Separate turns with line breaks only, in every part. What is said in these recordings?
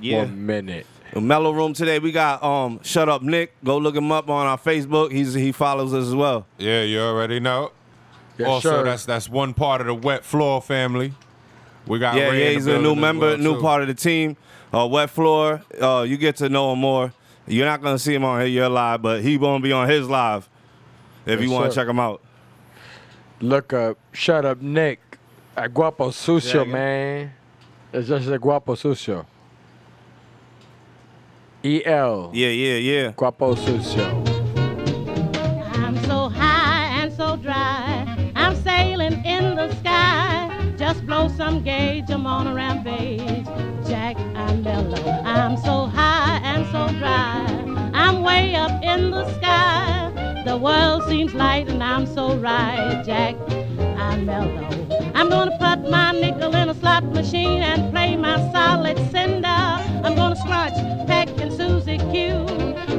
Yeah.
one minute.
The Mellow Room today. We got um, Shut Up Nick. Go look him up on our Facebook. He's he follows us as well.
Yeah, you already know.
Yes,
also,
sir.
that's that's one part of the wet floor family. We got
yeah,
Ray
yeah.
in the
He's a new
building as
member,
well,
new
too.
part of the team. Uh, Wet Floor. Uh, you get to know him more. You're not gonna see him on your live, but he won't be on his live. If you
Yes,
want to
sir.
check him out.
Look up, shut up, Nick. At Guapo
There you
Sucio,
go.
man. It's just a Guapo Sucio. E L.
Yeah, yeah, yeah.
Guapo Sucio.
I'm so high and so dry. I'm sailing in the sky. Just blow some gauge. I'm on a rampage. Jack, I'm mellow. I'm so high and so dry. I'm way up in the sky. The world seems light and I'm so right. Jack, I'm mellow. I'm gonna put my nickel in a slot machine and play my solid cinder. I'm gonna scrunch Peck and Susie Q.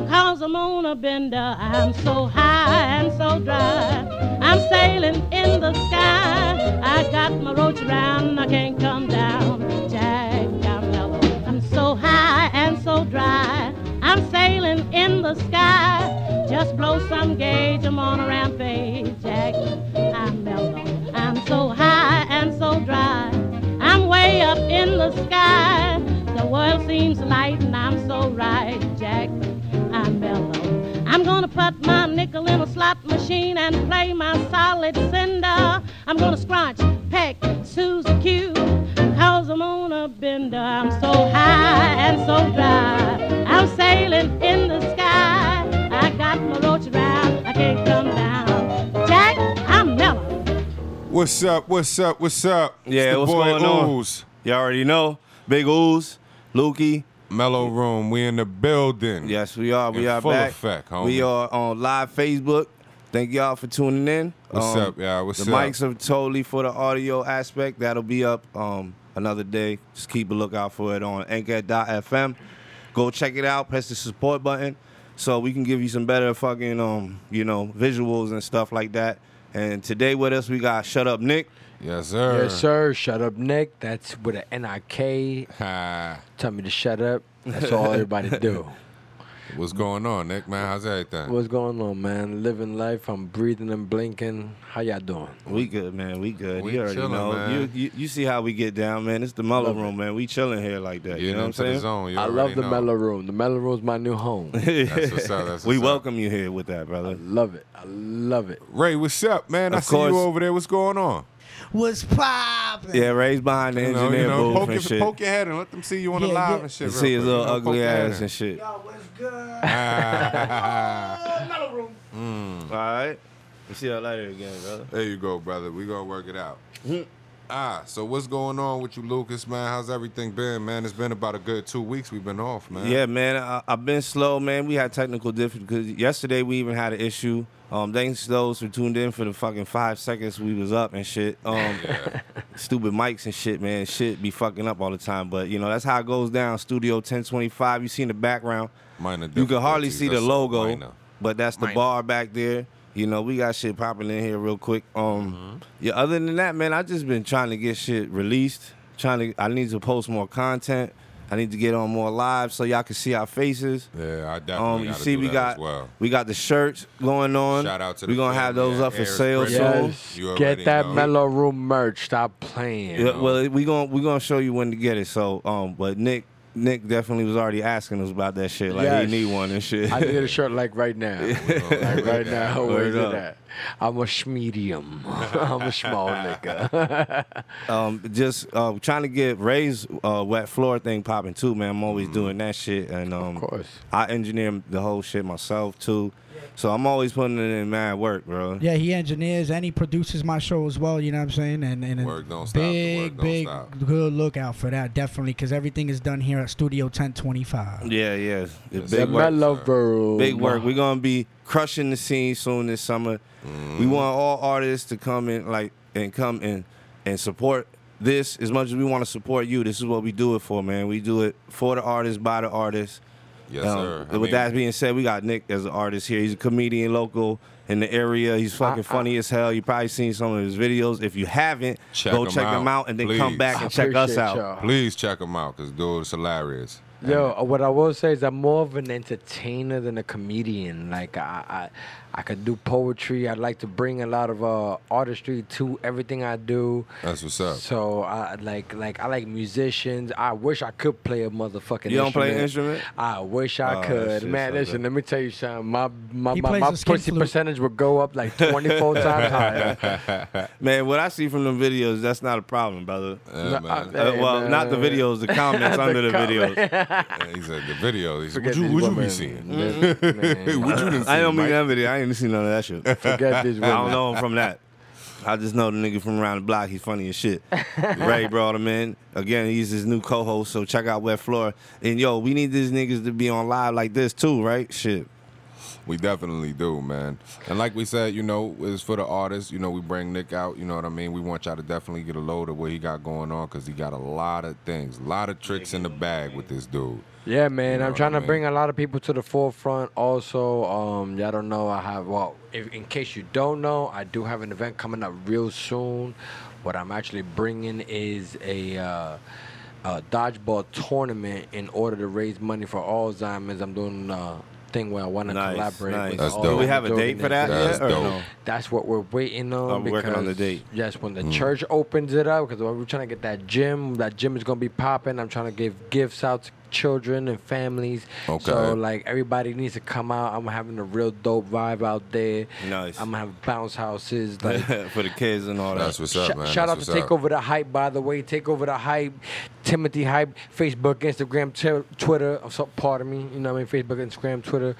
Cause I'm on a bender. I'm so high and so dry. I'm sailing in the sky. I got my roach around. I can't come down. Jack, I'm mellow. I'm so high and so dry. I'm sailing in the sky. Just blow some gauge. I'm on a rampage. Jack, I'm mellow. I'm so high and so dry. I'm way up in the sky. The world seems light and I'm so right, Jack. I'm mellow. I'm gonna put my nickel in a slot machine and play my solid cinder. I'm gonna scrunch, peck, Susie Q. Cause I'm on a bender. I'm so high and so dry. I'm sailing in the sky. I got my roach around. I can't come down. Jack, I'm mellow.
What's up? What's up? What's up? It's
Yeah,
the
what's
boy
going on?
Ooze.
You already know. Big Ooze, Lukey.
Mellow Room. We in the building.
Yes, we are. We
In
are
full
back.
effect, homie.
We are on live Facebook. Thank y'all for tuning in. Um,
What's up, y'all? What's
the
up?
mics are totally for the audio aspect. That'll be up um, another day. Just keep a lookout for it on anchor.fm. Go check it out. Press the support button so we can give you some better fucking um, you know, visuals and stuff like that. And today with us we got Shut Up Nick.
Yes, sir.
Yes, sir. Shut up, Nick. That's with an N I K.
Ha.
Tell me to shut up. That's all everybody do.
What's going on, Nick? Man, how's everything?
What's going on, man? Living life. I'm breathing and blinking. How y'all doing?
We good, man. We good.
We
you already
chilling,
know.
man.
You, you you see how we get down, man. It's the Mellow Room, man. We chilling here like that.
Getting
you know what I'm
into the
saying?
zone. You
I love
already
the
know.
mellow room. The mellow room's my new home.
That's what's up. That's
we
what's up.
welcome you here with that, brother.
love it. I love it.
Ray, what's up, man? I
Of
see you
course.
over there. What's going on?
What's poppin'?
Yeah, Ray's behind the
You know,
engineer
you know,
booth
poke,
and
your,
shit.
poke your head and let them see you on the
Yeah,
live
yeah.
and
You
shit.
see
real
his
quick,
little
you know, poke
ugly
your Mm. head
ass
in.
and shit. All
Y'all, what's good? Another room.
right. You see that later again, brother.
There you go, brother. We gonna work it out.
Hmm.
ah, so what's going on with you, Lucas? Man, how's everything been, man? It's been about a good two weeks. We've been off, man.
Yeah, man. I, I've been slow, man. We had technical difficulties. Yesterday, we even had an issue. Um, thanks to those who tuned in for the fucking five seconds we was up and shit. Um, stupid mics and shit, man. Shit be fucking up all the time. But you know that's how it goes down. Studio 1025. You see in the background.
Minor
You can hardly
difficulties.
see the
That's
logo,
minor.
but that's the
Minor.
bar back there. You know, we got shit popping in here real quick. Um,
Mm-hmm.
yeah. Other than that, man, I just been trying to get shit released. Trying to, I need to post more content. I need to get on more live so y'all can see our faces.
Yeah, I definitely.
Um, you
gotta
see,
do
we
that
got
as well.
we got the shirts going on.
Shout out to
we
the
gonna have
family
those
at
up for
Air
sale
Express.
soon.
Yes.
You already
Get that
know.
mellow room merch. Stop playing.
Yeah, well, we gonna we gonna show you when to get it. So, um, but Nick Nick definitely was already asking us about that shit. Like
Yes.
he need one and shit.
I need a shirt like right now.
gonna
like
do
right
that.
now.
Word
Where is
up.
it at? I'm a medium. I'm a small nigga.
um, just uh, trying to get Ray's uh, wet floor thing popping too, man. I'm always doing that shit, and um,
course.
I engineer the whole shit myself too. So I'm always putting it in mad work, bro.
Yeah, he engineers and he produces my show as well. You know what I'm saying? And and and
Work don't stop. The
big
work don't
big
stop.
good lookout for that definitely because everything is done here at Studio 1025.
yeah, yeah. It's
sir.
The
big work,
mellow
sir.
room.
big work. We're gonna be crushing the scene soon this summer. We want all artists to come in, like, and come and and support this as much as we want to support you. This is what we do it for, man. We do it for the artists, by the artists.
Yes,
Um,
sir. I
with
mean,
that being said, we got Nick as an artist here. He's a comedian local in the area. He's fucking funny as hell. You probably seen some of his videos. If you haven't,
Check
go
him
check him
out,
out and then come
please.
back
I
and check us
appreciate
out.
y'all.
please check him out, cause dude, it's hilarious.
Yo, uh, what I will say is I'm more of an entertainer than a comedian. Like I, I, I could do poetry. I like to bring a lot of uh, artistry to everything I do.
That's what's up.
So I like, like I like musicians. I wish I could play a motherfucking.
You don't play an
instrument.
instrument?
I wish I
Oh, that
could,
shit's
man.
so
listen,
dope.
let me tell you something. My my
He
my,
plays
my
a skin
pussy
flute.
percentage would go up like 24 times higher.
Man, what I see from the videos, that's not a problem, brother.
Yeah,
No, I-
man.
Uh,
Hey,
well,
man.
not the videos, the comments under the videos.
Yeah, He said the video. He said,
Forget
what you,
these
what you be
women,
seeing?
man. Man,
What
I
you been
don't
seeing,
mean
Mike?
that video. I ain't seen none of that shit. I
Forget these women.
don't know him from that. I just know the nigga from around the block. He's funny as shit. Ray brought him in. Again, he's his new co-host, so check out Wet Floor. And yo, we need these niggas to be on live like this too, right? Shit.
We definitely do, man. And like we said, you know, it's for the artists. You know, we bring Nick out. You know what I mean? We want y'all to definitely get a load of what he got going on because he got a lot of things, a lot of tricks in the bag with this dude.
Yeah, man.
know
I'm
what
trying
I
to
mean?
bring a lot of people to the forefront. Also, um, y'all don't know I have well, if, in case you don't know, I do have an event coming up real soon. What I'm actually bringing is a. Uh, a dodgeball tournament in order to raise money for Alzheimer's. I'm doing a thing where I want to
Nice,
collaborate.
nice.
With
That's
all
dope.
the
Do we
have a
building
date for that
entities.
That's
yet or
dope.
no?
That's what we're waiting on.
Oh, we're working on the
because-
date.
Yes, when the church opens it up, because we're trying to get that gym. That gym is gonna be popping. I'm trying to give gifts out to children and families.
Okay.
So like everybody needs to come out. I'm having a real dope vibe out there.
Nice.
I'm gonna have bounce houses. Like
For the kids and all that.
That's what's up,
Sh-
man.
Shout out
That's
to
what's
Take Over the Hype, by the way. Take Over the Hype, Timothy Hype, Facebook, Instagram, ter- Twitter. Oh, so, pardon me. You know what I mean? Facebook, Instagram, Twitter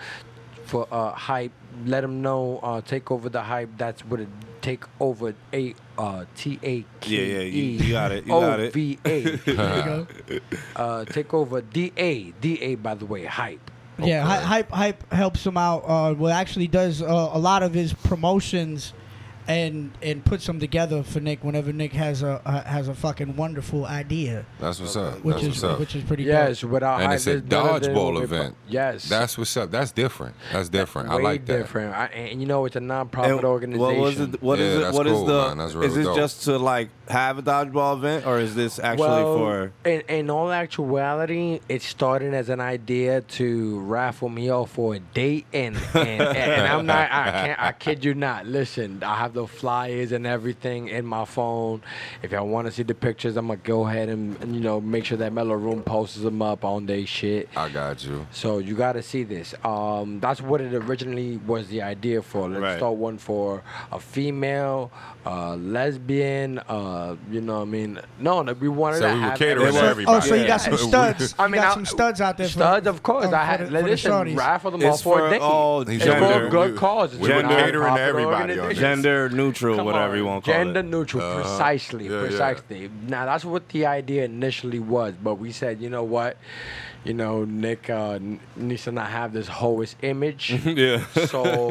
for uh, Hype. Let them know. Uh, take Over the Hype. That's what it Take Over A uh, T A K
Yeah,
E
yeah, you- you got it, you got it.
O V A.
There you go.
Uh, Take Over D A D A. By the way, Hype.
Yeah, hy- hype hype helps him out. Uh, well, actually, does uh, a lot of his promotions, and and puts them together for Nick whenever Nick has a uh, has a fucking wonderful idea,
That's what's up.
which
That's what's
is
up.
which is pretty.
Yes,
dope.
without
and
hype,
it's a
there's none of them will
dodgeball
be-
event.
Yes,
That's what's up. That's different. That's different. I
way
like that.
different. I, and you know, it's a non-profit
And
organization.
What was it? What is
Yeah,
it?
that's
What is
cool,
the?
man. That's
is
really
this
dope.
just to like have a dodgeball event, or is this actually
well,
for?
in, in all actuality, it started as an idea to raffle me off for a date, and and, and I'm not. I can't. I kid you not. Listen, I have the flyers and everything in my phone. If y'all want to see the pictures, I'm gonna go ahead and, and, you know make sure that Mellow Room posts them up on their shit.
I got you.
So you got to see this. Um, that's what it originally was the idea for. Let's
Right.
start one for a female, uh, lesbian. Uh, you know, what I mean, no, no we wanted
So
to
we were
have
catering
to
So- oh,
everybody.
so you got
Yeah.
some studs.
I
I
mean,
mean, you got
I-
some studs out there. for-
Studs, of course.
um,
I
for
had
the- for the
listen,
shorties.
raffle them all
It's
for
for
a day.
all
it's
gender.
for good
We-
causes.
we were
It's a
catering to
nonprofit
everybody on
organization.
this.
Gender neutral,
Come
whatever
on,
you want to call
gender
it. Uh-huh.
neutral, precisely,
Yeah, yeah.
precisely. Now that's what the idea initially was, but we said, you know what, you know, Nick uh, n- needs to not have this hoish image.
Yeah.
So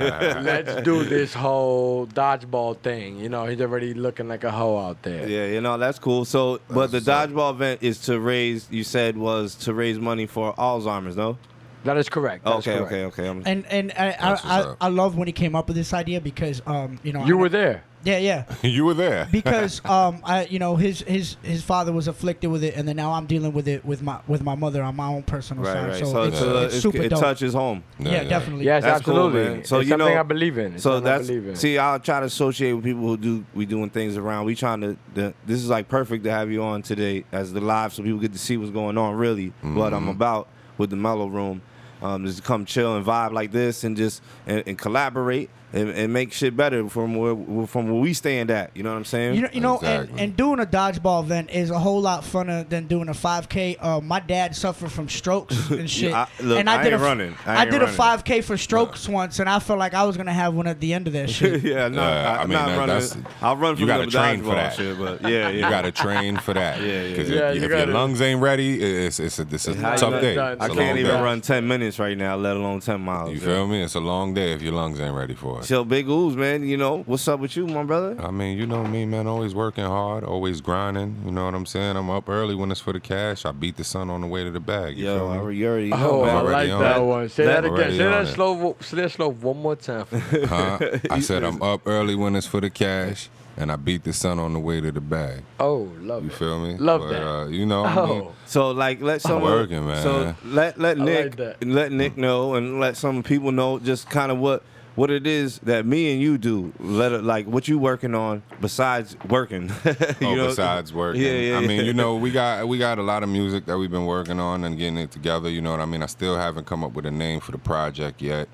let's do this whole dodgeball thing. You know, he's already looking like a hoe out there.
Yeah, you know that's cool. So, but the dodgeball event is to raise. You said was to raise money for Alzheimer's, no?
That is correct. That is
okay,
correct.
okay, okay, I'm-
And and I
That's
I,
what's
I,
up.
I love when he came up with this idea because um you know
You
I-
were there.
yeah yeah
you were there.
because um I you know his his his father was afflicted with it and then now I'm dealing with it with my with my mother on my own personal
right,
side
right.
so,
So
it's,
it's, uh,
it's
it's-
super
it
dope
touches home.
yeah, definitely
Yes,
That's cool,
absolutely.
man. So,
it's
you
something
know-
I believe in. It's
So
something I
that's
believe in.
see, I'll try to associate with people who do we doing things around. We trying to. The, this is like perfect to have you on today as the live, so people get to see what's going on. Really, what
Mm-hmm.
I'm about with the Mellow Room. Um, just come chill and vibe like this, and just and, and collaborate and, and make shit better from where from where we stand at. You know what I'm saying?
You know, you know and,
Exactly.
and doing a dodgeball event is a whole lot funner than doing a 5K. Uh, my dad suffered from strokes and shit.
I- look,
and
I
did
ain't
a, f-
running. I
I
ain't
did
running.
a 5K for strokes once, and I felt like I was gonna have one at the end of that shit.
yeah, no,
Uh,
I,
I
am
mean,
not
that-
running.
that's-
I'll run from
you
the
gotta train for
dodgeball
that.
shit, but yeah, yeah.
You gotta train for that.
Yeah, yeah,
'Cause
yeah. Yeah,
if,
you
if
gotta-
your lungs ain't ready, it- it's it's a, it's a
How you
tough
gonna-
day.
I
It's a
I
So
long
can't even
day.
run ten minutes right now, let alone ten miles.
You
yo.
feel me? It's a long day if your lungs ain't ready for it.
So big ooze, man. You know what's up with you, my brother?
I mean, you know me, man. Always working hard, always grinding. You know what I'm saying? I'm up early when it's for the cash. I beat the sun on the way to the bag. You
Yo,
feel
I
me?
already, you already know,
Oh, I
man.
like
Already on
that
it.
one. Say
That-
that again.
Already
Say
on
that
it.
slow. Say that slow one more time. For me.
Huh? I said I'm up early when it's for the cash. and I beat the sun on the way to the bag.
Oh, love
You
it.
feel me?
Love
but,
that.
Uh, you know, I mean,
oh,
So like let someone
working, man.
So let let
I like
Nick
that.
let Nick know and let some people know just kind of what what it is that me and you do. Let it like what you working on besides working. you
oh,
know?
besides working.
Yeah, yeah.
I mean,
yeah.
you know, we got we got a lot of music that we've been working on and getting it together. You know what I mean? I still haven't come up with a name for the project yet.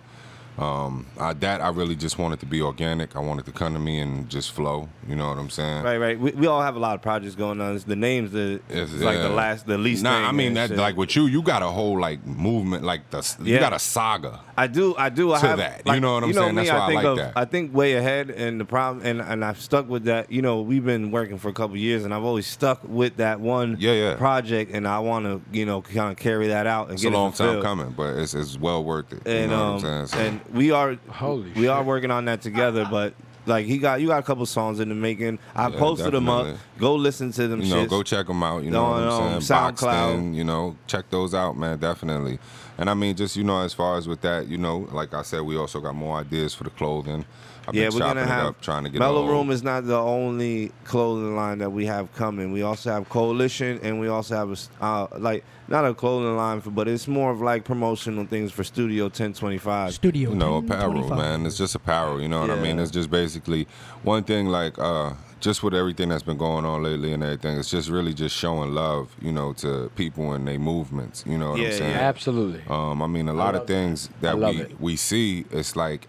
Um, I, that I really just wanted to be organic. I wanted to come to me and just flow. You know what I'm saying?
Right, right. We, we all have a lot of projects going on. It's the names that
It's-
it's like the
yeah.
last, the least.
Nah,
thing
I mean
and
that
shit.
like with you, you got a whole like movement, like the you
Yeah.
got a saga.
I do, I do. I
to
have
that. You know what I'm saying?
Me,
That's why I
think
like
of,
that.
I think way ahead, and the problem, and and I've stuck with that. You know, we've been working for a couple years, and I've always stuck with that one.
Yeah, yeah.
Project, and I want to, you know, kind of carry that out and
It's a
get it
long time
fulfilled.
coming, but it's it's well worth it.
And
you know
um,
what I'm saying? So-
and we are,
Holy
we are
shit.
working on that together, but. Like he got, you got a couple songs in the making. I
Yeah,
posted them
definitely.
up. Go listen to them.
you know,
shits.
go check them out. You know
On,
what I'm
um,
saying? Boxed
SoundCloud.
in, you know, check those out, man. Definitely. And I mean, just you know, as far as with that, you know, like I said, we also got more ideas for the clothing. I've
yeah,
been
we're
chopping
gonna
it
have
up, trying to get
Mellow
a
Room is not the only clothing line that we have coming. We also have Coalition, and we also have a s- uh, like not a clothing line, for, but it's more of like promotional things for Studio Ten Twenty Five.
Studio.
you know
10,
apparel,
25.
man. It's just apparel. You know what I mean?
Yeah.
It's just basically one thing. Like uh, just with everything that's been going on lately and everything, it's just really just showing love, you know, to people and their movements. You know what
Yeah,
I'm
yeah.
saying?
absolutely.
Um, I mean, a lot of
love that.
things
I
that,
love
we
it.
we see, it's like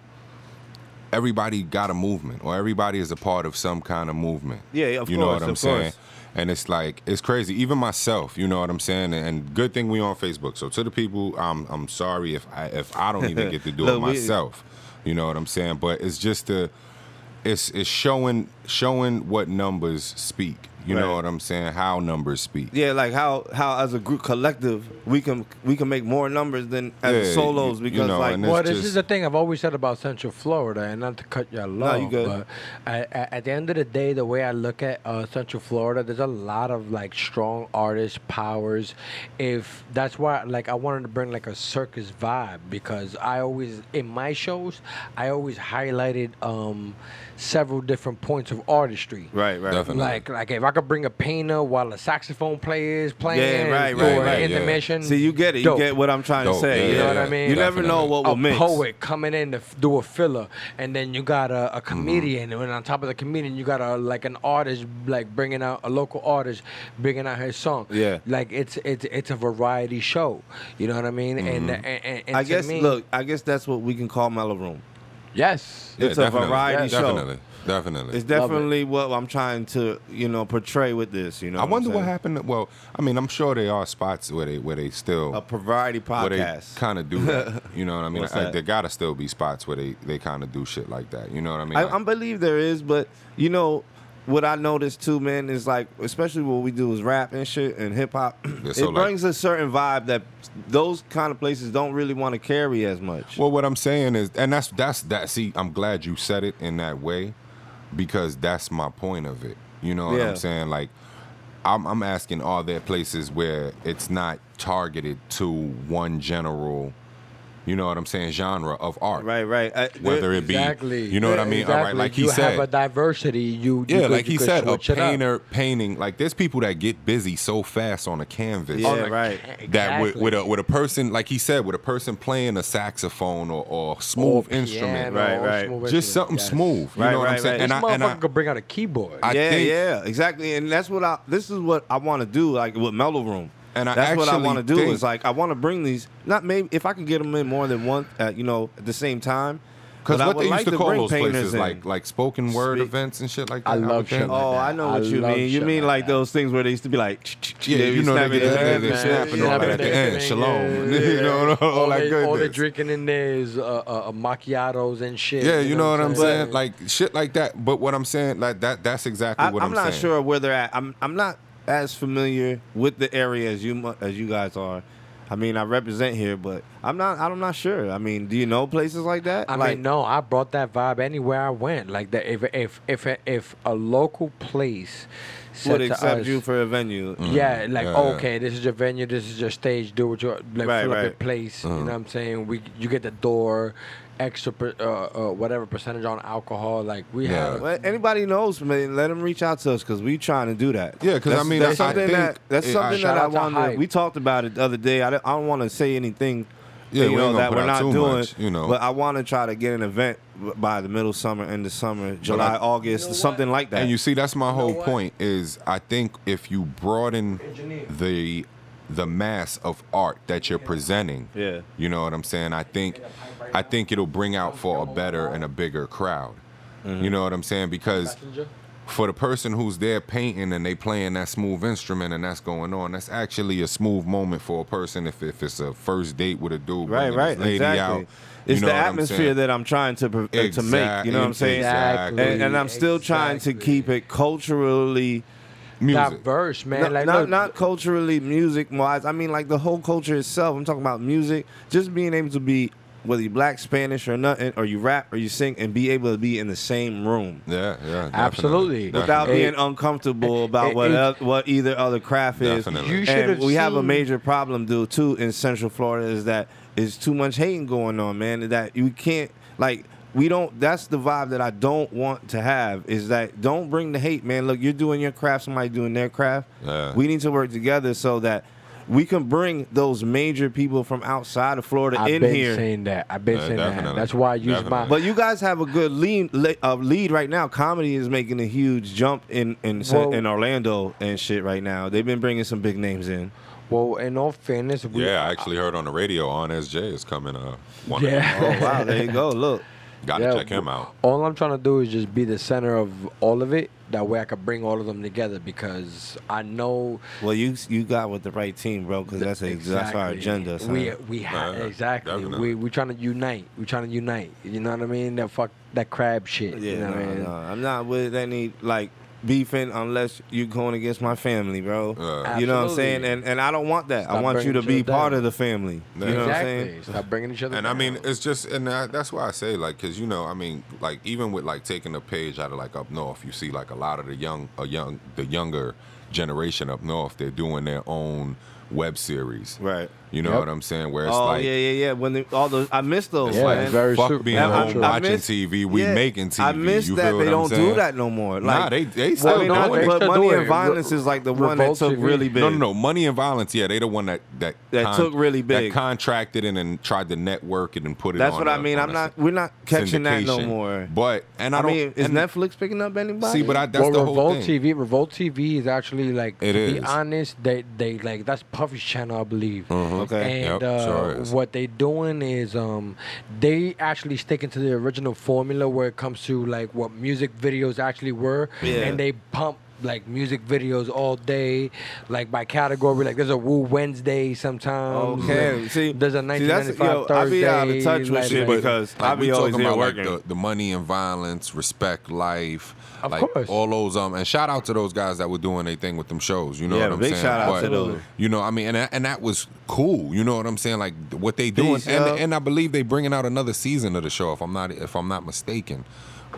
everybody got a movement, or everybody is a part of some kind of movement.
Yeah, yeah, of
you know
course,
what I'm
of
saying.
course.
And it's like it's crazy. Even myself, you know what I'm saying. And, and good thing we on Facebook. So to the people, I'm I'm sorry if I if I don't even get to do it
Look, we-
myself. You know what I'm saying. But it's just the it's it's showing showing what numbers speak. You know
Right.
what I'm saying. How numbers speak.
Yeah, like how how as a group collective we can we can make more numbers than as
Yeah,
solos
you- you
because
know,
like
and
what-
it's-
Well, this
just-
is the thing I've always said about Central Florida, and not to cut y'all
No,
off,
you good.
but at, at- at the end of the day, the way I look at uh, Central Florida, there's a lot of like strong artists, powers. If that's why, like, I wanted to bring like a circus vibe because I always in my shows, I always highlighted um, several different points of artistry.
right, right.
Definitely.
Like, like if I could bring a painter while a saxophone player is playing,
right,
right,
or
right, yeah.
intermission.
See, you get it.
dope.
You get what I'm trying
Dope,
to say.
yeah,
You know
yeah.
what I mean?
You never know
Definitely.
what
a
will mix.
poet coming in to f- do a filler, and then you got a, a comedian, and on top of the comedian, you got a like an artist, like bringing out a local artist, bringing out his song.
Yeah.
like it's it's it's a variety show. You know what I mean?
Mm-hmm.
And, and, and, and
I
to
guess.
me-
Look, I guess that's what we can call Mellow Room.
yes,
Yeah,
It's a
definitely.
variety
Yeah,
show.
Definitely, definitely.
It's
Love it.
definitely what I'm trying to, you know, portray with this. You know,
I wonder
I'm
what
saying?
happened. Well, I mean, I'm sure there are spots where they where they still
A variety
where they
podcast.
kind of do that. You know what I mean?
What's
Like,
that?
there gotta still be spots where they they kind of do shit like that. You know what I mean?
I,
Like,
I believe there is, but you know what I noticed too, man, is like especially what we do is rap and shit and hip hop.
so,
it
like-
brings a certain vibe that those kind of places don't really want to carry as much.
well, what I'm saying is, and that's that's that. See, I'm glad you said it in that way because that's my point of it. You know what
Yeah.
I'm saying? Like, I'm I'm asking, are there places where it's not targeted to one general? You know what I'm saying? Genre of art.
right, right. I,
Whether it be,
exactly.
you know what I mean?
Exactly.
All right, like he
you
said,
have a diversity. You you
Yeah,
could-
like
you
he
could
said, a
switch it up.
painter painting. Like there's people that get busy so fast on a canvas.
yeah,
like,
right.
That with,
Exactly.
with a with a person, like he said, with a person playing a saxophone or, or smooth instrument,
piano,
Right, right.
smooth
just
instrument,
something
yes.
smooth. You
Right,
know what I'm
right,
saying?
right.
And
This
I and I,
motherfucker could bring out a keyboard.
I
yeah,
think-
yeah, exactly. And that's what I. This is what I want to do, like with Mellow Room.
And I
that's what I
actually
want to do
think-
is like I want to bring these. Not maybe if I can get them in more than one, at, you know, at the same time.
because
But I
what
would
they used
like
to call
bring
those
painters
places
in.
like like spoken word
Speak-
events and shit like that.
I
would
love shit
think.
like
Oh,
that.
I know
I
what you
love
mean. You
shit
mean
like
like
that.
those things where they used to be like,
Yeah,
they
you
be
know they
snapping
get
their
they-
hand
they
and shit.
snapping all that at the end. Shalom, you know all that
they, all they
goodness.
drinking in there is uh, uh, macchiatos and shit.
Yeah, you know what I'm saying? Like shit like that. But what I'm saying, like that, that's exactly
I,
what I'm,
I'm not
saying.
sure where they're at. I'm I'm not as familiar with the area as you mu- as you guys are. I mean, I represent here, but I'm not. I'm not sure. I mean, do you know places like that?
I
like,
mean, no, I brought that vibe anywhere I went. Like that, if if if if a local place said
would
to
accept
us,
you for a venue.
Mm.
Yeah, like
Yeah, yeah.
okay, this is your venue, this is your stage. Do what you
Right,
like, fill up your
Mm.
right.
place. You know what I'm saying? We you get the door, e- extra per, uh, uh, whatever percentage on alcohol. Like we
Yeah.
have.
Well, anybody knows, man, let them reach out to us because we trying to do that.
Yeah, 'cause I
That's-
mean,
that's
I- I
something
think-
that that's
Yeah,
something
shout
that I
out to
wanted.
Hype.
We talked about it the other day. I don't, I don't want to say anything.
Yeah,
you
we ain't
know,
gonna
that
put
we're not
out too
doing,
much, you know.
But I want to try to get an event w- by the middle summer, end of summer, July,
I-
August, something like that.
And you see, that's my whole
what?
point. Is I think if you broaden
Engineer.
the the mass of art that you're presenting,
Yeah.
you know what I'm saying. I think I think it'll bring out for a better and a bigger crowd.
Mm-hmm.
You know what I'm saying? Because for the person who's there painting and they playing that smooth instrument and that's going on, that's actually a smooth moment for a person if, if it's a first date with a dude,
right,
bringing
right,
his lady
exactly.
out. you
it's
know
the
what I'm
atmosphere
saying?
that I'm trying to pre- uh, to make. You know what I'm saying?
Exactly.
And, and I'm still trying to
Exactly.
keep it culturally.
music.
diverse, man.
Not,
like
not,
look,
not culturally music wise. I mean, like the whole culture itself. I'm talking about music. Just being able to be, whether you black, Spanish, or nothing, or you rap or you sing, and be able to be in the same room
Yeah, yeah, definitely,
Absolutely.
without
definitely.
being uncomfortable about
it-
what
it-
oth- what either other craft is.
Definitely.
You
and
should've
we have a
seen-
major problem, dude, too, in Central Florida is that is too much hating going on, man. That you can't like. We don't. That's the vibe that I don't want to have. Is that don't bring the hate, man. Look, you're doing your craft. Somebody doing their craft.
Yeah.
We need to work together so that we can bring those major people from outside of Florida
I've
in
been
here.
saying that. I've been
Yeah,
saying that.
definitely.
That's why I use my.
Definitely.
But you guys have a good lead, le- uh, lead right now. Comedy is making a huge jump in in, Sa-
Well-
in Orlando and shit right now. They've been bringing some big names in.
well, in all fairness, we,
Yeah, I actually heard on the radio on SJ is coming uh one of
Yeah.
them.
Oh wow, there you go. Look,
Gotta
Yeah,
check him out.
All I'm trying to do is just be the center of all of it. That way, I could bring all of them together because I know
well you you got with the right team, bro, because that's ex- that's our agenda. Son.
We we have
Yeah,
exactly.
definitely.
We we trying to unite. We trying to unite. You know what I mean? That fuck that crab shit.
yeah,
you know
no,
what I mean?
no, I'm not with any like beefing unless you're going against my family, bro.
Yeah.
you know what I'm
Absolutely.
saying? And and I don't want that. I
Stop
want you
bringing
to be
each other
part
down.
of the family.
Yeah.
You know what I'm
exactly.
saying?
Stop bringing each other.
And I mean,
down.
it's just, and that, that's why I say, like, cause you know, I mean, like, even with like taking a page out of like up north, you see like a lot of the young, a young, the younger generation up north, they're doing their own web series.
Right.
You know
Yep.
what I'm saying? Where it's
Oh
like,
yeah, yeah, yeah. When the, all those, I miss those.
it's
Yeah,
man.
like
very
fuck
super-
being
Yeah,
home
I- I
watching
miss-
TV. We
yeah,
making TV.
I miss
you
that
feel
they
what I'm
don't do
saying?
that no more. Like,
nah, they they
I
still
mean,
doing
not-
no, they
it.
but
still
money
doing
and
it.
violence is like the one that
Revolt
took
TV.
really big.
No, no, no. Money and violence. Yeah, they the one that that
That took really big.
That contracted and then tried to network it and put it.
That's
on
what I
a-
mean.
on
I'm
a
not. We're not catching that no
syndication.
more.
But and I,
I,
don't
mean, is
and-
Netflix picking up anybody?
see, but I that's
well,
the
Revolt
whole thing.
TV, Revolt TV is actually like
It
to be
is.
honest, they they like that's Puffy's channel, I believe.
Okay.
And
Mm-hmm. Yep,
uh,
sure is.
what they doing is um they actually sticking to the original formula where it comes to like what music videos actually were,
Yeah.
and they pump. Like music videos all day, like by category. Like there's a Woo Wednesday sometimes.
okay.
Like,
See,
there's a
see, that's-
1995
yo, I be out of
Thursday,
touch with
like-
shit
like-
because I
Like, we
be always
talking
here
about like
working.
the, the money and violence, respect life,
Of
like
course.
all those um and shout out to those guys that were doing their thing with them shows. You know
Yeah,
what I'm
big
saying?
shout out to those.
You know, I mean, and that, and that was cool. You know what I'm saying? Like what they doing,
Peace,
and
yo.
and I believe they bringing out another season of the show. If I'm not if I'm not mistaken.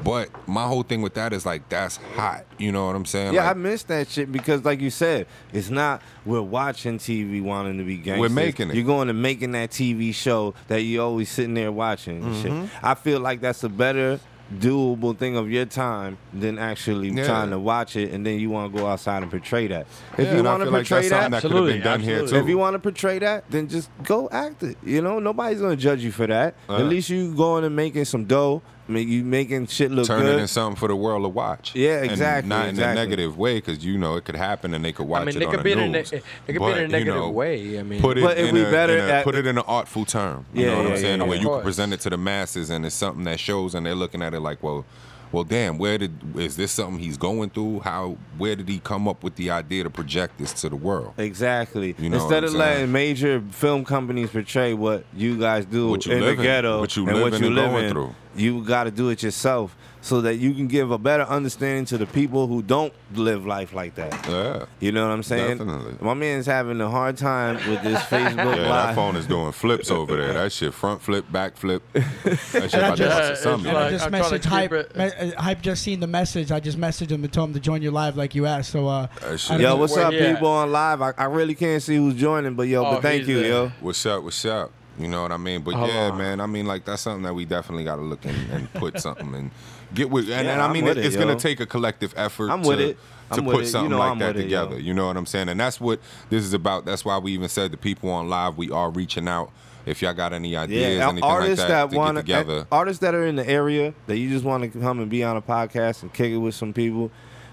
But my whole thing with that is like that's hot. You know what I'm saying?
yeah, I
Like,
miss that shit because, like you said, it's not we're watching TV wanting to be gangsters.
making it.
You're going to making that TV show that you always sitting there watching. and Shit.
Mm-hmm.
I feel like that's a better doable thing of your time than actually
Yeah.
trying to watch it, and then you want to go outside and portray that. If
yeah,
you
and I
want to
feel like
portray
that's
that,
something that could have been
absolutely,
done here too.
absolutely.
if you want to portray that, then just go act it. You know, nobody's gonna judge you for that.
Uh.
At least you going and making some dough. Make you making shit look
turn
good.
it into something for the world to watch.
Yeah,
And
exactly,
not in a
exactly.
negative way, because you know it could happen, and they could watch
I mean,
it
they
on
could
the
be in a
news.
ne- they could be
But,
in a
you
negative
know,
way. I mean,
put it.
But if
in
we
a,
better
in a-
at-
put it in an artful term. You
Yeah,
know what
yeah,
I'm saying?
yeah,
the way
of
you
course.
can present it to the masses, and it's something that shows, and they're looking at it like, well, well, damn, where did is this something he's going through? How where did he come up with the idea to project this to the world?
Exactly.
You know what
Instead
I'm
of
saying?
letting major film companies portray what you guys do
What you
in
living,
the ghetto
what you
and what
living
you
and
live
going
in,
through.
you got to do it yourself so that you can give a better understanding to the people who don't live life like that.
Yeah.
You know what I'm saying?
Definitely.
My man's having a hard time with this Facebook
Yeah, that
live.
phone is doing flips over there. That shit front flip, back flip. That shit about to bust a summit.
And I
Like,
just
I'm trying to
messaged hype.
keep it-
Me, uh, hype just seen the message. I just messaged him and told him to join your live like you asked. So uh,
That shit-
I don't
Yo,
know
what's
where-
up,
he at?
people on live? I, I really can't see who's joining, but yo,
Oh,
but thank
he's
you,
there.
yo.
What's up? What's up? You know what I mean? But
Hold
yeah,
on.
man. I mean, like that's something that we definitely got to look in and put something and get with. And,
Yeah,
and I
I'm
mean,
with
it-
it,
it's gonna
yo.
take a collective effort.
I'm
to,
with it.
to
I'm with
put
it. You
something
know
like
I'm
that
with it, yo.
together. You know what I'm saying? And that's what this is about. That's why we even said the people on live. We are reaching out. If y'all got any ideas,
Yeah, uh,
anything
artists
like
that,
that, to
want
get together.
artists that are in the area that you just want to come and be on a podcast and kick it with some people.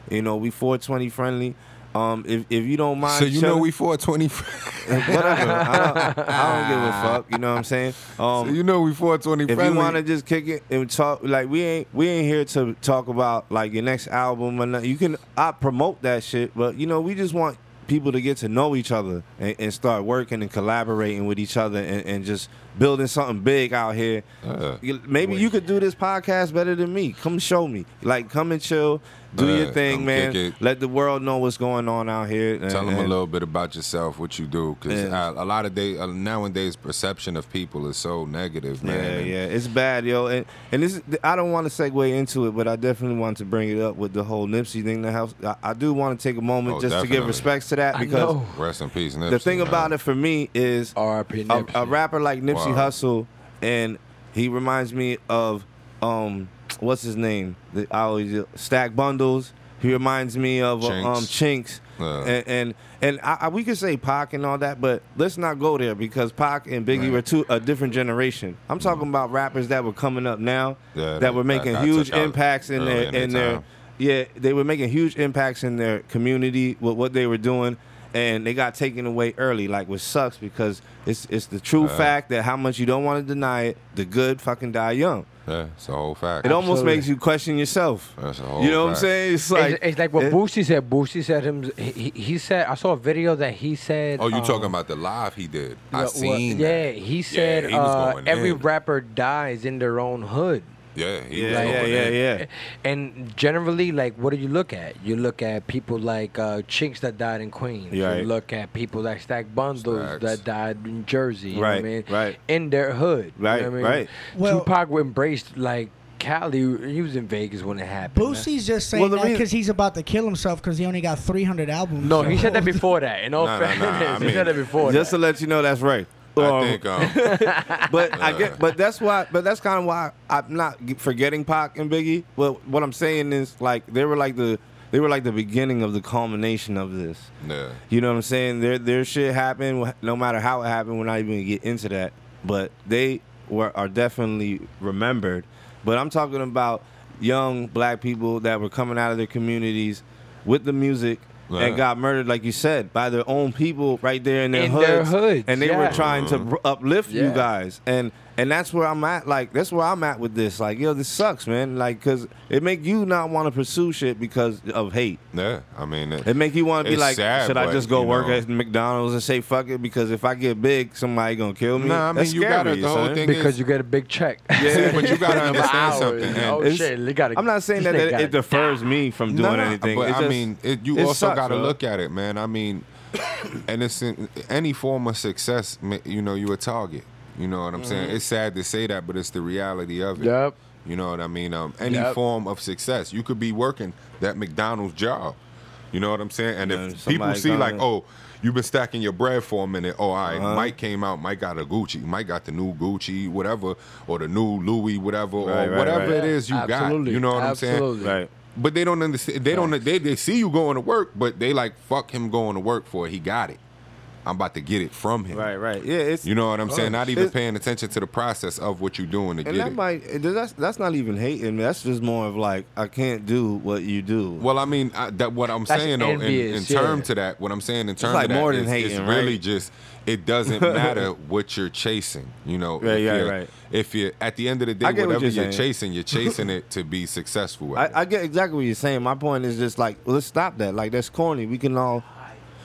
You know, we 420 friendly. Um, if if you don't mind,
so you know
chilling-
we 420.
whatever. I don't, I don't give a fuck. You know what I'm saying? Um,
you know we 420
if
friendly.
you want to just kick it and talk, like we ain't we ain't here to talk about like your next album or nothing. You can I promote that shit, but you know we just want people to get to know each other and, and start working and collaborating with each other and, and just building something big out here.
Yeah.
You- Maybe you could do this podcast better than me. Come show me. Like come and chill, do
Yeah,
your thing,
come Uh, kick
man.
it.
Let the world know what's going on out here. and-
Tell them a
and-
little bit about yourself, what you do, because
Yeah.
a lot of day uh, nowadays perception of people is so negative, man.
Yeah,
and-
yeah, it's bad, yo. And and this, is- I don't want to segue into it, but I definitely want to bring it up with the whole Nipsey thing. That helps. I, I do want to take a moment
Oh,
just to give
definitely.
respects to that
I
because
know.
Rest in peace, Nipsey.
the thing
man.
about it for me is
R.I.P.
a,
Nipsey.
a rapper like Nipsey
Wow.
Hussle, and he reminds me of um, what's his name? The, I always uh, Stack Bundles. He reminds me of uh,
Chinks.
um Chinks,
Yeah.
and and, and I, I, we could say Pac and all that, but let's not go there because Pac and Biggie
Right. Mm.
were two a different generation. I'm talking about rappers that were coming up now
Yeah,
that
they-
were making
that- that
huge
took out
impacts in
early
their
in
in,
their time.
their yeah, they were making huge impacts in their community with what they were doing, and they got taken away early, like which sucks because it's it's the true fact that how much you don't want to deny it, the good fucking die young.
Yeah, it's a whole fact.
It almost
Absolutely.
makes you question yourself.
That's a whole
you know what I'm
fact.
saying? It's
It's-
like
it's, like
eh?
what
it-
Boosie said. Boosie said him. He, he- he said I saw a video that he said.
oh, you
um,
talking about the live he did? I
well,
seen.
yeah,
that.
he said
he was
uh,
going
every
in.
rapper dies in their own hood.
Yeah, he was
yeah, yeah,
going
yeah,
in.
yeah.
And generally, like, what do you look at? You look at people like uh, Chinks that died in Queens.
Right.
You look at people like Stack Bundles
Stacks.
that died in Jersey. You
Right,
know what I mean?
right.
In their hood. you know
Right,
what I mean?
right.
Well-
Tupac embraced, like, Cali. He was in Vegas when it happened. man.
Boosie's just saying
Well, the
that 'cause
reason-
because he's about to kill himself because he only got 300 albums.
No, he said that before that. In all
Nah, nah, nah,
fairness,
I
he said
mean,
that before
Just
that.
to let you know, that's right.
I
Um,
think. Um,
but I get, but that's why, but that's kind of why I'm not g- forgetting Pac and Biggie. But what I'm saying is, like, they were like the, they were like the beginning of the culmination of this.
um, yeah.
You know what I'm saying? Their their shit happened. wh- No matter how it happened, we're not even gonna get into that. But they were are definitely remembered. But I'm talking about young black people that were coming out of their communities with the music.
Right.
And got murdered, like you said, by their own people right there in their,
In
hoods.
their hoods,
and they were
yeah.
trying to br- uplift you
Yeah.
guys, and and that's where I'm at. Like that's where I'm at with this. Like yo, this sucks, man. Like because it make you not want to pursue shit because of hate.
Yeah, I mean, it,
It make you want to be
It's
like,
sad,
should
but,
I just go
you
work
know.
at McDonald's and say fuck it because if I get big, somebody gonna kill me.
Nah, I mean,
That's
you
scary,
gotta- the whole
son.
thing-
Because you get a big check.
See, but you gotta understand
Hours.
something. and-
Oh,
It's-
shit. You gotta,
I'm not saying that
this
it,
nigga
it
gotta
defers me from
No,
doing
no,
anything.
But
It's
I
just-
mean, it, you
it
also
sucks,
got to
bro.
look at it, man. I mean, and it's in, any form of success, ma- you know, you a target. You know what I'm saying?
Mm-hmm.
It's sad to say that, but it's the reality of it.
Yep.
You know what I mean? Um, any
Yep.
form of success, you could be working that McDonald's job. You know what I'm saying? And
Yeah,
if people
somebody
see like,
gonna- Uh-huh.
oh, you've been stacking your bread for a minute. Oh, all right, Mike came out. Mike got a Gucci. Mike got the new Gucci, whatever, or the new Louis, whatever,
Right,
or
right,
whatever
right.
it is you got.
Absolutely.
You know what I'm saying?
Absolutely.
right.
But they don't understand. They don't. They, they see you going to work, but they like fuck him going to work for it. He got it. I'm about to get it from him.
Right, right. Yeah, it's
You know what I'm saying? Not even
It's-
paying attention to the process of what you're doing to
and
get
that
it.
might that's that's not even hating. That's just more of like I can't do what you do.
well, I mean, I, that what I'm
That's
saying though, in, in
envious,
term
yeah.
to that, what I'm saying in terms
like
of that
more than
is, it's
hating,
really
right?
just it doesn't matter what you're chasing. You know,
Right,
if
right,
you're,
right.
If you're at the end of the day,
I get
whatever
what
you're,
you're saying.
chasing, you're chasing it to be successful. At it.
I, I get exactly what you're saying. My point is just like let's stop that. Like that's corny. We can all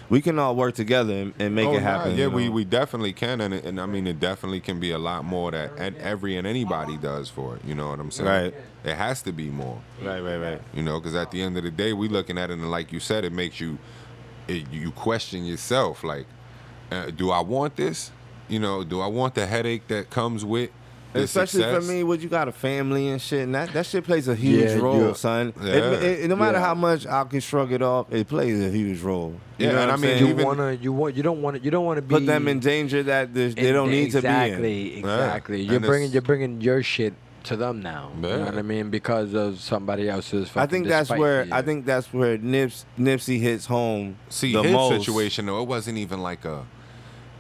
we can all work together and, and make
Oh,
it happen.
nah, yeah,
you know?
we, we definitely can, and, it- and I mean it definitely can be a lot more that and every and anybody does for it. You know what I'm saying?
Right.
It has to be more.
right, right, right.
You know, because at the end of the day, we looking at it, and like you said, it makes you it, you question yourself. Like, uh, do I want this? You know, do I want the headache that comes with His
Especially
success.
for me, what you got a family and shit, and that, that shit plays a huge
Yeah,
role,
yeah.
son. It-
Yeah.
it- it- no matter
Yeah.
how much I can shrug it off, it plays a huge role. You know
Yeah, and
what
I
I'm
mean,
saying?
you
You
Even-
wanna, you want, you don't want to, you don't want to be
put them in danger that they, they
in-
don't need to be in.
exactly, Exactly,
Yeah.
You're
And
bringing,
it's-
you're bringing your shit to them now. You know
Yeah.
what I mean? Because of somebody else's. Fucking
I think that's
despite
where
you.
I think that's where Nips Nipsey hits home
See,
the
his
most.
situation though, it wasn't even like a.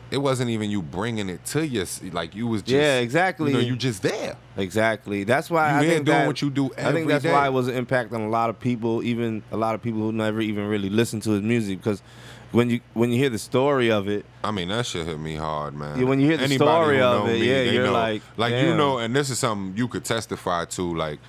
It wasn't even you bringing it to your like you was just
Yeah, exactly.
You know, you just there.
Exactly. That's why
You
I
here
think
doing
that,
what you do
I think
every
that's
day.
why it was an impact on a lot of people, even a lot of people who never even really listened to his music. Because when you when you hear the story of it,
I mean, that shit hit me hard, man.
Yeah, when you hear the
Anybody who
story of
know
it, yeah,
they
you're
know.
like,
like you
damn.
know, and this is something you could testify to. Like,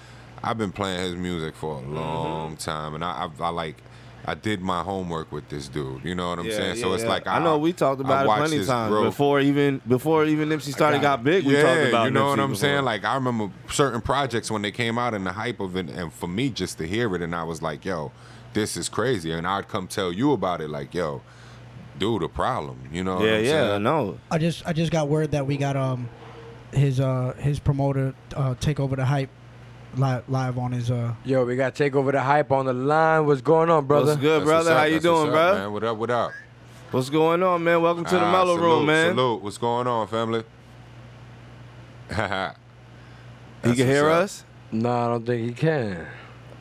I've been playing his music for a
Mm-hmm.
long time, and I, I, I like, I did my homework with this dude. You know what I'm
Yeah,
saying?
yeah,
so it's
yeah.
like
I, know we talked
I
about it
watched
plenty
his
times
growth.
before even before even Nipsey started got big. We
yeah,
talked about
you know
Nipsey
what I'm
before.
saying? Like I remember certain projects when they came out and the hype of it, and for me just to hear it, and I was like, yo, this is crazy, and I'd come tell you about it, like, yo, dude, a problem. You know? what
yeah,
I'm
yeah, I
saying?
know.
I just I just got word that we got um his uh his promoter uh take over the hype li- live on his uh
Yo, we got to take over the hype on the line. What's going on, brother?
What's good,
That's what's
brother?
up,
How you
that's what's
doing,
up,
bro?
Man. What up? What up?
What's going on, man? Welcome to the
Ah,
Mellow
salute,
Room, man.
Salute. What's going on, family? Haha.
He can
That's
hear
what's
us.
No, I don't think he can.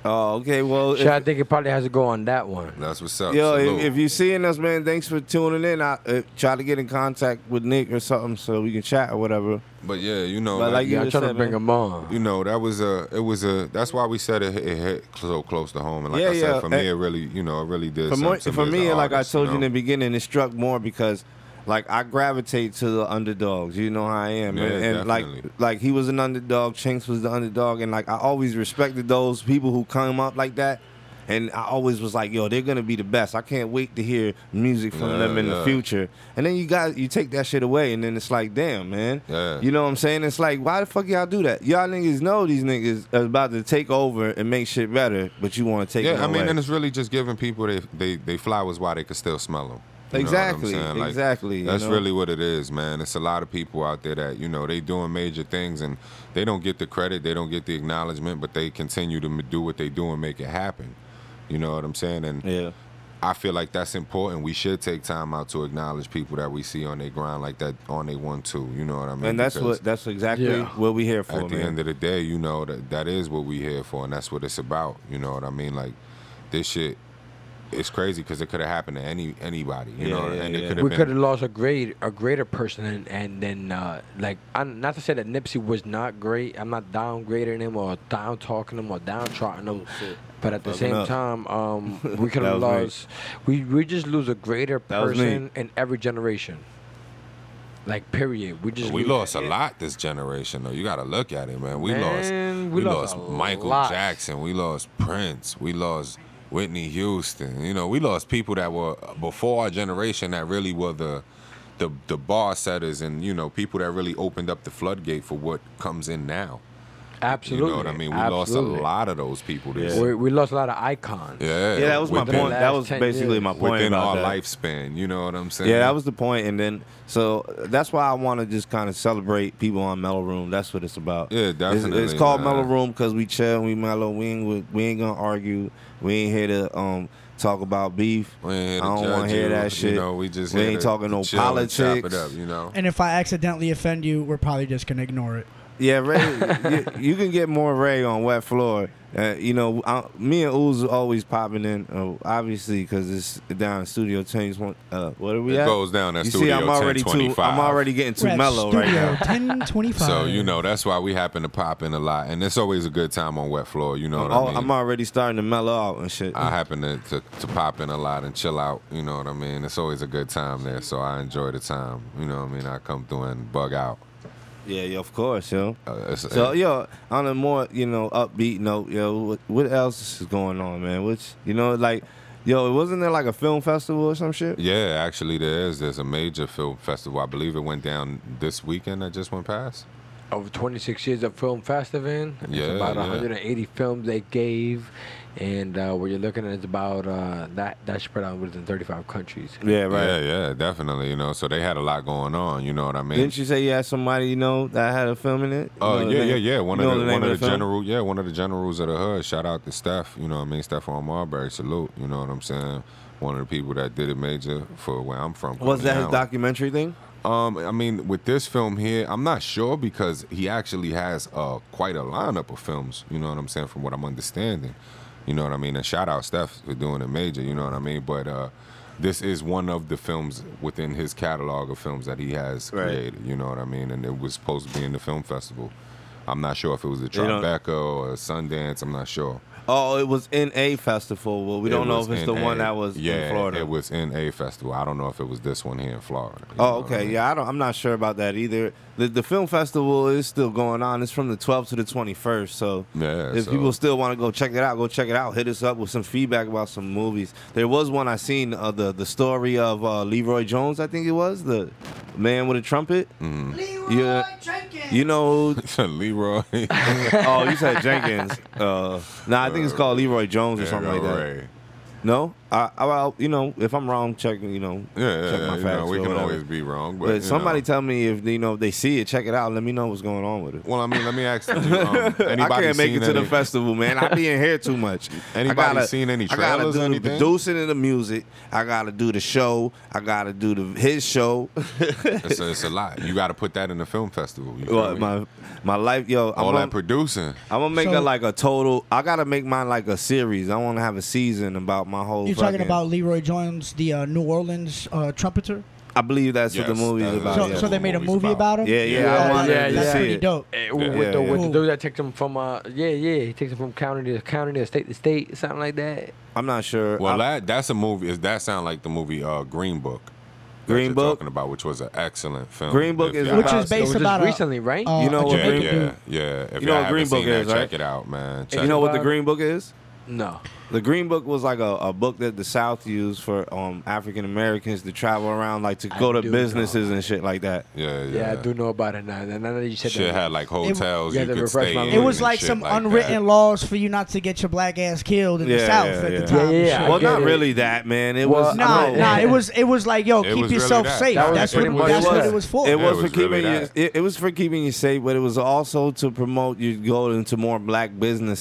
Oh, okay. Well,
Shit, I think he probably has to go on that one.
That's what's up.
Yo,
Salute.
if, if you're seeing us, man, thanks for tuning in. I uh, try to get in contact with Nick or something so we can chat or whatever.
but yeah, you know,
But
like,
like
you,
Yeah, I'm
just
trying to
said,
bring
man.
him on.
know, that was a, it was a. That's why we said it, hit- it hit so close to home, and like
Yeah,
I said,
yeah,
for me,
and-
it really, you know, it really did.
For,
something
more,
to
for
as
me,
an
like
artist,
I told you, in
know?
the beginning, it struck more because, like, I gravitate to the underdogs. You know how I am,
Yeah,
and, and like,
definitely.
like he was an underdog. Chinks was the underdog, and like I always respected those people who come up like that. And I always was like, yo, they're gonna be the best. I can't wait to hear music from
Yeah,
them in the
yeah.
future. And then you got you take that shit away, and then it's like, damn, man.
Yeah.
You know what I'm saying? It's like, why the fuck y'all do that? Y'all niggas know these niggas are about to take over and make shit better, but you want to take it
yeah, I mean,
away.
and it's really just giving people they they, they flowers while they can still smell them.
Exactly, exactly, you
That's
know?
really what it is, man. It's a lot of people out there that you know they doing major things and they don't get the credit, they don't get the acknowledgement, but they continue to m- do what they do and make it happen. You know what I'm saying? And
yeah.
I feel like that's important. We should take time out to acknowledge people that we see on their grind like that on their one two. You know what I mean?
And that's
Because-
what that's exactly
Yeah.
what we here for,
at the
man.
end of the day, you know that that is what we here for, and that's what it's about. You know what I mean? Like this shit, it's crazy because it could have happened to any anybody. You
Yeah,
know,
yeah,
and
yeah.
it could
We
have
could
been.
have lost a great, a greater person, and, and then uh, like, i not to say that Nipsey was not great. I'm not downgrading him or down talking him or downtrotting him. But at the
Loving
same
up.
time, um, we could
That was
have
me.
lost. We we just lose a greater
That was me.
person in every generation. Like period. We just
We
lose-
lost a lot this generation, though. You got to look at it, man. We
Man,
lost.
we
We,
lost
lost,
a
Michael
lot.
Jackson. We lost Prince. We lost Whitney Houston. You know, we lost people that were before our generation that really were the the the bar setters and you know people that really opened up the floodgate for what comes in now.
Absolutely.
You know what I mean? We
Absolutely.
lost a lot of those people. This
We, we lost a lot of icons.
yeah,
yeah, that was my
within-
point. That
last
was
10
basically
years.
my point
Within
about
our
that.
lifespan, you know what I'm saying?
Yeah, that was the point, and then so uh, that's why I want to just kind of celebrate people on Mellow Room. That's what it's about.
Yeah,
It's- It's,
definitely,
called
man.
Mellow Room because we chill, we mellow, we ain't with- we ain't gonna argue, we ain't here to um talk about beef.
We ain't here
I
to
don't
judge
wanna hear
you,
that
you
shit.
know, we just
we
here
ain't
to-
talking
to
no
chill and chop
politics.
it up, you know.
and if I accidentally offend you, we're probably just gonna ignore it.
Yeah, Ray, you, you can get more Ray on Wet Floor. Uh, you know, I, me and Ooze are always popping in, uh, obviously, because it's down in Studio 10. Uh, what are we
It
at?
goes down at
you
Studio
see, I'm already too,
1025.
I'm already getting too
We're at
mellow
Studio
right now.
1025.
So you know that's why we happen to pop in a lot, and it's always a good time on wet floor. You know what
Oh,
I mean? Ah.
I'm already starting to mellow out and shit.
I happen to, to to pop in a lot and chill out. You know what I mean? It's always a good time there, so I enjoy the time. You know what I mean? I come through and bug out.
yeah, yeah, of course, yo.
Uh, it's,
So, yo, on a more you know upbeat note, yo, what, what else is going on, man? Which you know, like, yo, wasn't there like a film festival or some shit?
yeah, actually there is. There's a major film festival. I believe it went down this weekend that just went past.
over 26 years of Film Festival.
Yeah,
it's about
yeah.
180 films they gave, and uh, what you're looking at is about uh, that that spread out within 35 countries.
Yeah, right.
Yeah, yeah, definitely. You know, so they had a lot going on. You know what I mean?
Didn't you say you had somebody you know that had a film in it?
Oh
You know the
yeah,
name-
yeah, yeah. One
you know
of the,
name
one of the,
film?
general, yeah, one of the generals of the hood. Shout out to Steph. You know what I mean? Steph on Marbury. Salute. You know what I'm saying? One of the people that did it major for where I'm from.
Was that
Coney
his
Island.
documentary thing?
Um, I mean, with this film here, I'm not sure because he actually has uh quite a lineup of films. You know what I'm saying? From what I'm understanding, you know what I mean. And shout out Steph for doing it major. You know what I mean? But uh, this is one of the films within his catalog of films that he has
Right.
created. You know what I mean? And it was supposed to be in the film festival. I'm not sure if it was the
They don't-
Tribeca or Sundance. I'm not sure.
Oh, it was in a festival. Well, we
It
don't know
was
if it's
in
the one
a-
that was
yeah,
in Florida.
It was in a festival. I don't know if it was this one here in Florida. You know
Oh,
what I
okay.
mean?
Yeah, I don't, I'm not sure about that either. The, the film festival is still going on. It's from the 12th to the 21st. So
Yeah,
if
so-
people still want to go check it out, go check it out. Hit us up with some feedback about some movies. There was one I seen uh, the the story of uh, Leroy Jones. I think it was the man with a trumpet.
Mm-hmm.
Leroy Jenkins. You know.
Leroy.
oh, you said Jenkins. Uh, nah, I think it's called Leroy Jones or something like that.
Ray.
No, I, I well, you know, if I'm wrong, check you know,
Yeah, yeah,
check
yeah,
my
you
facts.
know, we
or
can
whatever.
always be wrong, but,
But
you
somebody
know.
tell me if you know if they see it, check it out. Let me know what's going on with it.
well, I mean, let me ask you. Um, anybody
I can't make
seen
it to the
any-
festival, man. I be in here too much. I
Anybody seen any
I gotta
trailers
do
or
the
anything?
producing of the music. I gotta do the show. I gotta do the his show.
It's a, it's a lot. You got to put that in the film festival. You feel
Well,
me?
my my life, yo.
All
I'm
that
on-
producing.
I'm gonna make
So-
it like a total. I gotta make mine like a series. I want to have a season about my whole.
You're talking
fucking-
about Leroy Jones, the uh, New Orleans uh, trumpeter.
I believe that's what
Yes,
the movie's
that is
about.
so,
yeah.
so they made a
Movie's
movie
about-
about, him.
yeah, yeah, yeah, I
Yeah,
wanted
yeah,
to
yeah.
That's
see
pretty
it.
dope.
Eh,
Yeah,
with the
yeah,
with
yeah.
the dude that takes him from uh yeah yeah he takes him from county to county to state to state something like that.
I'm not sure.
Well,
I-
that that's a movie. Is that sound like the movie uh, Green Book? that
Green
you're
Book?
talking about, which was an excellent film.
Green Book
If
is
y'all-
Which
about-
is
It
based
was
about
just
a-
recently, right?
uh,
You know
a
what
yeah,
Jamaican
Green
yeah,
dude.
yeah. If
You
you
know
all
what
haven't
Green Book
seen that,
is, right?
check it out, man. Check
you know
it
what the
out.
Green Book is?
No.
The Green Book was like a, a book that the South used for um, African Americans to travel around, like to
I
go to
do
businesses and shit like that.
Yeah, yeah.
Yeah, I do know about it now. And now that you said
Shit
that,
had like hotels
yeah,
you
the
could
refresh
stay
my
in.
It was
and
like
shit
some
like
unwritten
that.
laws for you not to get your black ass killed in the
Yeah,
South
yeah,
at
yeah.
the time.
Yeah, yeah, I
well,
get
not
it.
really that, man. It was
Nah,
no,
know.
nah. It was it was like, yo,
It
keep
was really
yourself
that.
safe.
That
was
that's
pretty
what
much
that's
it.
what it was for.
It
Yeah,
was,
it was
for keeping
really
you,
that.
it, it was for keeping you safe, but it was also to promote you go into more black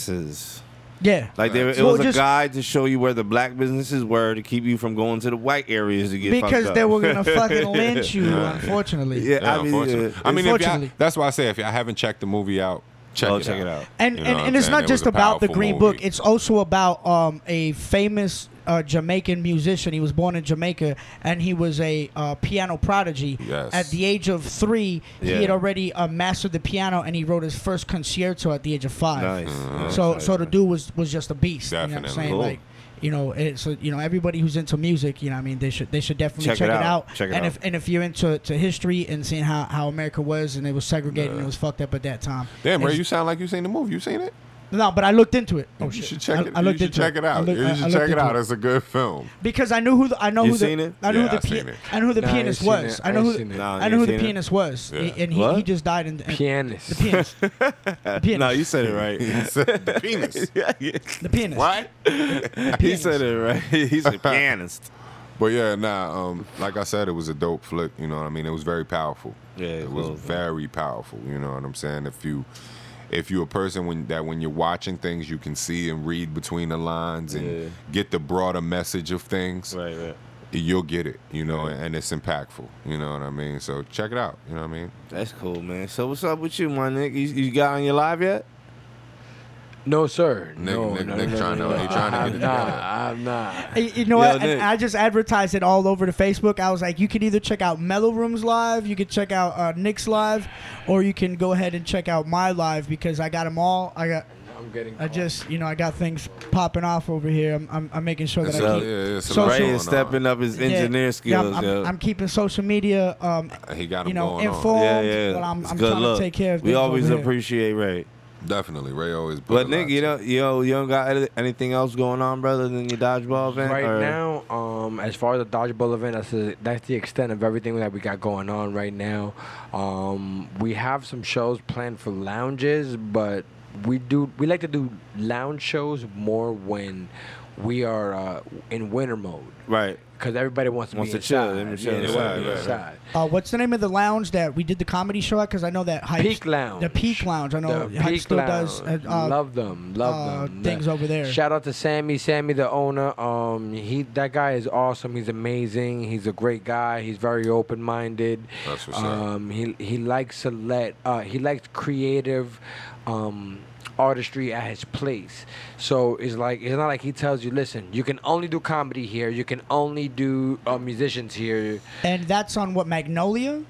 businesses.
yeah.
Like there, it
Well,
was
just-
a guide to show you where the black businesses were to keep you from going to the white areas to get fucked
because
up.
they were gonna fucking lynch you, unfortunately.
yeah,
Yeah,
I mean,
unfortunately.
yeah,
I mean, if y'all,
Unfortunately.
that's why I say if y'all haven't checked the movie out, check,
Oh,
it,
check
out.
it out.
And
You know
and,
what I'm
and it's
saying?
not
It
just
was a
about the
powerful
Green
movie.
Book. It's also about um, a famous uh, Jamaican musician. He was born in Jamaica, and he was a uh, piano prodigy.
Yes.
At the age of three,
Yeah.
he had already uh, mastered the piano, and he wrote his first concerto at the age of five.
Nice. Mhm.
So
Nice,
so the
nice.
dude was was just a beast. You know what I'm
Definitely.
saying?
Cool.
Like, you know, it, so you know everybody who's into music, you know, what I mean, they should they should definitely
Check it
check, it,
out.
out.
Check it
and
out.
if and if you're into to history and seeing how, how America was and it was segregated and it was fucked up at that time.
Damn, Ray,
It's-
you sound like you seen the movie. You seen it?
no, but I looked into it. Oh
you
shit!
should check
I,
it.
I
you
looked
should
into
check it out.
I look- I- I
you should
looked
check it
into
out. It's a good film.
because I knew who the, I know
You
who the
seen it?
I know
Yeah,
who
I've
the
seen
pia-
it.
I know who the
Nah, I ain't
pianist
seen
was.
it.
I
I
know
ain't
who
seen it.
Nah,
I
you
know who
seen
the
it?
pianist was,
Yeah.
and he, he
What?
just died in the
pianist.
The pianist. the pianist.
No, you said it right.
the penis.
the pianist.
What?
he said it right. He's a pianist.
But yeah, nah. Um, like I said, it was a dope flick. You know what I mean? It was very powerful.
Yeah,
it,
it
was,
was, yeah.
very powerful. You know what I'm saying? If you, if you're a person when that when you're watching things, you can see and read between the lines and
Yeah.
get the broader message of things.
Right, right.
You'll get it. You know, and it's impactful. You know what I mean? So check it out. You know what I mean?
That's cool, man. So what's up with you, my nigga? You, you got on your live yet?
No, sir.
Nick-
no,
Nick-
no,
Nick
no,
tryna-
no, no,
he tryna get
I'm
it
not,
together.
I'm not.
Hey, You know
Yo,
what? And
Nick.
I just advertised it all over the Facebook. I was like, you can either check out Mellow Rooms live, you can check out uh, Nick's live, or you can go ahead and check out my live because I got them all. I got
I'm getting.
I
called.
just you know I got things popping off over here. I'm I'm, I'm making sure that
It's
I
a-
keep.
yeah, it's a
So-
lot
Ray
Ray
going
is stepping up his
Yeah.
engineer
Yeah,
skills.
I'm,
yo.
I'm, I'm keeping social media, um,
on. He got him
you know,
going
informed.
yeah, yeah.
But I'm,
It's
I'm
good
trying
luck.
to take care of.
We
things
always
over here.
appreciate Ray.
on. Definitely, Ray always. put
But
a lot
nigga, you
to it.
don't, you don't, you don't got any- anything else going on, brother, than your dodgeball event?
right
or-
now. Um, Um, as far as the dodgeball event, that's the, that's the extent of everything that we got going on right now. Um, we have some shows planned for lounges, but we do we like to do lounge shows more when we are uh, in winter mode
Right.
because everybody wants to
Wants
be
to chill,
inside.
they wanna chill
Yeah, they
inside,
wanna be
right, right.
inside.
Uh, what's the name of the lounge that we did the comedy show at? Because I know that Hype,
Peak Lounge.
The Peak Lounge. I know
the
Hype
Peak
still
Lounge.
does. Uh, uh,
love them, love
uh,
them.
things over there.
Shout out to Sammy, Sammy the owner. Um, he that guy is awesome. He's amazing. He's a great guy. He's very open minded.
That's what's up.
um, He he likes to let uh, he likes creative. Um, artistry at his place so it's like it's not like he tells you listen you can only do comedy here you can only do uh, musicians here
and that's on what Magnolia.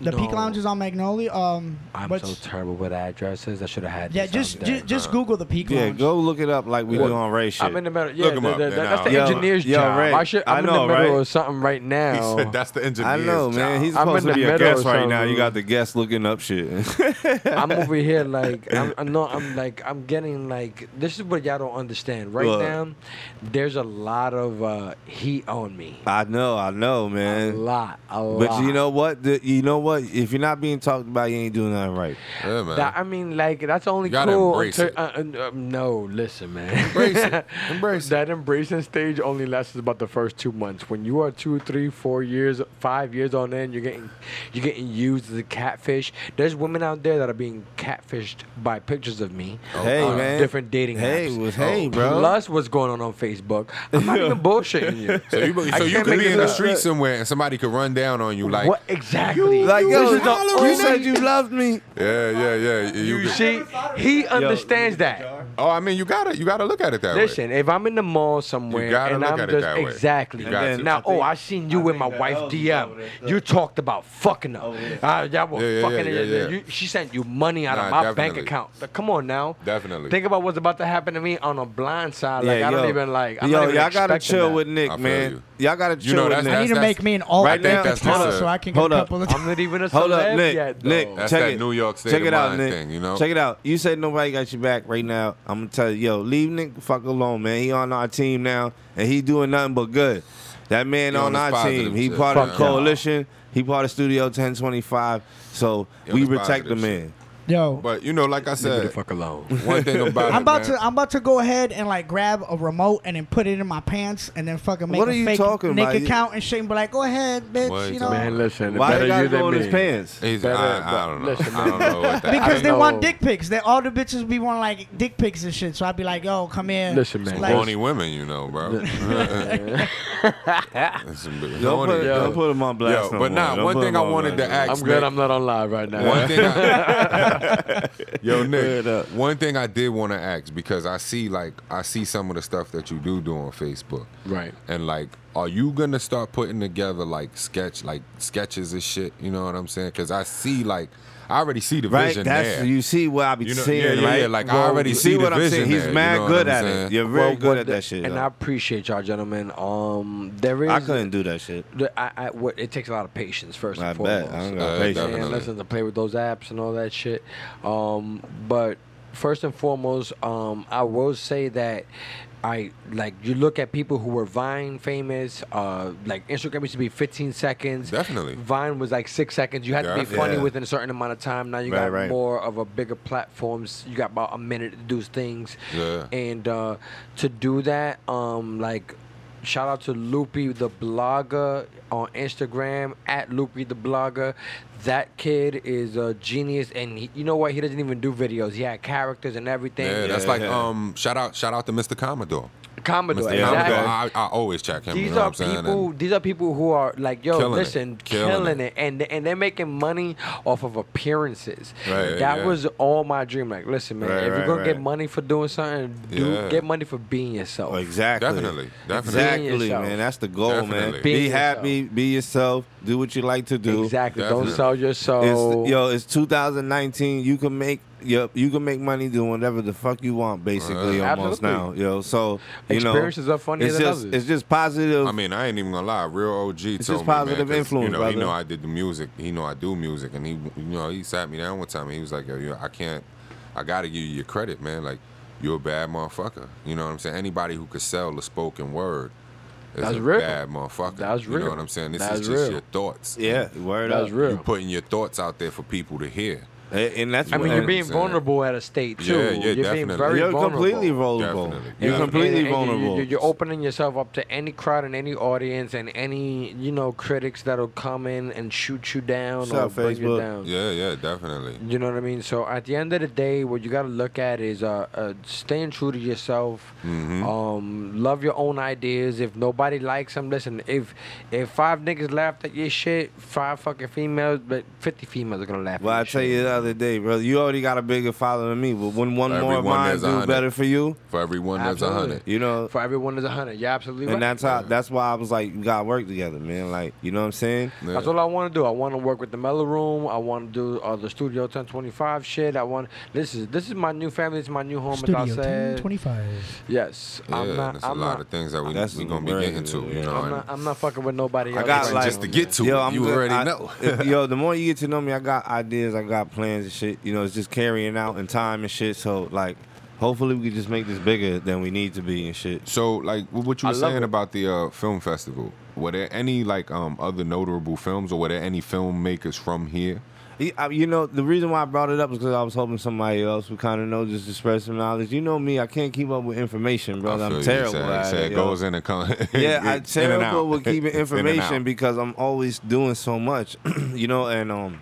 The Peak
No.
Lounge is on Magnolia. Um,
i'm
what's-
so terrible with addresses i should have had
yeah,
this on
just
deck.
ju- just Google the Peak
Yeah,
Lounge.
go look it up like we
What?
do on race shit.
I'm in the middle. Yeah,
Look 'em
the-
up,
the-
then
that's the
I'll-
Yo,
engineer's
yo,
job.
Ray,
I should,
I
I'm
know,
in the middle
right?
of something right
He
now.
said that's the engineer's
I know, man.
job."
He's
I'm
supposed
in
to
the
be a
middle
guest
of
right now.
something.
You got the guest looking up shit.
I'm over here like I'm, I'm not. I'm like I'm getting like this is what y'all don't understand right
What?
now. There's a lot of uh, heat on me.
I know, I know,
A
man.
lot, a lot.
But you know what? The- you know what? If you're not being talked about, you ain't doing nothing right.
Yeah, man.
That, I mean, like that's only
You gotta
cool.
embrace
until-
it.
uh, uh, uh, no, listen, man.
Embrace it. Embrace it.
that embracing stage only lasts about the first two months. When you are two, three, four years, five years on end, you're getting you're getting used as a catfish. There's women out there that are being catfished by pictures of me.
Oh,
hey,
on
man.
Different dating
Hey,
apps.
was- hey, bro.
Plus, what's going on on Facebook? I'm not even bullshitting you.
so you,
I
so you
can't
could
make
be in the
this up.
street somewhere and somebody could run down on you like,
what exactly?
like,
this
yo,
is the
you
only-
said you loved me.
yeah, yeah, yeah. You,
You
could-
see, he understands that.
oh, I mean, you gotta, you gotta look at it that way.
Listen, if I'm in the mall somewhere
gotta
and
look
I'm
at it
just
that way.
exactly
You got to.
now,
I think-
oh, I seen you
I
in my
think that Oh,
wife
Elvis
DM.
over there,
You talked about fucking up. Uh, y'all were
Yeah, yeah,
fucking.
yeah, yeah, yeah.
You, she sent you money out of
Nah,
my
definitely.
bank account. Like, come on now.
Definitely.
Think about what's about to happen to me on a blind side. Like I don't
yo.
even like. I'm
yo,
not even
y'all gotta
expecting
chill
that.
with
I
Nick,
feel
man.
you.
You. all gotta chill
You know,
with
that's-
Nick.
I need to
that's-
make me an alt
Right now-
bank
That's
account
just a-
so I can get
hold
a
up.
couple of.
I'm not even a
Hold up,
celeb
Nick.
yet.
Nick,
though.
That's
check
that
it.
New York State
check
of
it out,
mind
Nick.
thing, you know?
Check it out. You said nobody got your back right now. I'm gonna tell you, yo, leave Nick the fuck alone, man. He on our team now, and he doing nothing but good. That man
He on
on
his
our
positive
team. He
shit,
part of the
Fuck y'all.
coalition. He part of Studio 1025. So
He on
we
his
protect the
positive shit.
man.
Yo,
But you know, like I
Leave me the
said,
fuck alone.
one thing about it,
I'm about
man,
to I'm about to go ahead and like grab a remote and then put it in my pants and then fucking make
What
a
are you
fake
talking
Nick
about? You-
account and shit and be like, go ahead, bitch.
What are you
you know,
talking
Man, listen.
Why
better
they gotta
you than
go in his
me.
pants?
He's,
Better-
I, I don't know.
listen,
I don't know what that
Because
I
they
know-
want dick pics. They all the bitches be wanting like dick pics and shit. So I'd be like, yo, come here.
Listen, man.
Like,
Horny women, you know, bro. That's some big-
Don't
horny-
put,
yo.
don't put him on blast. no
Yo,
more.
but nah,
Don't
one
put
thing
him
I
on
wanted
blast
to
no more.
ask-
I'm glad I'm not on live right now.
One thing, I, yo
Straight
Nick.
up.
One thing I did want to ask because I see like I see some of the stuff that you do do on Facebook,
Right.
and like, are you gonna start putting together like sketch like sketches and shit? You know what I'm saying? Because I see like I already see the
Right,
vision
that's
there.
you see what I be
You know-
seeing,
yeah, yeah,
right?
yeah, like, I already
you
see the
what I'm
vision
saying. He's
there, you
mad
know what
good
I'm
at
saying?
it. You're very
Well,
good
what
at
the-
that shit.
And
though.
I appreciate y'all, gentlemen. Um, there is.
I couldn't do that shit.
the- I, I, what, it takes a lot of patience first
I
and
bet.
foremost.
I don't
Uh,
got
definitely.
patience.
and
Definitely.
listen to play with those apps and all that shit. Um, but first and foremost, um, I will say that I like you look at people who were Vine famous. Uh, like Instagram used to be 15 seconds.
Definitely.
Vine was like six seconds. You had to be
Yeah.
funny
Yeah.
within a certain amount of time. Now you
Right,
got
right.
more of a bigger platforms. You got about a minute to do things.
Yeah.
And uh, to do that, um, like, shout out to Loopy the blogger on Instagram at Loopy the blogger. That kid is a genius, and he, you know what? He doesn't even do videos. He had characters and everything.
Yeah, that's
Yeah,
like
yeah.
um shout out shout out to Mr. Commodore.
Commodore.
Mr.
exactly.
Commodore, I, I always check him.
These
you know
are
what I'm saying?
people.
And
these are people who are like, yo,
Killing it.
listen,
Killing
killing,
it.
it. and and they're making money off of appearances.
Right,
that
yeah.
was all my dream. Like, listen, man,
Right,
if
right,
you're gonna
right.
get money for doing something, do
Yeah.
get money for being yourself.
Oh, Exactly.
Definitely, definitely.
Exactly,
Being
man.
yourself.
That's the goal,
Definitely.
man. Be
Being
happy, be yourself, do what you like to do.
Exactly.
Definitely.
Don't sell your soul.
It's, yo, it's 2019. You can make yo, you can make money doing whatever the fuck you want, basically,
Uh,
almost
absolutely.
now, yo. So you
Experiences
know,
are funnier
it's
than
just,
others.
It's just positive.
I mean, I ain't even gonna lie. Real OG it's told
just
me, man,
positive
'cause,
influence,
You know,
brother.
he know I did the music. He know I do music, and he, you know, he sat me down one time and he was like, "Yo, you- I can't. I gotta give you your credit, man. Like, you're a bad motherfucker. You know what I'm saying? Anybody who could sell the spoken word, is
That's
a
real.
bad motherfucker.
That's
You
real.
know what I'm saying? This
That's
is just
real.
your thoughts.
Yeah, word
That's
up.
You
real.
putting your thoughts out there for people to hear.
And and that's
I mean,
what-
you're being
Yeah.
vulnerable at a state too.
Yeah, yeah,
you're
definitely.
being very
you're
vulnerable.
completely vulnerable.
Definitely.
You're
Yeah.
completely
And- and you-
vulnerable.
You, are opening yourself up to any crowd and any audience and any you know critics that'll come in and shoot you down
What's
or
up,
bring you
Facebook?
down.
Yeah, yeah, definitely.
You know what I mean? So at the end of the day, what you got to look at is uh, uh, staying true to yourself.
Mm-hmm.
Um, love your own ideas. If nobody likes them, listen. If if five niggas laughed at your shit, five fucking females, but fifty females are gonna laugh.
Well,
at
I
your
tell
shit.
you the other day, brother, you already got a bigger father than me. But when one more of
Everyone
mine
is a
do
hundred.
better for you,
For everyone, there's a
Absolutely.
hundred.
you know,
for everyone is a hundred. Yeah, absolutely.
and
right.
that's how. That's why I was like, you gotta work together, man. Like, you know what I'm saying?
Yeah.
That's all I want to do. I want to work with the Mellow Room. I want to do uh, the Studio 1025 shit. I want this is this is my new family. This is my new home. as I
Studio
said,
1025.
yes,
Yeah,
I'm
and
not.
it's a
I'm
lot
not.
of things that we
That's
we gonna be
very
getting to.
good,
You
yeah.
know,
I'm
and-
not. I'm not fucking with nobody.
I
else.
got
Even
like
just to get to it, you
good-
already
I-
know.
if- yo, the more you get to know me, I got ideas, I got plans and shit. You know, it's just carrying out in time and shit. So like, hopefully we can just make this bigger than we need to be and shit.
So, like, wh- what you
I
were
love it.
saying about the uh, film festival? Were there any like um other notable films, or were there any filmmakers from here?
Yeah, I- You know, the reason why I brought it up is because I was hoping somebody else would kind of know just to spread some knowledge. You know me, I can't keep up with information, brother.
feel
I'm
you,
terrible
Sad.
at
Sad
it. yo.
goes in and comes.
yeah, I'm
in and out.
terrible with keeping
It's in and
information
out.
because I'm always doing so much, you know. And um,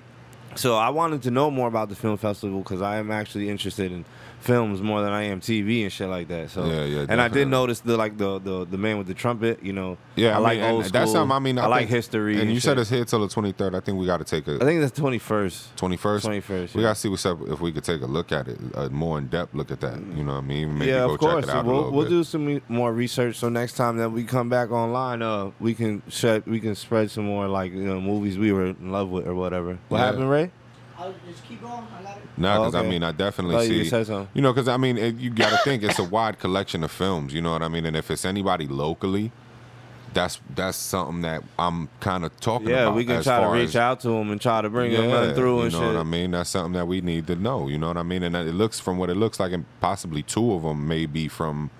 so I wanted to know more about the film festival because I am actually interested in films more than I am TV and shit like that. So
Yeah, yeah,
And I did
definitely.
notice the like the the, the man with the trumpet. You know,
Yeah,
I,
mean,
like
and
old school.
That's something. I mean, I,
like
think-
history.
And, you
shit.
said it's here till the twenty third. I think we got to take
I
a
think that's twenty first.
twenty first.
21st,
We
yeah.
got to see what's up if we could take a look at it, a more in depth look at that. You know what I mean? Maybe
yeah,
go
of course.
check it out a
we'll
little
we'll
bit.
do some re- more research. So next time that we come back online, uh, we can shed, we can spread some more like you know movies we were in love with or whatever. What
Yeah.
happened, Ray?
I'll just keep going. I got it.
No,
Oh,
because I
okay.
mean, I definitely
Thought you
see.
just said something.
You know, because I mean, it, you got to think it's a wide collection of films. You know what I mean? And if it's anybody locally, that's that's something that I'm kind of talking
Yeah,
about.
we can
as
try to
far
reach
as-
out to him and try to bring him
Yeah,
run through and
you know
shit.
what I mean? That's something that we need to know. You know what I mean? And it looks from what it looks like, and possibly two of them may be from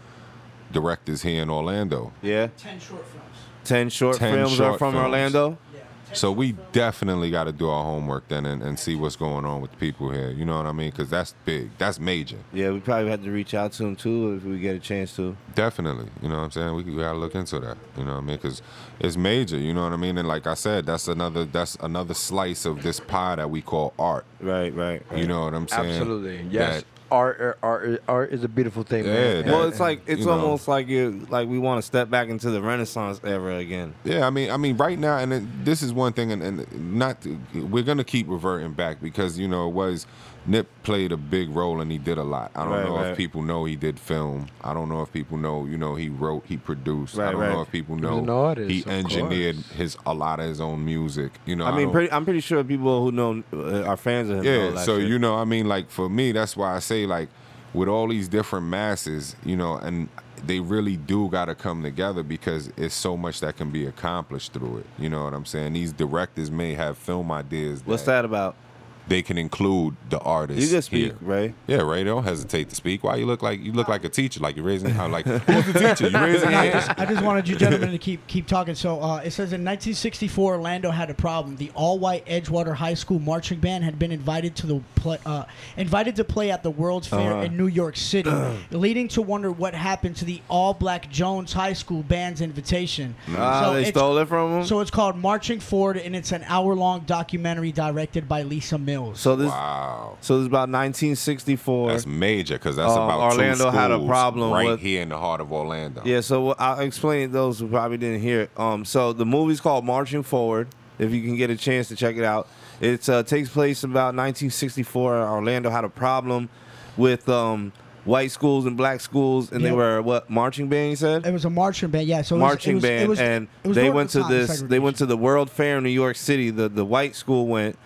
directors here in Orlando.
Yeah,
10 short films.
ten short
10
films are
short
from
films.
Orlando.
So we definitely got to do our homework then and, and see what's going on with the people here. You know what I mean? Because that's big. That's major.
Yeah, we probably have to reach out to him too if we get a chance to.
Definitely, you know what I'm saying. We, we gotta look into that. You know what I mean? Because it's major. You know what I mean? And like I said, that's another that's another slice of this pie that we call art.
Right, right.
You know what I'm saying?
Absolutely. Yes. Art, er, art, art, art is a beautiful thing,
Yeah,
man.
that-
Well, it's like it's
you know.
almost like you like we want to step back into the Renaissance era again.
That, yeah, I mean, I mean, right now, and it, this is one thing, and, and not to- we're gonna keep reverting back because you know it was Nip played a big role and he did a lot. I don't
Right,
know
right.
if people know he did film. I don't know if people know. You know, he wrote, he produced.
Right,
I don't
right.
know if people
was
know
an artist,
he
of
engineered
course.
his a lot of his own music. You know,
I mean,
don't-
pretty, I'm pretty sure people who know uh, are fans of him. know
Yeah,
that
so
shit.
you know, I mean, like for me, that's why I say like with all these different masses, you know, and they really do got to come together because it's so much that can be accomplished through it. You know what I'm saying? These directors may have film ideas.
what's that about?
They can include the artist.
You can speak,
here.
Ray.
Yeah, Ray. Don't hesitate to speak. Why you look like you look like a teacher? Like you're raising. I'm like, who's the teacher? You raising your
I
hand?
just, I just wanted you gentlemen to keep keep talking. So uh, it says in 1964, Orlando had a problem. The all-white Edgewater High School marching band had been invited to the play, uh, invited to play at the World's Fair
Uh-huh.
in New York City, leading to wonder what happened to the all-black Jones High School band's invitation.
Ah, they
it's-
stole it from him. So,
So it's called Marching Forward, and it's an hour-long documentary directed by Lisa Mills.
this,
Wow.
so this is about 1964.
That's major because that's
Um,
about two
Orlando had a
schools
problem
right
with-
here in the heart of Orlando.
Yeah, so what- I'll explain those who probably didn't hear it. Um, so the movie's called Marching Forward. If you can get a chance to check it out, it uh, takes place about 1964. Orlando had a problem with um, white schools and black schools, and they
Yep.
were what marching band? You said
It was a marching band, yeah. So it was- it
marching
was- it
band,
was-
and
it was
they
during
went
the
to
time of
this. They went to the World Fair in New York City. The the white school went,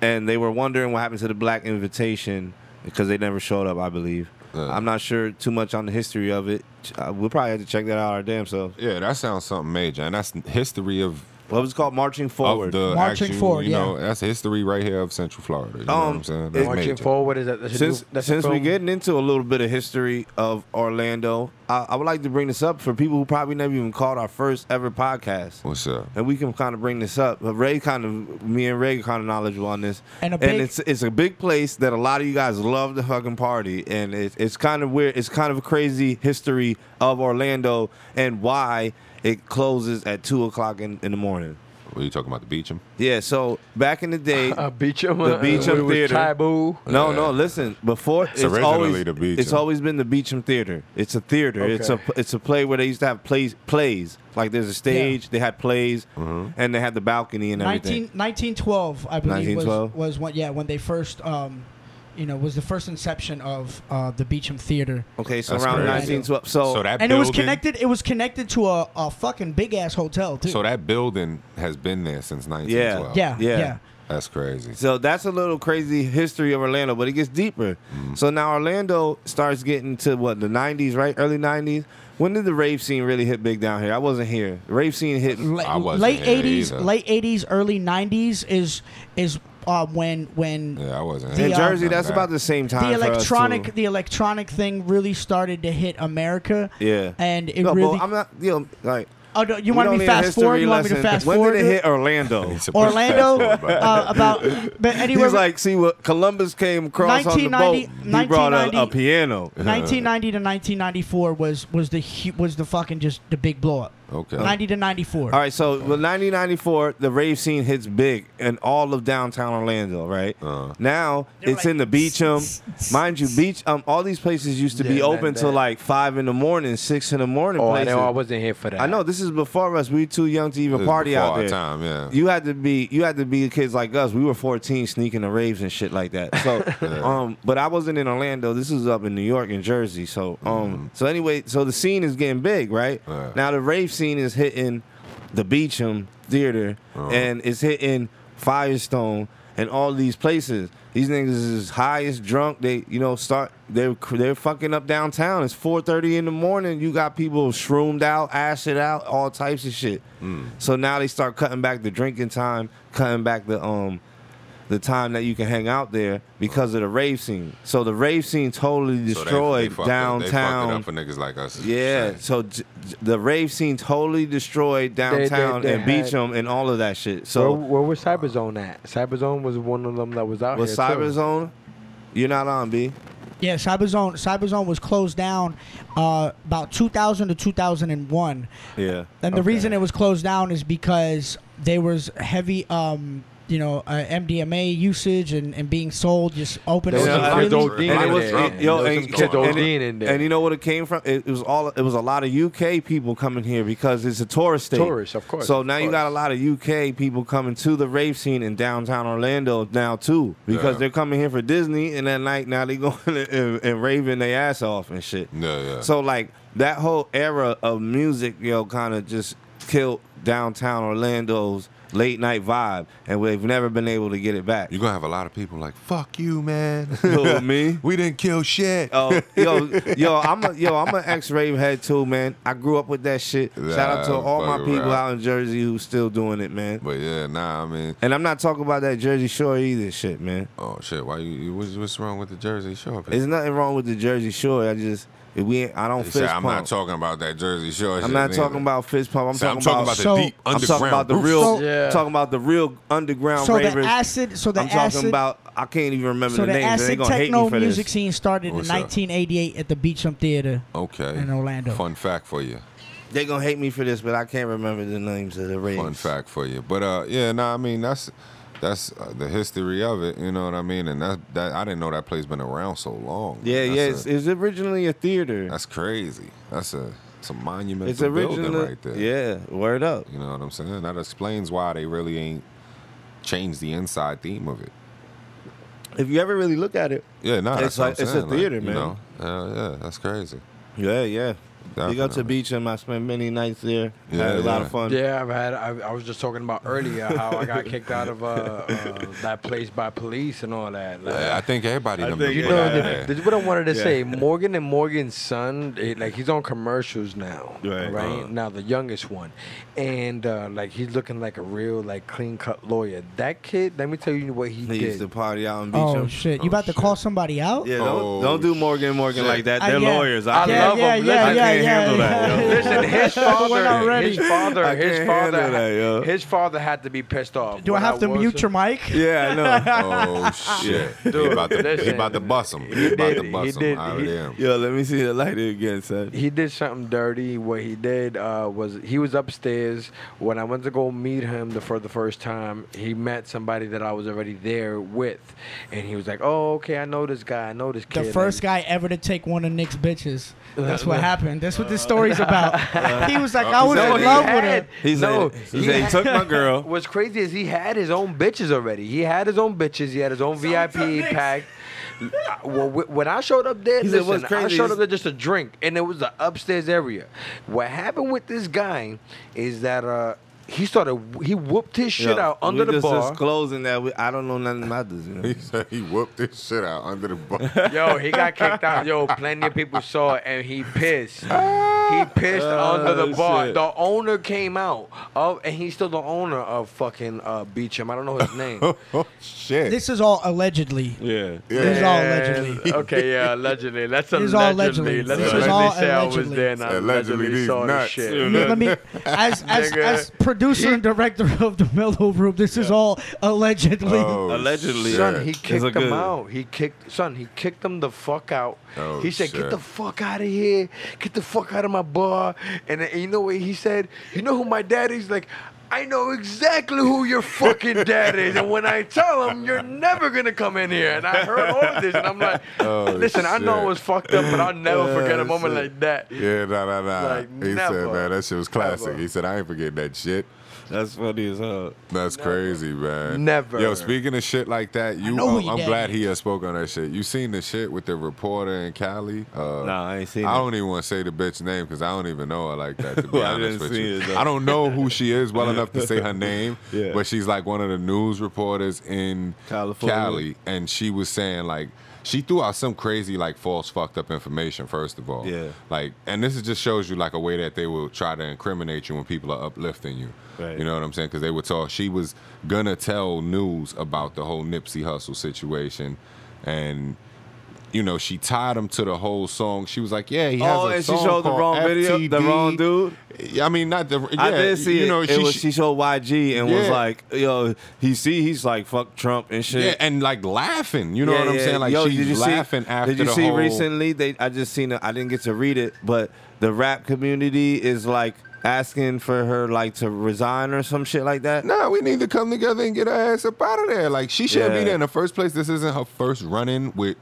and they were wondering what happened to the black invitation because they never showed up. I believe.
Yeah.
I'm not sure too much on the history of it. Uh, we'll probably have to check that out our damn selves.
Yeah, that sounds something major, and that's history of
What was it called? Marching
Of
Forward.
Oh, the
Marching
actual,
forward,
you
yeah.
know, that's history right here of Central Florida. You know what
Um,
I'm saying?
it-
That's
Marching
major.
forward is that that's a new-
since
that's a
since we're
film?
getting into a little bit of history of Orlando, I, I would like to bring this up for people who probably never even called our first ever podcast.
What's up?
and we can kind of bring this up. But Ray kind of, me and Ray kind of knowledgeable on this.
And a big-
and it's it's a big place that a lot of you guys love to fucking party, and it's it's kind of weird. It's kind of a crazy history of Orlando and why it closes at two o'clock in, in the morning.
What are you talking about? The Beecham?
Yeah, so back in the day,
uh, Beecham,
The
uh,
Beecham
it was
Theater. Oh,
Taboo.
No,
Yeah.
no. Listen, before it's,
originally
always
the Beecham.
it's always been the Beecham Theater. It's a theater. It's a
Okay.
it's a play where they used to have plays plays. Like there's a stage. They had plays,
Mm-hmm.
and they had the balcony and everything.
19, 1912, I believe,
1912?
was was when yeah when they first um, you know was the first inception of uh, the Beecham Theater,
Okay, so
That's
around
crazy.
1912. So,
So that
and it was
building-
connected. It was connected to a, a fucking big ass hotel too.
So that building has been there since 1912.
yeah, yeah,
Yeah.
That's crazy.
So that's a little crazy history of Orlando, but it gets deeper.
Mm-hmm.
So now Orlando starts getting to what the '90s, right? Early '90s. When did the rave scene really hit big down here? I wasn't here. Rave scene hit.
Late-
I wasn't
late
here
eighties,
either.
late eighties, early nineties is is uh, when when
Yeah, I wasn't.
The,
In
uh,
Jersey, that's about the same time.
the
for us,
electronic
too.
the electronic thing really started to hit America.
Yeah.
and it
no, but
really.
I'm not. You know, like.
oh, no, you
we
want
don't
me
need
to
a
fast forward?
history
You want me to
lesson.
fast
when
forward?
did it
it?
hit Orlando?
Orlando uh, about but anywhere
He's like, see what Columbus came across on the boat.
1990
He brought a, a
1990
piano.
1990 to 1994 was was the hu- was the fucking just the big blow up.
Okay.
90 to 94.
Oh. All right, so with 1994, the rave scene hits big in all of downtown Orlando, right?
Uh-huh.
Now
They're
it's
like,
in the Beecham, mind you. Beach, um, all these places used to be
Yeah, man,
open till
that-
like five in the morning, six in the morning.
Oh, I
places.
know. I wasn't here for that.
I know this is before us. We were too young to
It
even
was
party
before
out
our
there.
time, yeah.
You had to be you had to be kids like us. We were 14 sneaking to raves and shit like that. So um but I wasn't in Orlando. This was up in New York and Jersey. So um so anyway, so the scene is getting big, right?
Yeah.
Now the rave scene is hitting the Beecham Theater
Uh-huh.
and it's hitting Firestone and all these places. These niggas is high as drunk. They, you know, start they're they're fucking up downtown. It's four thirty in the morning. You got people shroomed out, acid out, all types of shit.
Hmm.
So now they start cutting back the drinking time, cutting back the um the time that you can hang out there because of the rave scene. So the rave scene totally
So they- they
destroyed
fucked it- They fucked it
downtown.
up for niggas like us.
Yeah, so j- j- the rave scene totally destroyed
they-
downtown
they
and
had-
Beecham and all of that shit. So
where, where was Cyberzone at? Cyberzone was one of them that was out
Was
here. too.
Cyberzone? You're not on B.
Yeah, Cyberzone Cyberzone was closed down uh, about 2000 to 2001.
Yeah.
And the reason it was closed down is because there was heavy um you know, uh, MDMA usage and, and being sold just open.
There was
and
some
freely.
kids ODing
And it
in
was
there.
it- yo,
There was
and,
some
and,
kids
and,
ODing in there.
and you know what it came from? It, it was all it was a lot of UK people coming here because it's a tourist state.
Tourists, of course,
So
of
now you
course.
got a lot of UK people coming to the rave scene in downtown Orlando now too because
Yeah.
they're coming here for Disney and that night now they going and, and raving their ass off and shit.
Yeah, yeah.
So like that whole era of music, yo, kind of just killed downtown Orlando's late night vibe, and we've never been able to get it back.
You're going to have a lot of people like, fuck you, man.
Who, me?
we didn't kill shit.
Oh, yo, yo, I'm a yo, I'm an ex rave head too, man. I grew up with that shit. Shout out to
Nah,
all my
fuck
people
around.
out in Jersey who still doing it, man.
But yeah, nah, I mean,
And I'm not talking about that Jersey Shore either, shit, man.
oh shit, why you, you what's, what's wrong with the Jersey Shore? people?
There's nothing wrong with the Jersey Shore. I just if we, ain't- I don't
He
fist
said, I'm
pump.
not talking about that Jersey Shore.
I'm not talking about fist pump. I'm,
I'm talking,
talking,
about,
so-
the deep
I'm
underground.
talking about the
roots.
real.
So-
Yeah.
Talking about the real underground
So the
ravers.
acid, so the
I'm
acid,
talking about. I can't even remember
so
the
the
names. They
acid
gonna hate me
techno
for
music
this.
scene started in
What's up?
1988 at the Beecham Theater.
Okay.
in Orlando.
Fun fact for you.
They gonna hate me for this, but I can't remember the names of the raves.
Fun fact for you. But uh, yeah, no, I mean that's that's uh, the history of it. You know what I mean? And that that I didn't know that place been around so long.
Yeah,
that's
yeah.
a-
It's, it's originally a theater.
that's crazy. That's a it's a monumental
It's originally
building right there.
Yeah, word up.
You know what I'm saying? That explains why they really ain't changed the inside theme of it.
If you ever really look at it.
Yeah, no,
It's
that's what
like-
I'm
it's a
saying,
theater,
you
man.
know? Uh, yeah, that's crazy.
Yeah, yeah. You go to
Definitely.
Beecham. I spent many nights there.
Yeah,
had a lot
yeah.
of fun.
Yeah, I've had. I, I was just talking about earlier how I got kicked out of uh, uh, that place by police and all that. Like,
Uh, I think everybody.
I
done
think-
been
You
Yeah.
put
know,
out
th-
there.
this is what I wanted to
Yeah.
say. Morgan and Morgan's son, eh, like he's on commercials now,
Right. Uh-huh.
right?
Uh.
Now the youngest one, and uh, like he's looking like a real like clean cut lawyer. That kid, let me tell you what he
They used to
did.
party out in Beecham.
Oh shit!
Oh,
You about to
shit.
call somebody out?
Yeah, don't,
Oh,
don't do Morgan and Morgan
shit.
like that.
I-
They're
Uh, yeah.
lawyers. I,
I
yeah,
love
yeah,
'em.
Yeah,
Listen, I
yeah,
can't
yeah,
handle that,
yeah.
yo.
Listen, his
One
father,
already.
his father,
I
his
can't
father,
handle that, yo.
his father had to be pissed off.
Do I
when
have to
was-
mute your mic?
yeah, I know.
Oh shit! he
Dude,
about to he
listen.
about to bust him. He about
did
to
it.
bust
He
him.
did-
I
he-
already am.
Yo, let me see the light again, son.
he did something dirty. What he did uh, was he was upstairs when I went to go meet him the, for the first time. He met somebody that I was already there with, and he was like, "Oh, okay, I know this guy. I know this
The
kid."
first guy ever to take one of Nick's bitches. That's what happened. That's what this story's about. He was like, I was
no,
in
he
love
had-
with her.
He's
No,
no, he,
he
said he
had-
took my girl.
What's crazy is he had his own bitches already. He had his own bitches. He had his own
took
VIP
Nick's.
pack. well, wh- when I showed up there,
He said,
listen,
"What's
I
crazy
showed
is-
up there just to drink, and it was the upstairs area. What happened with this guy is that uh, he started he whooped his shit
Yo,
out under
we
the
just
bar.
disclosing that we, I don't know nothing about this. You know?
He said he whooped this shit out under the bus.
Yo, he got kicked out. Yo, plenty of people saw it, and he pissed. He pissed under
Oh,
the bar.
shit.
The owner came out, of, and he's still the owner of fucking uh, Beecham. I don't know his name.
oh shit!
This is all allegedly.
Yeah.
This is all allegedly.
And- Okay, yeah, allegedly. That's
This is all
allegedly.
allegedly.
Let's
This is
allegedly
all
say I was
allegedly.
there and I
Allegedly,
allegedly
these
saw this
nuts.
shit.
Yeah, let me, as as,
Nigga.
as producer and director of the Mellow Room, this is all allegedly.
Oh,
Allegedly.
shit.
Son, he
It's a
kicked
good-
him out. He kicked son, he kicked him the fuck out.
Oh,
he said,
shit.
Get the fuck out of here. Get the fuck out of my bar. And, and you know what he said? You know who my dad is? Like, I know exactly who your fucking dad is. And when I tell him, you're never gonna come in here. And I heard all of this and I'm like,
Oh,
listen, I know
shit.
it was fucked up, but I'll never forget a
Oh,
moment
shit.
like that.
Yeah, nah, nah, nah.
Like,
he
never.
said, man, that shit was classic.
Never.
He said, I ain't forgetting that shit.
That's funny as hell.
That's crazy, man.
Never.
Yo, speaking of shit like that, you,
know
uh,
he
I'm
dead.
glad he has spoke on that shit. You seen the shit with the reporter in Cali? Uh,
Nah, I ain't seen
I
it.
don't even want to say the bitch name because I don't even know her like that. To be
Well, I
honest
didn't
with
see
you,
it, though.
I don't know who she is well enough to say her name.
uh, Yeah.
But she's like one of the news reporters in
California.
Cali, and she was saying like she threw out some crazy like false fucked up information. First of all,
Yeah.
Like, and this is just shows you like a way that they will try to incriminate you when people are uplifting you.
Right.
You know what I'm saying? Because they were told she was gonna tell news about the whole Nipsey Hustle situation, and you know she tied him to the whole song. She was like, "Yeah, he has
Oh,
a
and she
song
showed the
called
wrong video, the
FTD.
wrong dude?
I mean, not the. Yeah,
I did see
you
it.
know,
it
she,
was,
she-
she showed YG and was
Yeah.
like, yo, he see, he's like, fuck Trump and shit.
yeah, and like laughing. You know
Yeah,
what I'm
yeah.
saying? Like
Yo, did you
she's
see-
laughing after
Did you
the
see
whole.
recently? They I just seen. it. I didn't get to read it, but the rap community is like asking for her like to resign or some shit like that.
Nah, we need to come together and get her ass up out of there. Like she shouldn't
Yeah.
be there in the first place. This isn't her first run-in with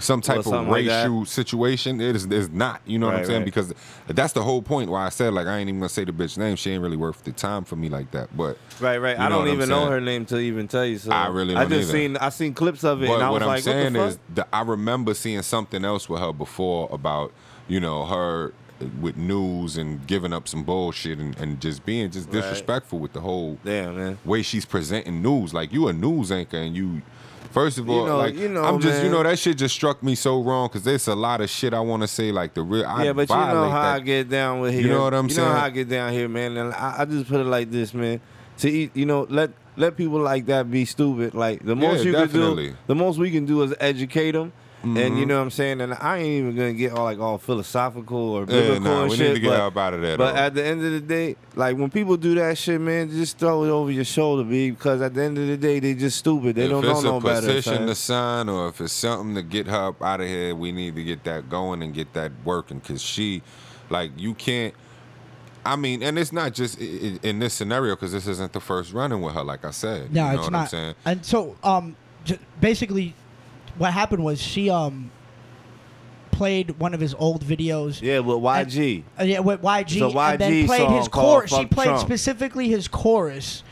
some type of
something like that.
racial situation. It is, it's not. You know what
Right,
I'm saying?
right.
Because that's the whole point. Why I said like I ain't even gonna say the bitch name. She ain't really worth the time for me like that. But
Right, right.
you
I
know
don't
what I'm
even know
saying?
her name to even tell you. So
I really
I
don't
just
either.
seen. I seen clips of it,
But
and I was
what I'm
like,
saying
what the
is,
fuck?
the, I remember seeing something else with her before about you know her with news and giving up some bullshit and, and just being just
Right.
disrespectful with the whole
Damn, man.
way she's presenting news. Like you a news anchor and you. First of
You
all,
know-
like
you know,
I'm just, you
man.
know, that shit just struck me so wrong because there's a lot of shit I want to say. Like the real, I
yeah, but you know
violate
how I
that.
get down with here.
You know what I'm
you know
saying?
how I get down here, man. And I, I just put it like this, man. To eat, you know, let let people like that be stupid. Like the most you can
definitely. Mm-hmm.
do, the most we can do is educate them. And you know what I'm saying. And I ain't even gonna get all like all philosophical or biblical
Yeah, nah,
and
we
shit.
need to get
but,
up out of there.
but
though.
at the end of the day, like when people do that shit, man, just throw it over your shoulder, B, because at the end of the day, they just stupid. They don't
if
know
it's
no
a
better.
position
son.
to sign or if it's something to get her up out of here, we need to get that going and get that working because she, like, you can't. I mean, and it's not just i- i- in this scenario because this isn't the first running with her. Like I said,
No,
you know
it's
what
not.
I'm saying?
And so, um, j- basically, what happened was she um played one of his old videos.
Yeah, but YG.
Uh, yeah, with YG,
It's a
and then
YG
played
song
his
called
chorus. She
Fuck
played
Trump.
specifically his chorus,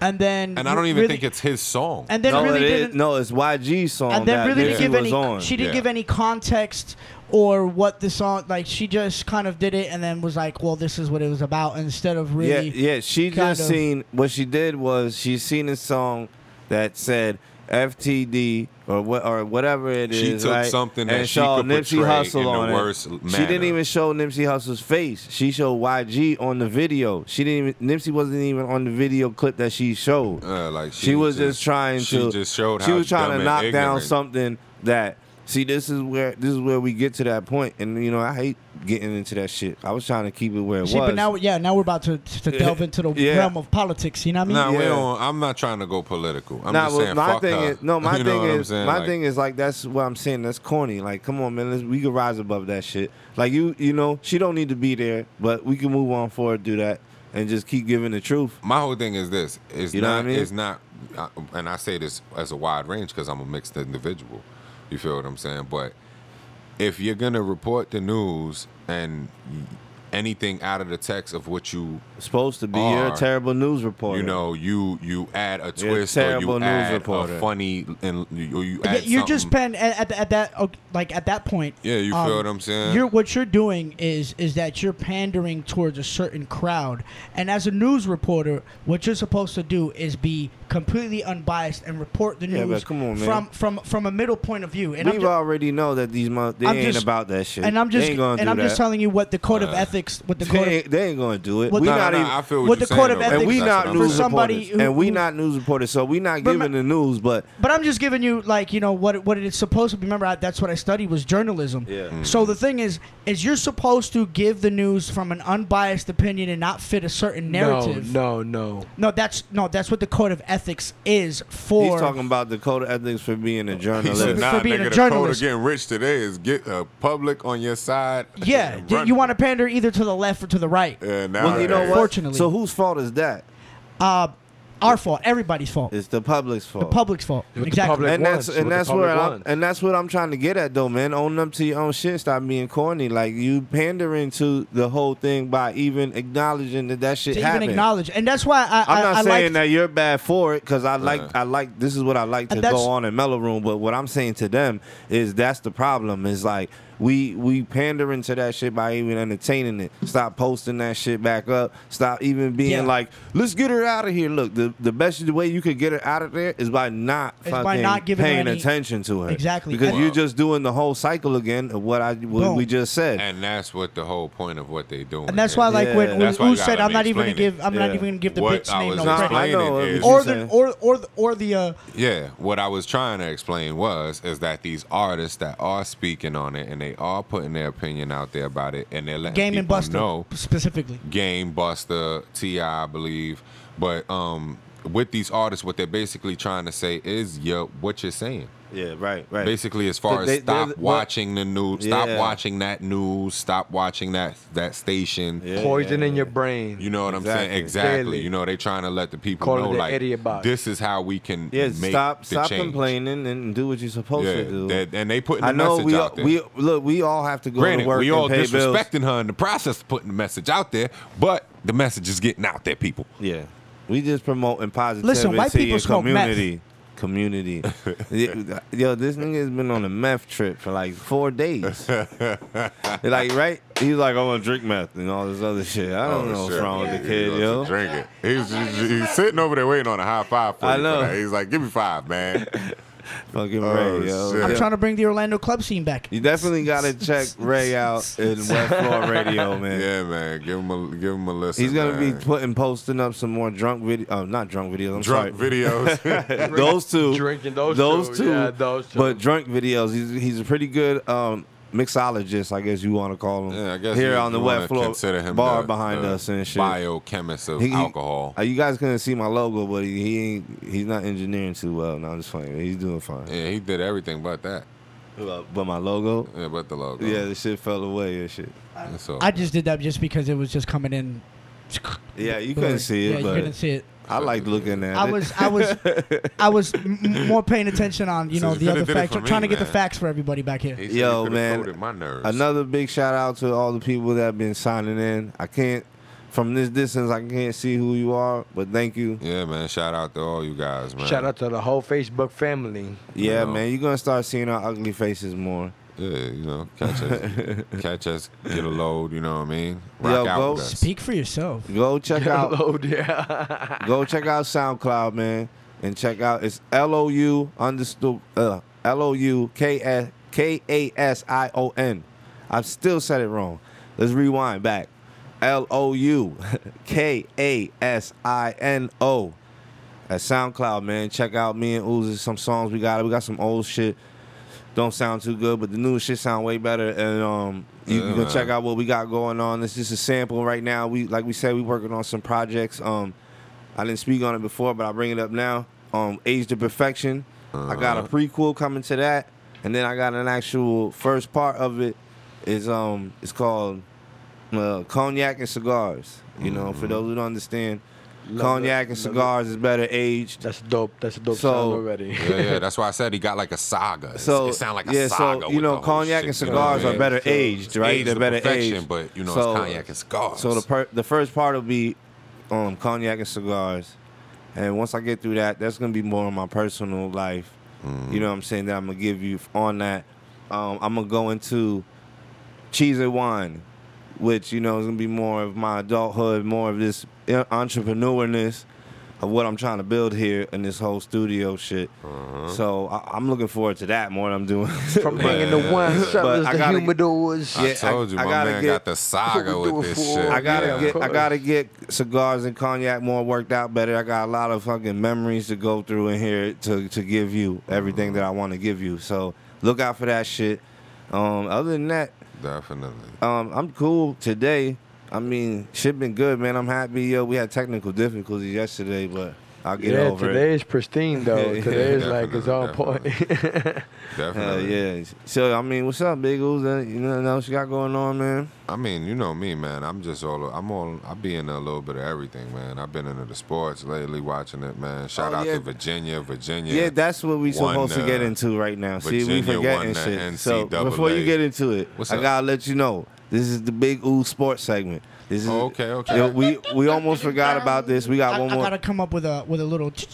and then
And I don't even think it's his song.
and then
no,
really
it is-
didn't
no, it's YG's song.
and then
that
really
Nipsey
didn't give
was
any
on.
she didn't
Yeah.
give any context or what the song like she just kind of did it and then was like well this is what it was about instead of really
Yeah, yeah. She
kind
just
of-
seen what she did was she seen a song that said FTD or what or whatever it is.
She took
right?
something
and
that she
showed
could
Nipsey
portray
Hussle
in the
on it.
worst
She
manner.
didn't even show Nipsey Hussle's face. She showed YG on the video. She didn't even Nipsey wasn't even on the video clip that she showed.
Uh, like she,
She was just trying
she
to.
just showed
She
how
was trying
dumb
to
and
knock down
ignorant.
something that. See, this is where this is where we get to that point, and you know I hate getting into that shit. I was trying to keep it where it
See,
was.
but now, yeah, now we're about to, to delve into the
Yeah.
realm of politics. You know what I mean?
Nah, we
Yeah.
don't. I'm not trying to go political. I'm
Nah,
just
well,
saying.
my
fuck
thing
her.
is no, my
You know
thing
what I'm
is
saying?
my
Like,
thing is like that's what I'm saying. That's corny. Like, come on, man, let's, we can rise above that shit. Like you, you know, she don't need to be there, but we can move on forward, do that, and just keep giving the truth.
My whole thing is this: it's
You know
not,
what I mean?
it's not, uh, and I say this as a wide range because I'm a mixed individual. You feel what I'm saying? But if you're gonna report the news and anything out of the text of what you
supposed to be, you're a
Are-
terrible news reporter.
you know, you you add a
You're a
twist or
terrible
you
news
add
reporter.
a funny and you, or you
Yeah,
add
you're just
something.
pen at, at, at that oh, like at that point. um,
Yeah, you feel what I'm saying?
You're what you're doing is is that you're pandering towards a certain crowd, and as a news reporter, what you're supposed to do is be completely unbiased and report the
Yeah,
news
but come on, man.
from from from a middle point of view. And
we
I'm ju-
already know that these months they
I'm
ain't
just-
about that shit.
and I'm just
they ain't gonna
and
do
I'm
that.
just telling you what the code of ethics, what the code
they
of
ain't, they ain't gonna do it.
What
we
the-
no,
not
no, no,
even.
I feel what,
what
you're
the code
saying,
of
though.
ethics-
and we
That's what
not
I'm
news
For
saying.
somebody
reporters,
who-
and we
who-
not news reporters, so we not
But
giving
ma-
the news. But
But I'm just giving you like you know what what it's supposed to be. Remember I, that's what I studied was journalism.
Yeah. Mm.
So the thing is, is you're supposed to give the news from an unbiased opinion and not fit a certain narrative.
No, no, no.
No, that's no, that's what the code of ethics is
he's
for.
talking about the code of ethics for being a
He
journalist.
said,
For
nah,
being a
nigga, the code of
journalist.
getting rich today is get a public on your side.
yeah,
and
d-
run.
you want to pander either to the left or to the right.
Yeah, now
well, you know what?
Unfortunately.
So whose fault is that?
Our fault, everybody's fault,
It's the public's fault.
public's fault.
With the
exactly.
public-
and that's
wants,
and
what the
that's
public
where I'm,
wants.
and that's what I'm trying to get at though, man. Own up to your own shit. Stop being corny. Like you pandering to the whole thing by even acknowledging that that shit
to even
happened.
acknowledge, and that's why I, I
I'm not
I
saying
liked-
that you're bad for it because I like
Uh.
I like this is what I like to
And Uh, that's-
go on in Mellow Room. But what I'm saying to them is that's the problem. Is like we we pandering to that shit by even entertaining it. Stop posting that shit back up. Stop even being
Yeah.
like, let's get her out of here. Look, the the best way you could get her out of there is by not
Is by
fucking
not giving her
paying
any-
attention to her.
Exactly.
because
And-
you're just doing the whole cycle again of what I what
Boom.
we just said.
And that's what the whole point of what they doing.
and that's why
is.
like when,
Yeah.
when
That's why you
Who said
gotta
I'm not even gonna
explain it.
give I'm not
Yeah.
even gonna give the
What
bitch
I
name
was
no
Nah, I
credit.
explaining
know what you
is,
or
saying.
the or or the, or the uh,
yeah, what I was trying to explain was is that these artists that are speaking on it and they are putting their opinion out there about it and they're letting
Game
people
and Buster
know
specifically.
Game Buster, Ti, I believe. But um, with these artists, what they're basically trying to say is, yo, what you're saying.
yeah, right, right.
Basically, as far
They-
as
they-
stop
they're-
watching the news,
Yeah.
stop watching that news, stop watching that that station.
Yeah,
Poison
yeah,
in your
yeah.
brain.
You know what I'm saying?
Exactly.
Exactly.
Clearly.
You know they trying to let the people
Call it
know
the
like
idiot box.
this is how we can
Yeah,
make
stop
the
stop
change.
complaining and do what you're supposed
Yeah,
to do.
that- and they putting the
I know
message
we all,
out there.
we look. We all have to go to
Granted,
work
we all
and pay bills.
disrespecting her in the process of putting the message out there, but the message is getting out there, people.
Yeah, we just promoting positivity
Listen, white people
and
smoke meth.
community. Community. Yeah, Yo, this nigga's been on a meth trip for like four days. like, right? He's like, I want to drink meth and all this other shit. I
Oh,
don't know what's wrong with the kid, yo.
Drink it. He's, he's, he's sitting over there waiting on a high five for
I
you for
know.
that. He's like, give me five, man.
Fucking
Oh,
Ray, yo.
shit.
I'm
Yeah.
trying to bring the Orlando club scene back.
You definitely gotta check Ray out in West Floor Radio, man.
yeah, man. Give him a give him a listen.
He's gonna
man.
be putting posting up some more drunk video. Oh, not drunk videos. I'm
drunk
sorry.
videos.
those two,
Drinking those two, yeah, those two.
But drunk videos. He's he's a pretty good um, mixologist, I guess you want to call him.
yeah, I guess
here
you-
on the
you
wet
wanna
floor
consider him
bar
the-
behind
the
us and shit.
Biochemist of
He- he-
alcohol.
Uh, you guys couldn't see my logo, but he, he ain't, he's not engineering too well. No, I'm just playing. He's doing fine.
yeah, he did everything but that.
But my logo,
Yeah, but the logo.
yeah, the shit fell away and shit.
So
I just did that just because it was just coming in.
Yeah, you couldn't see it,
Yeah, you
but
couldn't see it.
I like looking at
I
it.
was, I was, I was m- m- more paying attention on you
So
know
you
the
coulda
other
did it
facts.
for
I'm trying to
me,
get the
man.
facts for everybody back here.
He said
Yo,
he could've
man,
coated my nerves.
Another big shout out to all the people that have been signing in. I can't From this distance, I can't see who you are, but thank you.
Yeah, man. Shout out to all you guys, man.
Shout out to the whole Facebook family.
Yeah,
You know.
man, you're gonna start seeing our ugly faces more.
Yeah, you know, catch us, catch us, get a load. You know what I mean? Rock
Yo,
out
go-
with us.
Speak for yourself.
Go check out
Load, yeah.
go check out SoundCloud, man, and check out it's L O U understood uh, L O U K S K A S I O N. I've still said it wrong. Let's rewind back. L O U K A S I N O at SoundCloud, man. Check out me and Uzi. Some songs we got. We got some old shit. Don't sound too good, but the new shit sound way better. And um, you,
Yeah,
you can
man.
check out what we got going on. It's just a sample right now. We like we said, we working on some projects. Um, I didn't speak on it before, but I bring it up now. Um, Age to Perfection. I got a prequel coming to that, and then I got an actual first part of it. Is um, it's called uh, cognac and cigars. You know, for those who don't understand, cognac and cigars is better aged.
That's dope. That's a dope
So-
sound already.
yeah, yeah, that's why I said he got like a saga.
So
So it sound like a
yeah,
saga.
so you
with the
know,
whole
cognac
shit,
and
you know what I
cigars are
mean?
better
So
aged, right?
aged
They're
to
better
perfection,
aged.
but, you know, it's cognac and cigars.
So the per- the first part will be um, cognac and cigars, and once I get through that, that's gonna be more of my personal life.
Mm.
You know what I'm saying? That I'm gonna give you on that. Um, I'm gonna go into cheese and wine, which you know is gonna be more of my adulthood, more of this eh, entrepreneurness of what I'm trying to build here in this whole studio shit.
Uh-huh.
So I, I'm looking forward to that more than I'm doing.
From
But-
bringing the one
But
settlers,
I
the
gotta-
humidors.
I
Yeah, I-
told you,
I
my
gotta
man
get-
got the saga
That's what we
with
do it
this
for.
shit.
I gotta
yeah.
get I
course.
gotta get cigars and cognac more worked out better. I got a lot of fucking memories to go through in here to to give you everything that I want to give you. So look out for that shit. Um, other than that,
definitely.
um, I'm cool today. I mean, shit been good, man. I'm happy. Yo, we had technical difficulties yesterday, but I'll get
Yeah,
over
today is pristine though.
Yeah,
today is like it's
definitely,
on point.
it. Hell
Definitely.
yeah. So I mean, what's up, Big Oos? Uh, You know what else you got going on, man?
I mean, you know me, man. I'm just all. I'm all. I be in a little bit of everything, man. I've been into the sports lately, watching it, man. Shout
Oh,
out
yeah.
to Virginia, Virginia.
Yeah, that's what we
Won,
supposed to get
uh,
into right now. See, we
Virginia uh,
forgetting
won the
shit. So
NCAA.
before you get into it,
What's
I
up?
gotta let you know this is the big ooh sports segment. This is
Oh, okay, okay.
Yo, we we almost forgot about this. We got
I, I
one more.
gotta come up with a with a little.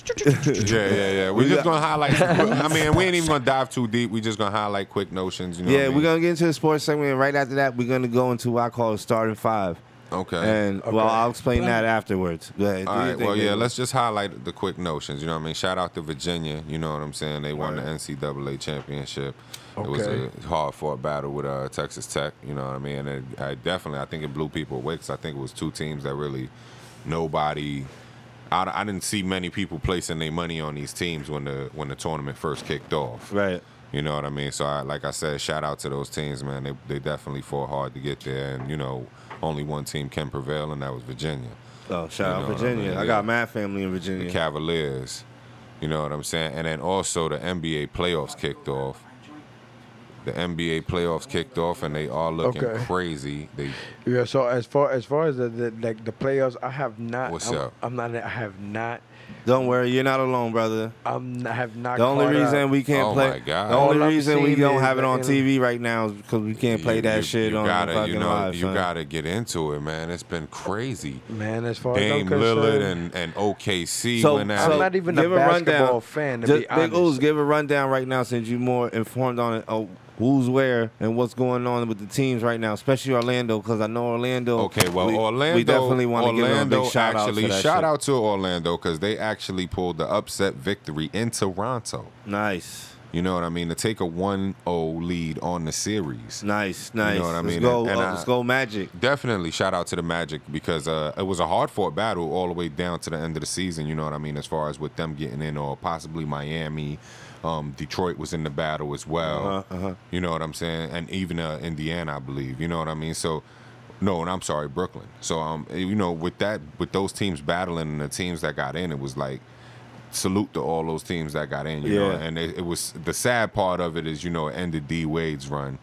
Yeah, yeah, yeah. We're
We got-
just gonna highlight. I mean, we ain't even gonna dive too deep. We're just gonna highlight quick notions. You know.
yeah,
what I
we're
mean?
gonna get into the sports segment. And right after that, we're gonna go into what I call the starting five.
Okay.
And well, I'll explain that afterwards. Go ahead. Do
All
your
right.
thing,
Well, yeah.
baby.
Let's just highlight the quick notions. You know what I mean? Shout out to Virginia. You know what I'm saying? They won the NCAA championship. It was a hard fought battle with uh, Texas Tech. You know what I mean? And it, I definitely, I think it blew people away 'cause I think it was two teams that really nobody. I, I didn't see many people placing their money on these teams when the when the tournament first kicked off.
Right.
You know what I mean? So, I, like I said, shout out to those teams, man. They, they definitely fought hard to get there. And, you know, only one team can prevail, and that was Virginia.
Oh, shout
You know
out
what I
Virginia. I,
mean, yeah.
got my family in Virginia.
The Cavaliers. You know what I'm saying? And then also the NBA playoffs kicked off. The NBA playoffs kicked off, and they are looking
Okay.
crazy. They
yeah. So as far as far as the, the like the playoffs, I have not.
What's
I'm,
up?
I'm not. I have not.
Don't worry, you're not alone, brother.
I'm. I have not.
The only
caught
reason
up.
we can't
Oh
play,
my God.
the
All
only
I'm
reason we
seeing
don't
is
have it
the
on
end.
TV right now is because we can't play
you-
that
you-
shit
you
on
gotta,
fucking
you know,
live.
you
son.
gotta get into it, man. It's been crazy.
man, as far as I'm
Dame
concerned,
Lillard and, and OKC
So,
went
I'm
at
so
it.
not even a
give rundown.
basketball fan, to
Just-
be
Big
honest.
Ooze, give a rundown right now since you're more informed on it. Oh, who's where and what's going on with the teams right now, especially Orlando, because I know Orlando.
Okay, well,
we,
Orlando.
We definitely want to give them a
Orlando
big shout
actually,
out. for that
shout
shit.
out to Orlando because they actually pulled the upset victory in Toronto.
Nice,
You know what I mean? To take a 1-0 lead on the series.
nice, nice.
what I mean?
Let's go,
And- and
uh,
I-
let's go, Magic.
Definitely shout out to the Magic because uh, it was a hard fought battle all the way down to the end of the season. You know what I mean? As far as with them getting in, or possibly Miami, um, Detroit was in the battle as well.
Uh-huh, uh-huh.
You know what I'm saying? And even uh, Indiana, I believe. You know what I mean? So, no, and I'm sorry, Brooklyn. So, um, you know, with that, with those teams battling and the teams that got in, it was like salute to all those teams that got in. You know,
Yeah.
and it, it was the sad part of it is you know it ended D Wade's run.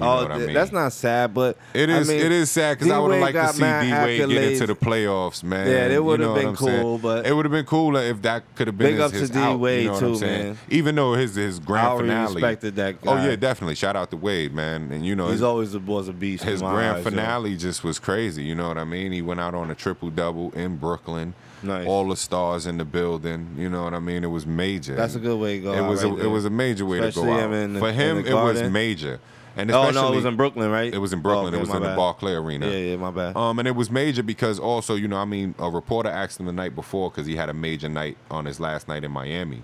You know
Oh,
what I
th-
mean?
that's not sad, but
It
I
is.
mean,
it is sad because I would have
D-Wade got
liked to see
mad
D Wade get into
accolades.
the playoffs, man.
Yeah, that
You
would've
know what
been
I'm saying?
cool, but-
it would have been cooler if that could have been
Big
his,
up to
his out,
D-Wade
you know what I'm
too,
saying?
man.
Even though his his grand
I always
finale,
respected that
Oh
guy.
yeah, definitely. Shout out to Wade, man. And you know,
He's
his,
always the was a beast. in
his
my
grand
eyes, yo.
finale just was crazy. You know what I mean? He went out on a triple double in Brooklyn.
Nice.
All the stars in the building. You know what I mean? It was major.
That's a good way to go
It
out
was.
right
a, it
there.
was a major way
Especially
to go
him
out.
in the-
For
in
him,
the
it was
garden.
major. And
Oh
especially,
no, it was in Brooklyn, right?
It was in
Oh,
Brooklyn.
okay,
it was
my
in the
bad.
Barclay Arena.
Yeah, yeah, my bad.
Um, and it was major because also, you know, I mean, a reporter asked him the night before because he had a major night on his last night in Miami.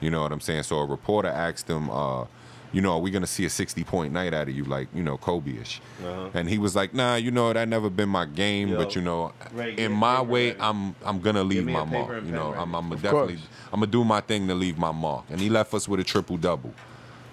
You know what I'm saying? So a reporter asked him, uh, you know, are we gonna see a 60 point night out of you, like you know, Kobe-ish? And he was like, Nah, you know, that never been my game,
Uh-huh. Yo,
but you know,
Ray, get
in
a
my
paper
way,
ready.
I'm I'm gonna leave
me a
my
paper
mark.
and
You
pen
know,
ready.
I'm I'm definitely
course.
I'm gonna do my thing to leave my mark. And he left us with a triple double.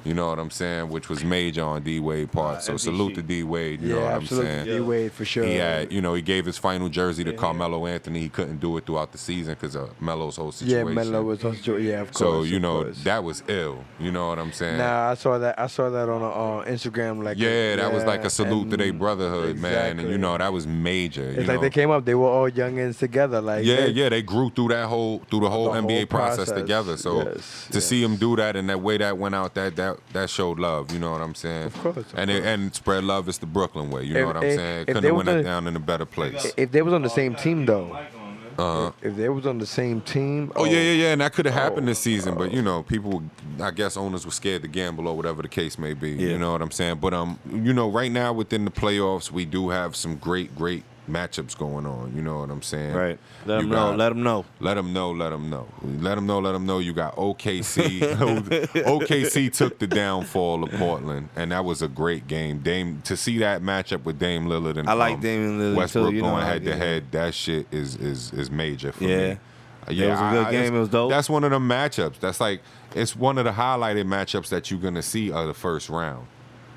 You know what I'm saying? Which was major on D Wade part. so
and
salute
DC.
to D Wade. You
yeah,
know what
absolutely.
I'm saying?
D Wade for sure.
He had, you know, he gave his final jersey to Carmelo Anthony. He couldn't do it throughout the season because of Melo's whole
yeah,
situation.
Melo was also yeah, of course.
so you
of
know
course.
that was ill. You know what I'm saying?
Nah, I saw that. I saw that on uh, Instagram. Like,
Yeah, that was like
yeah,
a salute to their
and
brotherhood, man. And
exactly.
you know that was major.
It's like they came up. They were all youngins together. Like,
Yeah,
they-
yeah, they grew through that whole through the whole
The
NBA
whole
process,
process,
together. So
yes,
to see
yes.
him do that and that way that went out, that that that showed love. You know what I'm saying? Of
course, of
and It, and spread love is the Brooklyn way. You know
If-
what I'm
if-
saying?
if
Couldn't
they
have
was
went it
gonna-
down in a better place.
If they was on the same team though,
Uh,
if they was on the same team.
Oh, yeah, yeah, yeah, and that could have happened this season, but you know, people, were- I guess, owners were scared to gamble or whatever the case may be.
Yeah.
You know what I'm saying? But um, you know, right now within the playoffs, we do have some great, great matchups going on. You know what I'm saying?
Right. Let
You
him know.
got-
Let him know.
Let them know. Let them know. Let them know. Let them know. You got OKC. OKC took the downfall of Portland, and that was a great game. Dame to see that matchup with Dame Lillard and um,
I like Damian Lillard, too,
Westbrook
you know,
going
I-
head
yeah.
to head. That shit is is is major for
Yeah.
me. Uh, Yeah,
was a good game.
it's-
It was dope.
That's one of the matchups. That's like it's one of the highlighted matchups that you're gonna see of the first round.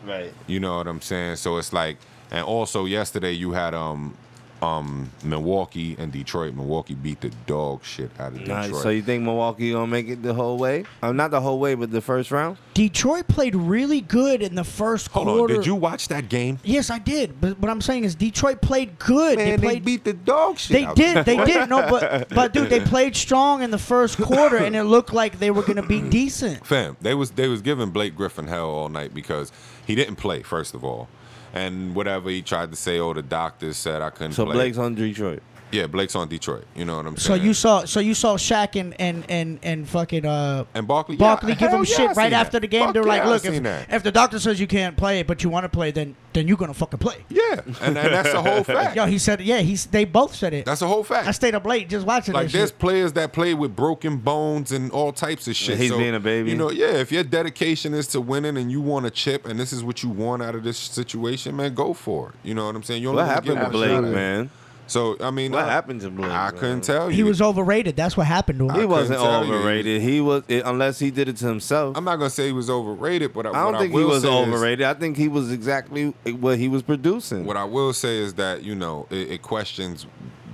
Right.
You know what I'm saying? So it's like, and also yesterday you had um um Milwaukee and Detroit. Milwaukee beat the dog shit out of Detroit.
Nice. So you think Milwaukee gonna make it the whole way? I'm not the whole way, but the first round.
Detroit played really good in the first
Hold
quarter.
on, did you watch that game?
Yes, I did. But what I'm saying is Detroit played good.
Man,
they played.
beat the dog shit.
they
out
did. They did. No, but but dude, they played strong in the first quarter, and it looked like they were gonna be decent.
Fam, they was they was giving Blake Griffin hell all night because he didn't play first of all, and whatever he tried to say, oh the doctors said I couldn't
So
play.
Blake's on Detroit.
yeah, Blake's on Detroit. You know what I'm
So
saying?
you saw. So you saw Shaq and and and and fucking uh.
and Barkley.
Barkley
yeah,
give
hell
them
yeah, I
shit right
seen that.
after the game.
Fuck
They're like,
yeah, I
"Look,
seen
if,
that.
if the doctor says you can't play it, but you want to play, then then you're gonna fucking play."
yeah, and, and that's a whole fact.
Yo, he said, "Yeah, he's." They both said it.
that's a whole fact.
I stayed up late just watching
Like
this.
there's
shit.
players that play with broken bones and all types of shit.
he's
So,
being a baby.
You know, yeah. If your dedication is to winning and you want a chip and this is what you want out of this situation, man, go for it. You know what I'm saying? You only
What
gonna
happened
get
to
one shot
Blake,
at it.
man?
So I mean,
What
I,
happened to Blake,
I
man?
couldn't tell you.
he was overrated. That's what happened to him.
He
couldn't
wasn't
tell you.
overrated. He was it, unless he did it to himself.
I'm not gonna say he was overrated, but I,
I don't
what
think
I
he
will
was
say is-
overrated. I think he was exactly what he was producing.
what I will say is that you know it, it questions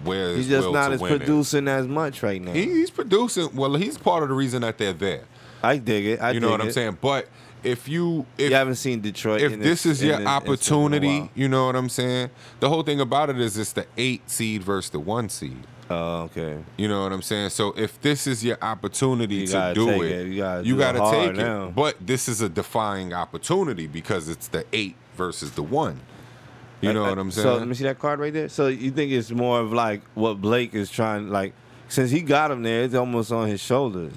where his
He's just
will
not
to
as
winning.
producing as much right now.
He, he's producing. Well, he's part of the reason that they're there.
I dig it. I
you know
dig
what I'm
it.
saying? But if you if
you haven't seen Detroit.
if
in
this
its-
is
in
your
its- it's been a
opportunity,
while.
you know what I'm saying? The whole thing about it is it's the eight seed versus the one seed.
Oh, okay.
You know what I'm saying? So if this is your opportunity
You
to
gotta
do
take
it,
it. You gotta
you
do it
gotta
hard
take
now.
it. But this is a defying opportunity because it's the eight versus the one. You know
Uh,
what I'm
So let
saying?
me see that card right there. So you think it's more of like what Blake is trying, like since he got him there, it's almost on his shoulders.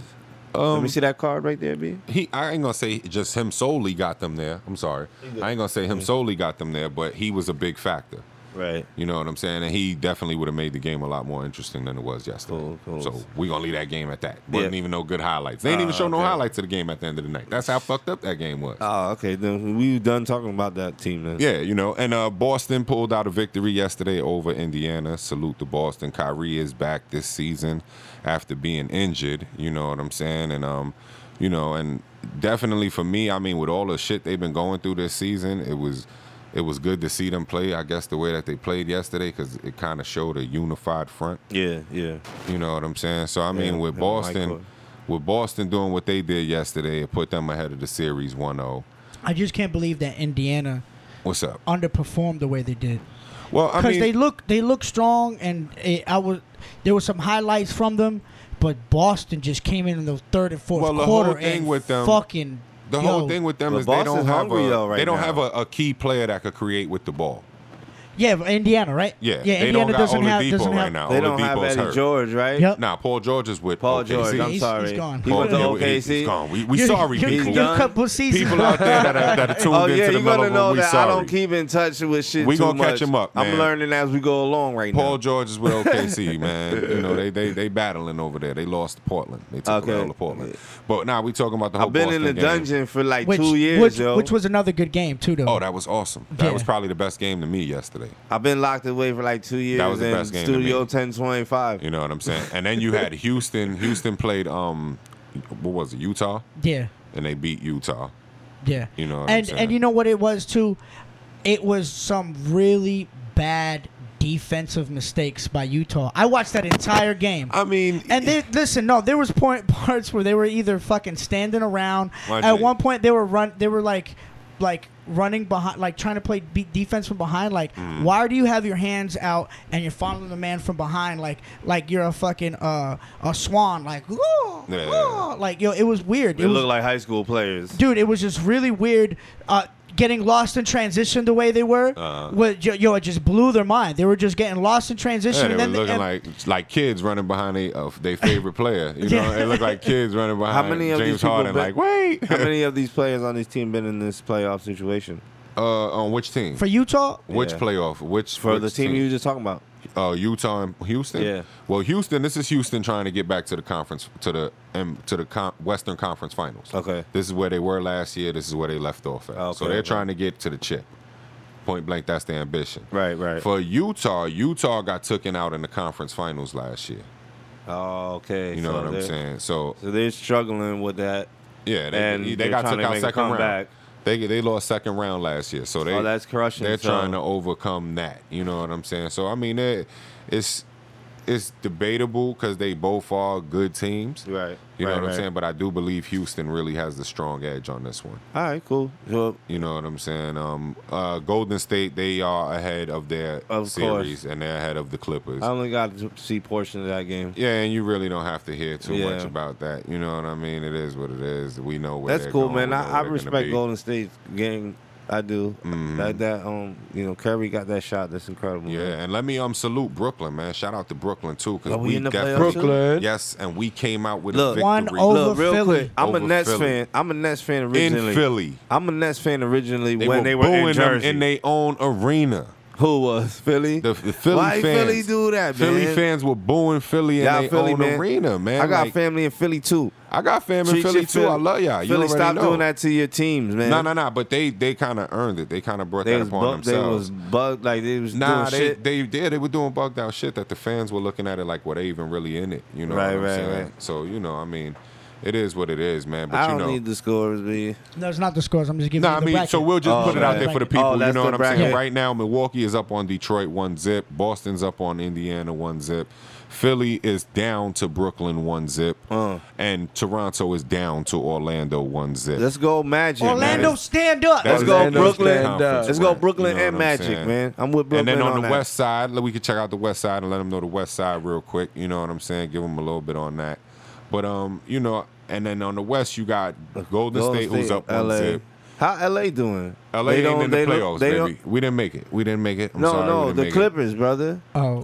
let
Um,
me see that card right there, B.
he I ain't gonna say just him solely got them there. I'm sorry. I ain't gonna say him solely got them there, but he was a big factor.
Right.
You know what I'm saying? And he definitely would have made the game a lot more interesting than it was yesterday.
Cool, cool.
So we're gonna leave that game at that. Wasn't
Yeah.
even no good highlights. They ain't even
Ah,
show no
okay.
highlights of the game at the end of the night. That's how fucked up that game was.
Oh, okay. Then we done talking about that team then.
yeah, you know, and uh, Boston pulled out a victory yesterday over Indiana. Salute to Boston. Kyrie is back this season after being injured. You know what I'm saying? And um, you know, and definitely for me, I mean, with all the shit they've been going through this season, it was it was good to see them play. I guess the way that they played yesterday because it kind of showed a unified front.
Yeah. Yeah.
You know what I'm saying? So I mean,
Yeah,
with
yeah, Michael.
Boston, with Boston doing what they did yesterday, it put them ahead of the series 1-0.
I just can't believe that Indiana
What's up?
underperformed the way they did.
Well, I
because
mean,
they look they look strong, and eh, I was there were some highlights from them, but Boston just came in in the third and fourth
Well, the
quarter
whole thing
and
with them-
fucking
the
yo,
whole thing with them
But
is they
Boston's
don't have
hungry,
a
though, right
they don't
now.
have a, a key player that could create with the ball.
yeah but Indiana right
Yeah,
yeah
they
Indiana
don't got
doesn't have
Oladipo
doesn't
right
have
now.
They don't have
Oladipo's
Eddie
hurt.
George, right?
Yep.
Nah, Paul George is with
Paul
OKC.
George.
He's-
I'm
he's
sorry.
gone.
He went to
Paul- he-
OKC.
He's gone. We, we
You-
sorry,
you,
He's
you
people.
done.
couple seasons
People out there that are, that are tuned
Oh yeah,
into the
you're gonna
mellow
know
room. We
that
sorry.
I don't keep in touch with shit.
We
too
gonna
much.
catch 'em up, man.
I'm learning as we go along right
Paul
now.
George is with OKC, man. You know they they they battling over there. They lost to Portland. They took
Okay.
a L to Portland. But now nah, we talking about the whole.
I've been in the
Boston game.
dungeon for like
which,
two years,
which,
yo.
which was another good game too though
Oh, that was awesome. That
Yeah.
was probably the best game to me yesterday.
I've been locked away for like two years
That was the
in
best game to
Studio
me.
1025.
You know what I'm saying? And then you had Houston. Houston played um, what was it? Utah,
yeah
and they beat Utah.
Yeah.
You know what I'm
and
saying?
and you know what it was too? It was some really bad defensive mistakes by Utah. I watched that entire game.
I mean,
and they, listen, no, there was point parts where they were either fucking standing around.
Mind
At
you.
one point, they were run. They were like, like running behind, like trying to play beat defense from behind. Like,
Hmm.
why do you have your hands out and you're following the man from behind? Like, like you're a fucking uh, a swan. Like, woo,
Yeah.
woo. like yo, it was weird.
They
was,
look like high school players.
dude, it was just really weird. Uh, getting lost in transition the way they were,
Uh-huh.
was, yo, yo, it just blew their mind. They were just getting lost in transition.
Yeah, they were
and then
looking
and-
like like kids running behind their uh, their favorite player. You know,
Yeah.
it looked like kids running behind
many of
James
these people
Harden.
been-
like, wait,
How many of these players on this team been in this playoff situation
uh, on which team?
for Utah.
which
Yeah.
playoff? Which
for
which
the team you were just talking about?
uh, Utah and Houston.
Yeah.
Well, Houston. This is Houston trying to get back to the conference to the um, to the con- Western Conference Finals.
Okay.
This is where they were last year. This is where they left off at.
Okay,
so they're
right.
trying to get to the chip. Point blank, that's the ambition.
Right, right.
For Utah, Utah got taken out in the conference finals last year.
Oh, okay.
You know
so
what I'm
they're-
saying? So
So they're struggling with that.
yeah, they,
And
they
they're
got
trying
took
to
out
make a
second round.
comeback.
They they lost second round last year, so they
Oh, that's crushing,
They're
so-
trying to overcome that. You know what I'm saying? So I mean, it, it's it's debatable because they both are good teams.
Right.
You know
right,
what I'm
right.
saying? But I do believe Houston really has the strong edge on this one.
All right, cool. So
You know what I'm saying? Um, uh, Golden State they are ahead of their
Of
series and they're ahead of the Clippers.
I only got to see portion of that game.
yeah, and you really don't have to hear too
Yeah.
much about that. You know what I mean? It is what it is. We know where
That's
they're
cool, man.
going, we know
I, I
where they're gonna
respect
be. Mm-hmm.
Golden State game. I do. That that um, you know, Curry got that shot. That's incredible. man.
Yeah, and let me um salute Brooklyn, man. Shout out to Brooklyn too, because
Are we in the playoffs, too?
Brooklyn.
yes, and we came out with
Look,
a
One
victory
over
Look, real
Philly.
quick. I'm a
Over
Nets
Philly.
fan. I'm a Nets fan
in
originally.
Philly.
I'm a Nets fan originally
They
when
were
they were
booing
in
them
Jersey.
in their own arena.
Who was Philly?
The, the Philly
Why
fans,
Philly do that,
Philly
man?
fans were booing Philly in
Y'all
their
Philly,
own
man.
arena, man.
I got
Like,
family in Philly too.
I got fam in
Treat
Philly
your
too.
Phil-
I love y'all. You
Philly,
already
stop
know.
doing that to your teams, man.
No, no, no. But they they kind of earned it. They kind of brought
They
that
was,
upon
bu- they
themselves.
was bugged. Like they was
Nah,
doing
they,
shit.
they did. They were doing bugged out shit that the fans were looking at it like, were they even really in it? You know
Right,
what I'm
right,
saying?
right.
So, you know, I mean, it is what it is, man. But
I
you
don't
know.
need the scores, man.
No, it's not the scores. I'm just giving.
no,
you
I
the
mean,
bracket.
so we'll just
Oh,
put it out
right.
there for the
Oh,
people. you
that's
know what
the
I'm saying?
bracket.
Right now, Milwaukee is up on Detroit one zip. Boston's up on Indiana one zip. Philly is down to Brooklyn one zip.
Uh.
And Toronto is down to Orlando one zip.
Let's go Magic. man.
Orlando, stand up.
That
Let's
is
go
Orlando
Brooklyn. uh,
State
Stand up.
Conference
Let's go
win.
Brooklyn
You know
and
what I'm
Magic,
saying?
man. I'm with
And then
Brooklyn
on,
on
the
that.
west side, look, we can check out the west side and let them know the west side real quick. You know what I'm saying? Give them a little bit on that. But um, you know, and then on the west, you got Golden,
Golden
State, who's up one
LA.
zip.
How LA doing?
LA
They
ain't
don't-
in the
they don't-
playoffs,
they don't-
baby. We didn't make it. We didn't make it. I'm
no,
sorry, we
no,
didn't
the
make
Clippers, brother.
It.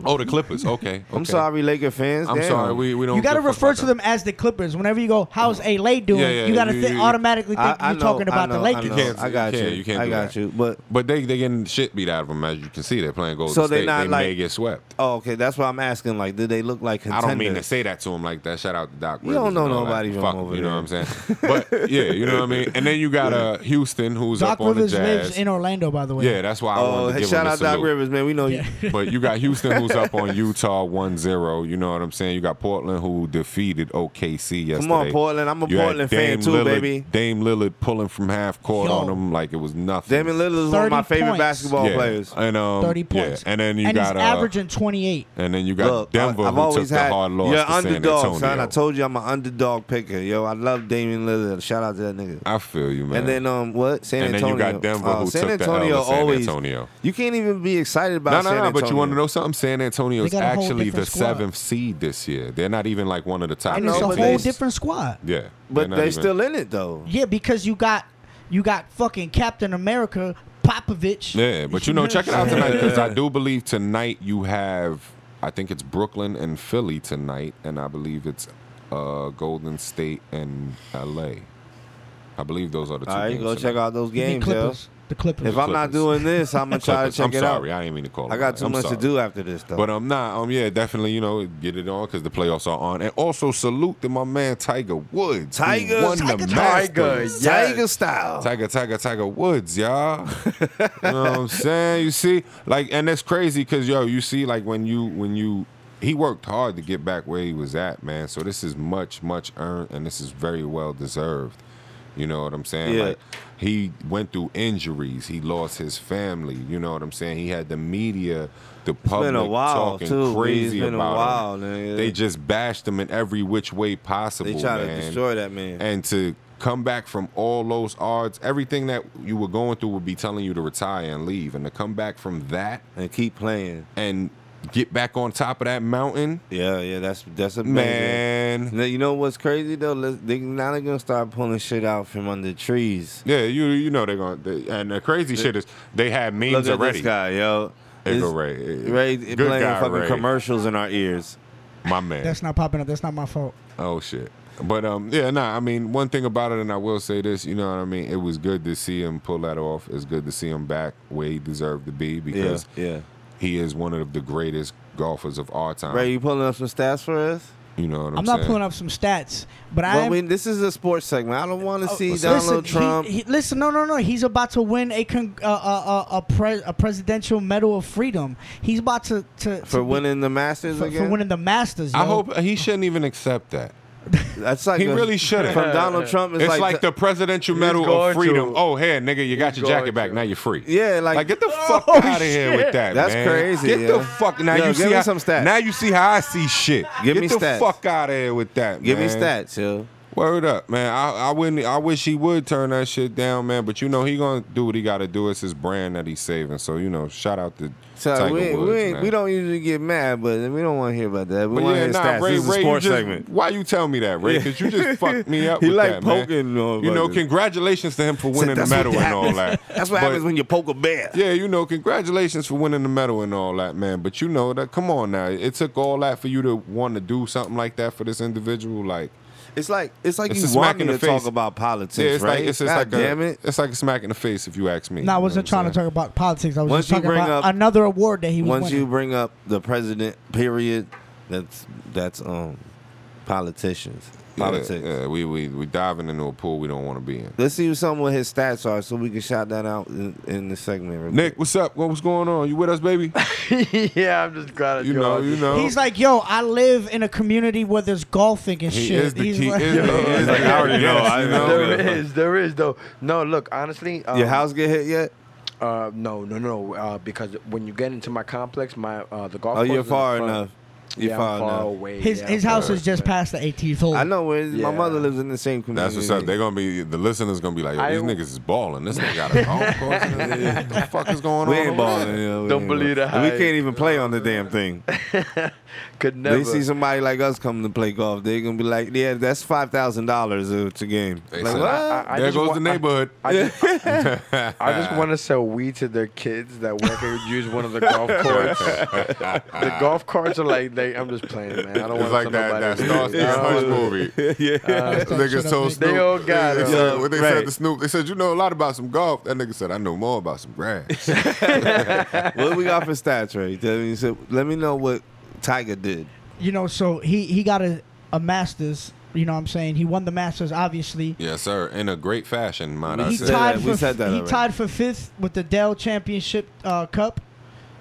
Oh, the Clippers. Okay,
I'm
okay.
sorry, Laker fans.
I'm
Damn.
sorry. We, we don't.
you got to
give a fuck
refer
about
to
that.
them as the Clippers. Whenever you go, "How's LA doing?"
Yeah, yeah,
you got to
you-
th-
you-
automatically
I,
think
I
you're
know,
talking
I
about
know,
the
I,
Lakers.
know.
can't-
I got
you
you.
can't- you can't
I
do
got
that.
you. But
But they they getting shit beat out of them as you can see. They're playing Golden
So they
State.
not
they may
like-
get swept.
oh, okay, that's why I'm asking. Like, do they look like
I
contenders?
don't mean to say that to him like that. Shout out to Doc.
You don't
Rivers
know
and all
nobody
that.
from
Fuck,
over
You know
there.
what I'm saying? But yeah, you know what I mean. And then you got uh, Houston, who's
Doc
up on
Rivers
the
lives
ass.
in Orlando, by the way.
yeah, that's why I
Oh,
wanted to
hey,
give
shout
him a
out Doc
salute.
Rivers, man. We know you.
But you got Houston who's up on Utah 1-0. You know what I'm saying? You got Portland who defeated OKC yesterday.
Come on, Portland. I'm a
You had
Portland fan
Dame
too,
Lillard-
baby.
Dame Lillard pulling from half court
Yo.
on them like it was nothing.
Damian Lillard is one of my
30
favorite
points.
basketball
Yeah.
players.
And um,
30 points.
Yeah. And then you
and
got
he's
uh,
averaging 28.
and then you got Denver
I-
who took the hard loss
You're
to
underdog,
San
son. I
Antonio.
told you I'm an underdog picker. Yo, I love Damian Lillard. Shout out to that nigga.
I feel you, man.
And then um, what? San
And then
Antonio.
you got Denver
Oh,
who
San
took the L to
Antonio
San
always.
Antonio.
You can't even be excited
No,
about
no,
San
no,
Antonio.
but you want to know something? San Antonio's
They got a whole
actually the
different squad.
seventh seed this year. They're not even like one of the
I
top.
And
know,
it's a
eight
whole
but they-
teams.
different squad.
Yeah, they're
But
not
they
even-
still in it though.
Yeah, because you got you got fucking Captain America, Popovich.
Yeah, but you know, check it out tonight because I do believe tonight you have, I think it's Brooklyn and Philly tonight, and I believe it's uh, Golden State and L.A. I believe those are the two.
All right,
games
go
tonight.
check out those
You mean
games, yo.
Clippers. The Clippers.
If I'm not
Clippers.
doing this, I'm gonna try to
Clippers.
check
I'm
it
sorry,
out.
I didn't mean to call.
I
it
got
that.
too
I'm
much to
sorry.
do after this though.
But um, nah, um, yeah, definitely, you know, get it on because the playoffs are on, and also salute to my man Tiger Woods, who
Tiger,
won
Tiger,
the
Tiger,
Masters.
Tiger style.
Tiger, Tiger, Tiger Woods, y'all. you know what I'm saying? You see, like, and it's crazy because yo, you see, like when you when you he worked hard to get back where he was at, man. So this is much much earned, and this is very well deserved. You know what I'm saying?
Yeah.
Like he went through injuries. He lost his family. You know what I'm saying? He had the media, the public
a while,
talking
too, B.
crazy
It's been a
about
while,
him.
nigga.
They just bashed him in every which way possible.
They try to
man
destroy that man.
and to come back from all those odds, everything that you were going through would be telling you to retire and leave, and to come back from that
and keep playing.
and get back on top of that mountain,
Yeah, yeah, that's that's amazing.
man.
Now, you know what's crazy though? Let's, they now they're gonna start pulling shit out from under trees.
Yeah, you you know they're gonna. They, and the crazy shit is they had memes
Look at
already.
this guy, yo.
There
This-
go Ray.
Ray
Good
playing
guy,
fucking
Ray.
commercials in our ears.
My man.
That's not popping up. That's not my fault.
Oh shit. But um, yeah, nah. I mean, one thing about it, and I will say this, you know what I mean. It was good to see him pull that off. It's good to see him back where he deserved to be
Yeah,
because
yeah.
he is one of the greatest golfers of our time.
Ray, you pulling up some stats for us?
You know what I'm,
I'm, not
saying?
pulling up some stats, but I
Well,
am-
we, this is a sports segment. I don't want to see
what's
Donald
Oh, listen, he-
Trump.
He, listen, no, no, no. He's about to win a con, uh, uh, uh, a, pre, a presidential medal of freedom. He's about to to to
for
be-
winning the Masters
for,
again.
for winning the Masters.
I
yo.
hope he shouldn't even accept that.
That's like
He
a-
really shouldn't.
From Donald Trump, it's,
It's, like, the Presidential Medal of
going
Freedom.
to.
Oh, hey, nigga, you got
He's
your jacket
going
back.
to.
Now you're free.
Yeah, like-
like get the fuck
Oh,
out of here with
shit.
that.
That's
man.
crazy,
Get
yeah.
the fuck now.
Yo,
you
give
see
me
how,
some stats.
Now you see how I see shit.
Give
get
me
the
stats.
fuck out of here with that.
give me
man.
stats, yo.
Word up, man. I, I wouldn't. I wish he would turn that shit down, man. But you know he gonna do what he got to do. It's his brand that he's saving. So you know, shout out to
So
Tiger
we, ain't-
Woods,
we, ain't-
man.
we don't usually get mad, but we don't want to hear about that. We
But
want to
yeah,
hear
nah,
stats.
Ray,
this is a
Ray,
sports
you just,
segment.
Why you tell me that, Ray? Because you just fucked me up.
He
with
like
that, man.
poking on
You know,
fuckers.
congratulations to him for winning the
that's what
medal and all
happens.
that.
That's what
But,
happens when you poke a bear.
Yeah, you know, congratulations for winning the medal and all that, man. But you know that. Come on now, it took all that for you to want to do something like that for this individual. Like,
It's like it's like
It's a
you
smack
want me
in
to
the
talk
face.
about politics,
yeah, it's
right?
like it's, it's
God
like
damn
a,
it.
it's like a smack in the face if you ask me.
No, I
You know what
wasn't
I'm
trying to
saying?
talk about politics. I was
Once
just
you
talking
bring
about
up-
another award that he was
Once
winning.
you bring up the president, period, that's that's um politicians,
Yeah,
politics.
Yeah, we we we diving into a pool we don't want to be in.
Let's see what some of his stats are, so we can shout that out in, in the segment. real
Nick, what's up? What was going on? You with us, baby?
yeah, I'm just glad. I
You
joined
know,
this.
you know.
He's like, yo, I live in a community where there's golfing and
He
shit.
is the
He's
key.
like-
is the-
He's
is
like,
the-
I already know, I
you
know.
There
Yeah.
is, there is though. No, look, honestly,
quick.
um,
Your house get hit yet?
Uh, no, no, no. Uh, because when you get into my complex, my uh, the golf.
Oh,
course
you're
is in
far
front.
enough. You're
yeah,
far
I'm far
enough.
away.
his
yeah,
his
I'm
house
far
is just
away.
past the 18th hole.
I know where my
Yeah.
mother lives in the same community.
That's what's up. They're gonna be the listeners gonna be like, yo,
I-
these niggas is balling. This nigga got a golf course. what the fuck is going
we
on?
ain't
over there?
balling. you know, we
Don't
ain't
believe the
balling. We
hype.
can't even play on the damn thing.
Could never.
they see somebody like us coming to play golf. They're gonna be like, "Yeah, that's five thousand dollars. It's a game."
They
Like,
said, "Ah,
what?
I- I- I
there
just
goes
want-
the
I-
neighborhood.
I just, I just want to sell weed to their kids that work and use one of the golf carts. the golf carts are like they. I'm just playing, man. I don't
it's
want
like that that Star
nobody.
Star Wars movie. ah."
That's that shit
Niggas
up
told
there.
Snoop.
They all got
they
it.
said, what they said
Right.
to Snoop, they said, "You know a lot about some golf." That nigga said, "I know more about some grass."
what we got for stats, Ray? Tell me- so Let me know what Tiger did.
you know, so he he got a, a master's You know what I'm saying? He won the Masters, obviously.
Yes, sir. In a great fashion, might I
he
say.
that.
tied
We
for
said that
he
already.
tied for fifth with the Dell Championship uh, Cup,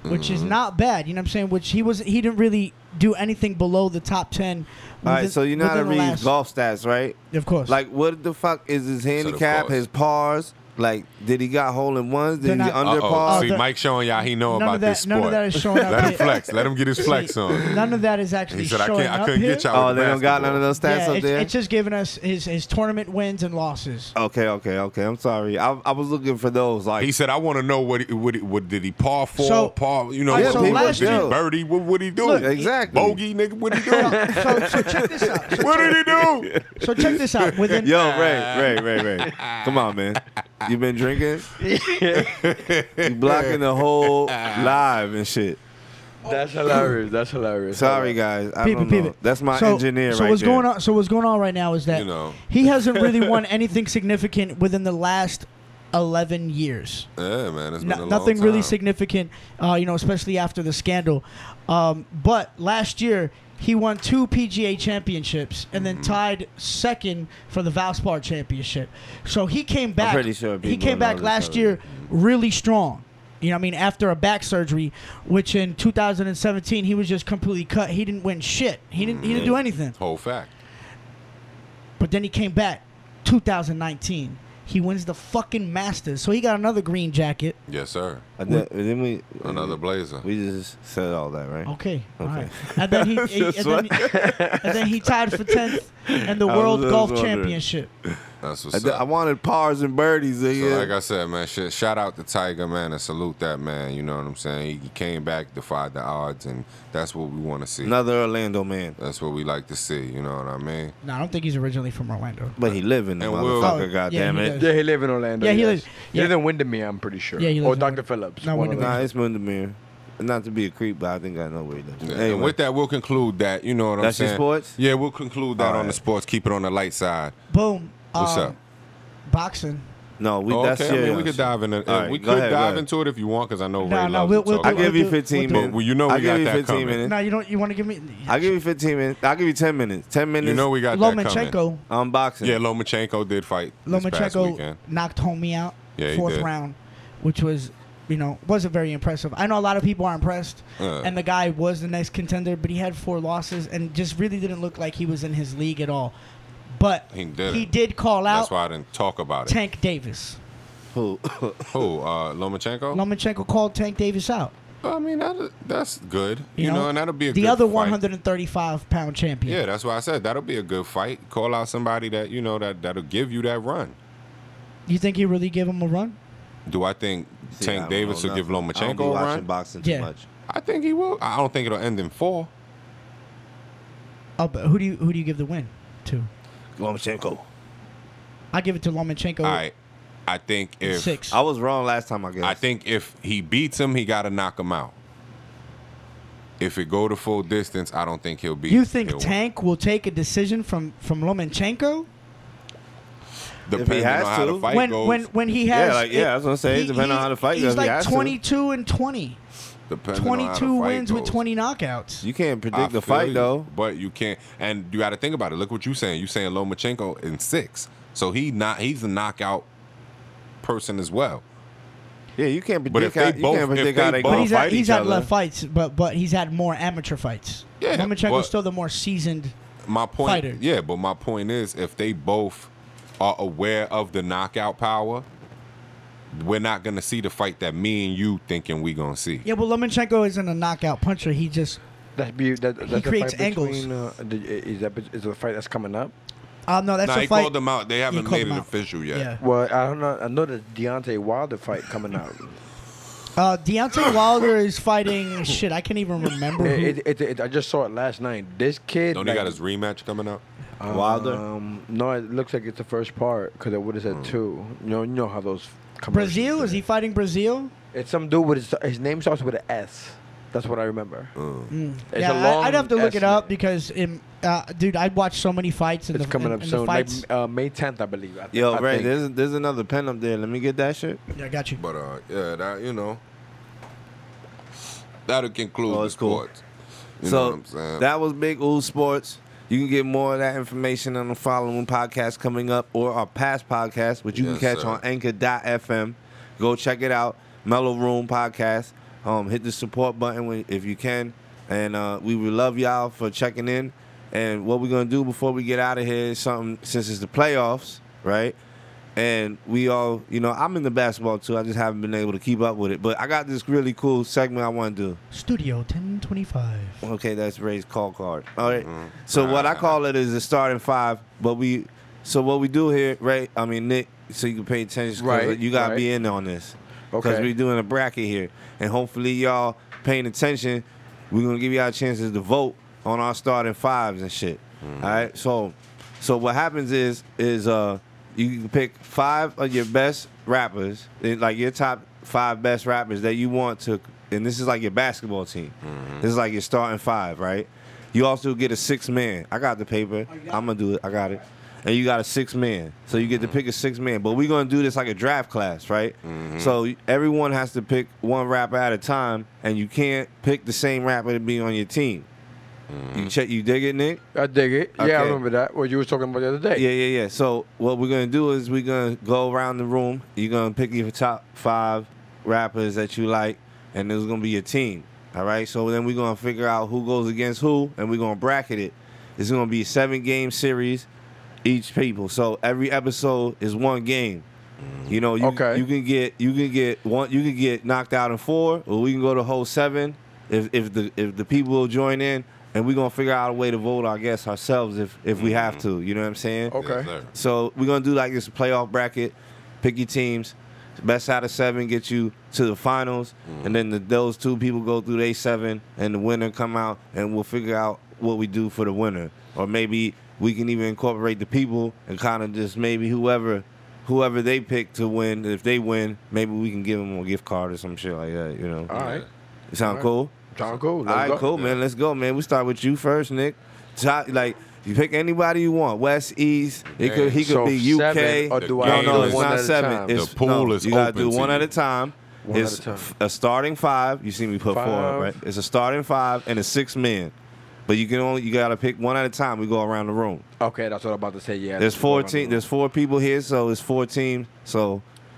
which is
Mm-hmm.
not bad. You know what I'm saying? Which he was he didn't really do anything below the top ten.
All right,
within-
so you know how to
within the
read
last-
golf stats, right?
Of course.
Like, what the fuck is his handicap,
course.
his pars? Like, did he got hole in ones? Did
They're
he
not-
under
Uh-oh.
par?
See,
they're-
Mike showing y'all he know
none
about
of that.
this sport.
None of that is showing up.
Let him
here.
flex. Let him get his
See,
flex on.
None of that is actually
He said, "I
showing
can't. I
up
couldn't
here.
get y'all."
Oh,
with
they don't got none of
basketball.
those stats
yeah,
up
it's,
there.
it's just giving us his, his tournament wins and losses.
okay, okay, okay. I'm sorry. I, I was looking for those. Like,
He said, "I want to know what he, what, he, what did he par for?
So-
par, you know,
Yeah,
what,
so
what-
last
did
year-
he birdie? What would he do?
Look,
Exactly.
Bogey, nigga, what he do?
so, so check this out. So,
what did he do?
so check this out. Within
Yo, Ray, Ray, Ray, Ray. Come on, man. You been drinking? you blocking the whole live and shit.
That's hilarious. That's hilarious.
Sorry, guys. I
People,
don't know.
people.
That's my
so,
engineer
so
right
what's
there.
going on? So what's going on right now is that
You know.
he hasn't really won anything significant within the last eleven years.
Yeah, man, it's been
No-
a
nothing
long
really
time.
significant, uh, you know, especially after the scandal. Um, but last year he won two PGA championships and then tied second for the Valspar Championship. So he came back.
pretty sure
he
people
came
know
back
this
last
already.
year really strong. You know, what I mean, after a back surgery, which in 2017 he was just completely cut. He didn't win shit. He didn't. He didn't do anything.
Whole fact.
But then he came back 2019. He wins the fucking Masters. So he got another green jacket.
Yes, sir.
And then, and then we
Another
Mm-hmm.
blazer.
We just said all that, right?
Okay. All
Okay.
right. And then he, he- and, then, and then he tied for tenth in the
I was
World
just
Golf
wondering.
Championship.
That's
I,
what's
d-
up.
I wanted pars and birdies.
So
nigga.
like I said, man, shit, shout out to Tiger, man, and salute that man. You know what I'm saying? He came back, defied the odds, and that's what we want to see.
Another Orlando man,
That's what we like to see. You know what I mean?
No, I don't think he's originally from Orlando.
but he live in the
And we'll-
motherfucker.
Oh,
God
yeah,
damn
he
it!
does.
Yeah, he live in Orlando.
Yeah, he
yes.
lives-
He
yeah.
lives in Windermere, I'm pretty sure.
Yeah, he
Or
lives in-
Dr. Phillips.
No,
one of
Windermere.
them.
Nah, it's Windermere. Not to be a creep, but I think I know where he lives.
Yeah,
Anyway.
And with that, we'll conclude that. You know what
That's
I'm
your
saying?
sports?
Yeah, we'll conclude that
All
on the
right.
sports. Keep it on the light side.
Boom.
What's
Um,
up?
Boxing.
no, we
Oh,
that's
okay, I
yeah,
mean, we could dive in.
All right,
we
go
could
ahead, go
dive
ahead.
into it if you want, because I know
No,
Ray
no,
loves
we'll-
to
we'll
talk
I
do
about
it.
give you
we'll do-
15
we'll do it.
minutes.
Well, you know we
I
got
give you
that
15
coming.
minutes.
No, you don't. You want to give me?
I give you 15 minutes. I give you 10 minutes. 10
it.
minutes.
You know we got that coming.
Lomachenko.
unboxing.
Yeah, Lomachenko did fight this past
Lomachenko
weekend.
knocked homie out
Yeah, he
fourth
did.
round, which was you know wasn't very impressive. I know a lot of people are impressed,
Yeah.
and the guy was the next contender, but he had four losses and just really didn't look like he was in his league at all. But
He didn't.
he did call out
That's why I didn't talk about it.
Tank Davis.
Who?
Who? Uh, Lomachenko?
Oh. Lomachenko called Tank Davis out.
I mean, that, that's good. You,
You,
know, and that'll be a
the
good
other
fight.
135 pound champion.
Yeah, that's why I said that'll be a good fight. Call out somebody that you know that that'll give you that run.
You think he really gave him a run?
Do I think
See, I
Tank
don't
Davis
know
will give
nothing. I don't be
Lomachenko a
watching
run?
boxing too
Yeah.
much.
I think he will. I don't think it'll end in four.
Oh, but who do you who do you give the win to?
Lomachenko.
I give it to Lomachenko.
All right. I think
in
if
six.
I was wrong last time, I guess.
I think if he beats him, he got to knock him out. If it go to full distance, I don't think he'll beat.
You think
he'll win.
Tank will take a decision from from Lomachenko
Depending
has
on how
to.
the fight
when
goes,
when when he
Yeah,
has
like, yeah, that's what I'm saying. Depending on
he's-
how the fight
he's
goes, he
like
has to.
22 and 20,
depending on how the
22
fight
wins with
goes.
20 knockouts.
you can't
I
predict the
feel
fight
you,
though.
But you can't, and you got to think about it. Look what you saying. You saying Lomachenko in six, so he not he's a knockout person as well.
Yeah, you can't predict.
But if they
how,
both-
you can't
if
predict
they
how they
both-
but
gonna
he's
fight
had, he's
each
had
other.
less fights, but but he's had more amateur fights.
Yeah,
Lomachenko's
but-
still the more seasoned.
My point,
Fighter.
yeah, but my point is, if they both are aware of the knockout power, we're not gonna see the fight that me and you thinking we gonna see.
Yeah, but Lomachenko isn't a knockout puncher. He just
That's be, that, that's the
creates
fight between,
angles.
uh, the- is that is the fight that's coming up?
Um, no, that's
Now
a
he
fight.
called them out. They haven't
called
made
them
it
out.
official yet.
Yeah.
Well, I don't know. I know the Deontay Wilder fight coming out.
Uh, Deontay Wilder is fighting. Shit, I can't even remember. Who.
it, it, it, it- I just saw it last night. This kid.
Don't he
like,
got his rematch coming up?
Wilder?
Uh,
Um, no, it looks like it's the first part because I would have
Hmm.
said two. You know, you know how those. commercials
Brazil? Is
do.
he fighting Brazil?
It's some dude with his, his name starts with an S. That's what I remember.
Hmm.
It's
Hmm. yeah,
a
I- I'd have to
long
look it up
estimate.
because, in, uh, dude, I watched so many fights in
It's
the
coming
in,
up
in
soon,
The
like
fights.
uh, May 10th, I believe. I,
Yo,
I
Ray,
think.
there's there's another pen up there. Let me get that shit.
yeah, I got you.
But uh, yeah, that you know, that'll conclude
Oh,
the
it's cool.
sports. You know what
so
I'm saying?
that was Big Ooh Sports. You can get more of that information on the following podcast coming up or our past podcast, which you
Yes,
can catch
sir.
on anchor.fm. Go check it out. Mellow Room Podcast. Um, hit the support button when, if you can. And uh, we would love y'all for checking in. And what we're going to do before we get out of here is something, since it's the playoffs, right? And we all, you know, I'm in the basketball too. I just haven't been able to keep up with it. But I got this really cool segment I want to do.
Studio 1025.
Okay, that's Ray's call card. All right. So what I call it is the starting five, but we so what we do here, Ray, I mean Nick, so you can pay attention 'cause
Right,
you gotta
right.
be in on this. Because
Okay.
we're doing a bracket here. And hopefully y'all paying attention. We're gonna give y'all chances to vote on our starting fives and shit. All right. So so what happens is is uh you can pick five of your best rappers, eh, like your top five best rappers that you want to, and this is like your basketball team. This is like your starting five, right? You also get a six man. I Oh, got the paper. I'm gonna do it. I got it. And you got a six man, so you get to pick a six man. But we're gonna do this like a draft class, right? So everyone has to pick one rapper at a time, and you can't pick the same rapper to be on your team. You check, you dig it, Nick?
I dig it. Yeah, I
Okay.
remember that. What you were talking about the other day.
Yeah, yeah, yeah. So what we're gonna do is we're gonna go around the room. You're gonna pick your top five rappers that you like, and it's gonna be your team. All right. So then we're gonna figure out who goes against who, and we're gonna bracket it. It's gonna be a seven game series, each people. So every episode is one game. You know, you,
Okay.
you can get you can get one you can get knocked out in four, or we can go to whole seven if if the if the people will join in, and we're gonna figure out a way to vote our guests ourselves if if we have to. You know what I'm saying?
Okay.
Yes, sir.
So we're gonna do like this playoff bracket, pick your teams. Best out of seven get you to the finals,
Mm-hmm.
and then the, those two people go through they seven, and the winner come out, and we'll figure out what we do for the winner, or maybe we can even incorporate the people and kind of just maybe whoever, whoever they pick to win. If they win, maybe we can give them a gift card or some shit like that. You know,
All right.
sound
right.
cool?
Sound cool. Let's
All right,
go.
cool, man. Let's go, man. We start with you first, Nick. Top, like you pick anybody you want, West, East. It could, he could
So
be UK.
seven, or do
The
I
no,
game
no,
is
it's
one
not
at a
seven.
time?
It's
The pool
no,
is
You gotta
open
do
to
one
you.
at a time.
One at
it's
a time.
f- a starting five. You see me put four
Five.
up, right? It's a starting five and a six man. But you can only you gotta pick one at a time. We go around the room.
Okay, that's what I'm about to say. Yeah.
There's
that's
four
what I'm
team,
about
There's four people here, so it's four teams. So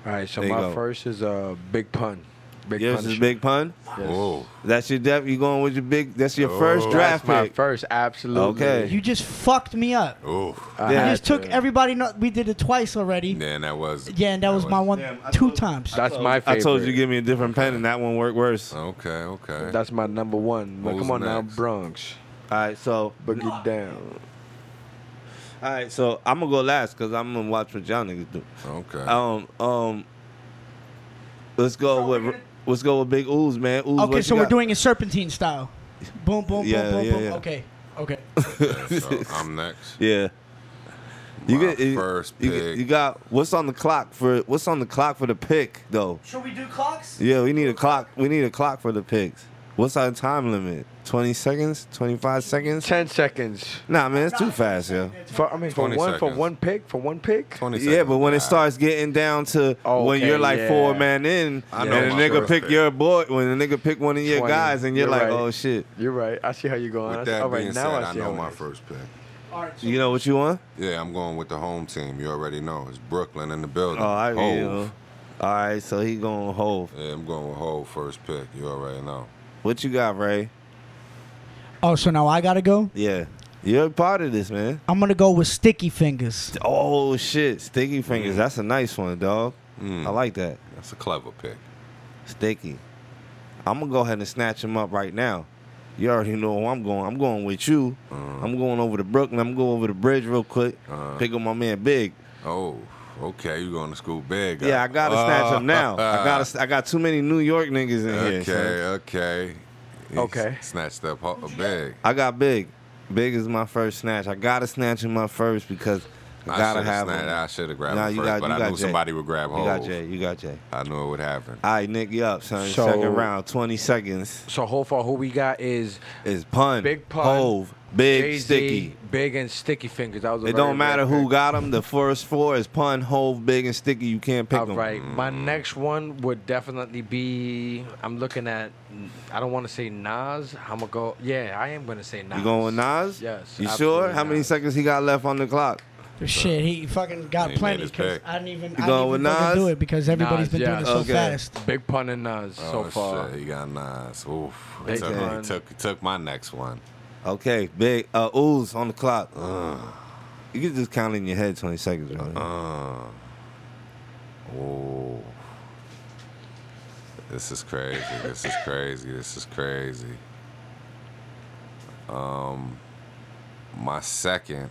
to- All right. So
there you
my
go.
first is a uh, big pun. Big
yours
pun.
is big pun.
Whoa.
That's your def. You going with your big? That's your
Oh.
first draft
That's my
pick.
first. Absolutely.
Okay.
You just fucked me up.
Oh.
I
Yeah.
I
had
just took
to.
everybody. No, we did it twice already. Yeah,
Yeah, and that was.
and that was my one
Damn, I
two
told-
times.
That's my
I
favorite.
told you to give me a different pen, and that one worked worse.
Okay, okay.
That's my number one. Now,
Who's
come on now,
next?
Bronx.
All right, so
Boogie down.
all right, so I'm gonna go last because I'm gonna watch what y'all niggas do.
okay.
Um, um, let's go with let's go with Big Ooze, man. Ooze,
okay,
what
so
you
we're
got?
doing it serpentine style. Boom, boom,
Yeah,
boom, boom,
yeah,
boom.
yeah.
Okay, okay.
so I'm next.
yeah.
My
you,
first
you,
pick.
you got what's on the clock for what's on the clock for the pick though?
Should we do clocks?
Yeah, we need a clock. We need a clock for the picks. What's our time limit? Twenty seconds? Twenty five seconds?
Ten seconds.
Nah, man, it's too fast, yo.
For, I mean, for
20
one, for
seconds.
one pick, for one pick.
20
Yeah, but when it
seconds.
starts getting down to
Oh,
when you're
okay,
like
yeah.
four man in,
I
and
know
a
my
nigga
first
pick
pick.
your boy, when a nigga pick one of your
20.
guys, and you're,
You're
like,
right.
oh shit,
You're right. I see how you're going. I
With
see,
that
all right, now
being said, I,
see how
know
it
my
is.
first pick.
All right, so
you know what you want?
Yeah, I'm going with the home team. You already know it's Brooklyn in the building.
Oh, I
Hov.
yeah. All right, so he going Hove.
Yeah, I'm going with Hove first pick. You already know.
What you got, Ray?
Oh, so now I gotta go.
Yeah, you're a part of this, man.
I'm gonna go with sticky fingers.
Oh shit, sticky fingers. That's a nice one, dog.
Mm.
I like that.
That's a clever pick.
Sticky. I'm gonna go ahead and snatch him up right now. You already know who I'm going. I'm going with you. I'm going over to Brooklyn. I'm going over the bridge real quick.
Uh.
Pick up my man Big.
Oh, okay. You're going to school big. huh? Oh.
Yeah, I gotta snatch him now. I gotta. I got too many New York niggas in here.
Uh. Okay,
son.
okay. He
Okay.
Snatched up Ho- big.
I got big. Big is my first snatch. I gotta snatch him up first because
I
gotta
should've
have
snapped-
him.
I should have grabbed
Nah,
him
you
first,
got-
but
you
I
got
knew
Jay.
somebody would grab
You got
hold.
Jay. You got Jay.
I knew it would happen.
All right, Nick, you up, son.
So-
Second round, 20 seconds.
So whole far who we got is
Is pun.
Big Pun,
Hove. Big
Jay-Z,
Sticky.
Big and Sticky Fingers. That was a
It
very
don't matter
good
who
pick.
got them. The first four is pun, hove, big, and sticky. You can't pick
All
them.
right, my next one would definitely be. I'm looking at. I don't want to say Nas. I'm gonna go. Yeah, I am gonna say Nas.
You going with Nas?
Yes,
You sure?
absolutely
How many
Nas.
seconds he got left on the clock?
Shit, he fucking got
He made
plenty
his
because
pick.
I didn't even,
You
I
going
didn't even
with
fucking
Nas?
do it because everybody's
Nas,
been
yeah.
doing it so
Okay.
fast.
Big pun and Nas so
oh,
far.
shit, he got Nas. Oof.
They
He took, he
done.
took he took my next one.
Okay, big. Uh, ooze on the clock. Uh. You can just count in your head 20 seconds, brother.
Uh, oh. This is crazy. This is crazy. This is crazy. Um, my second,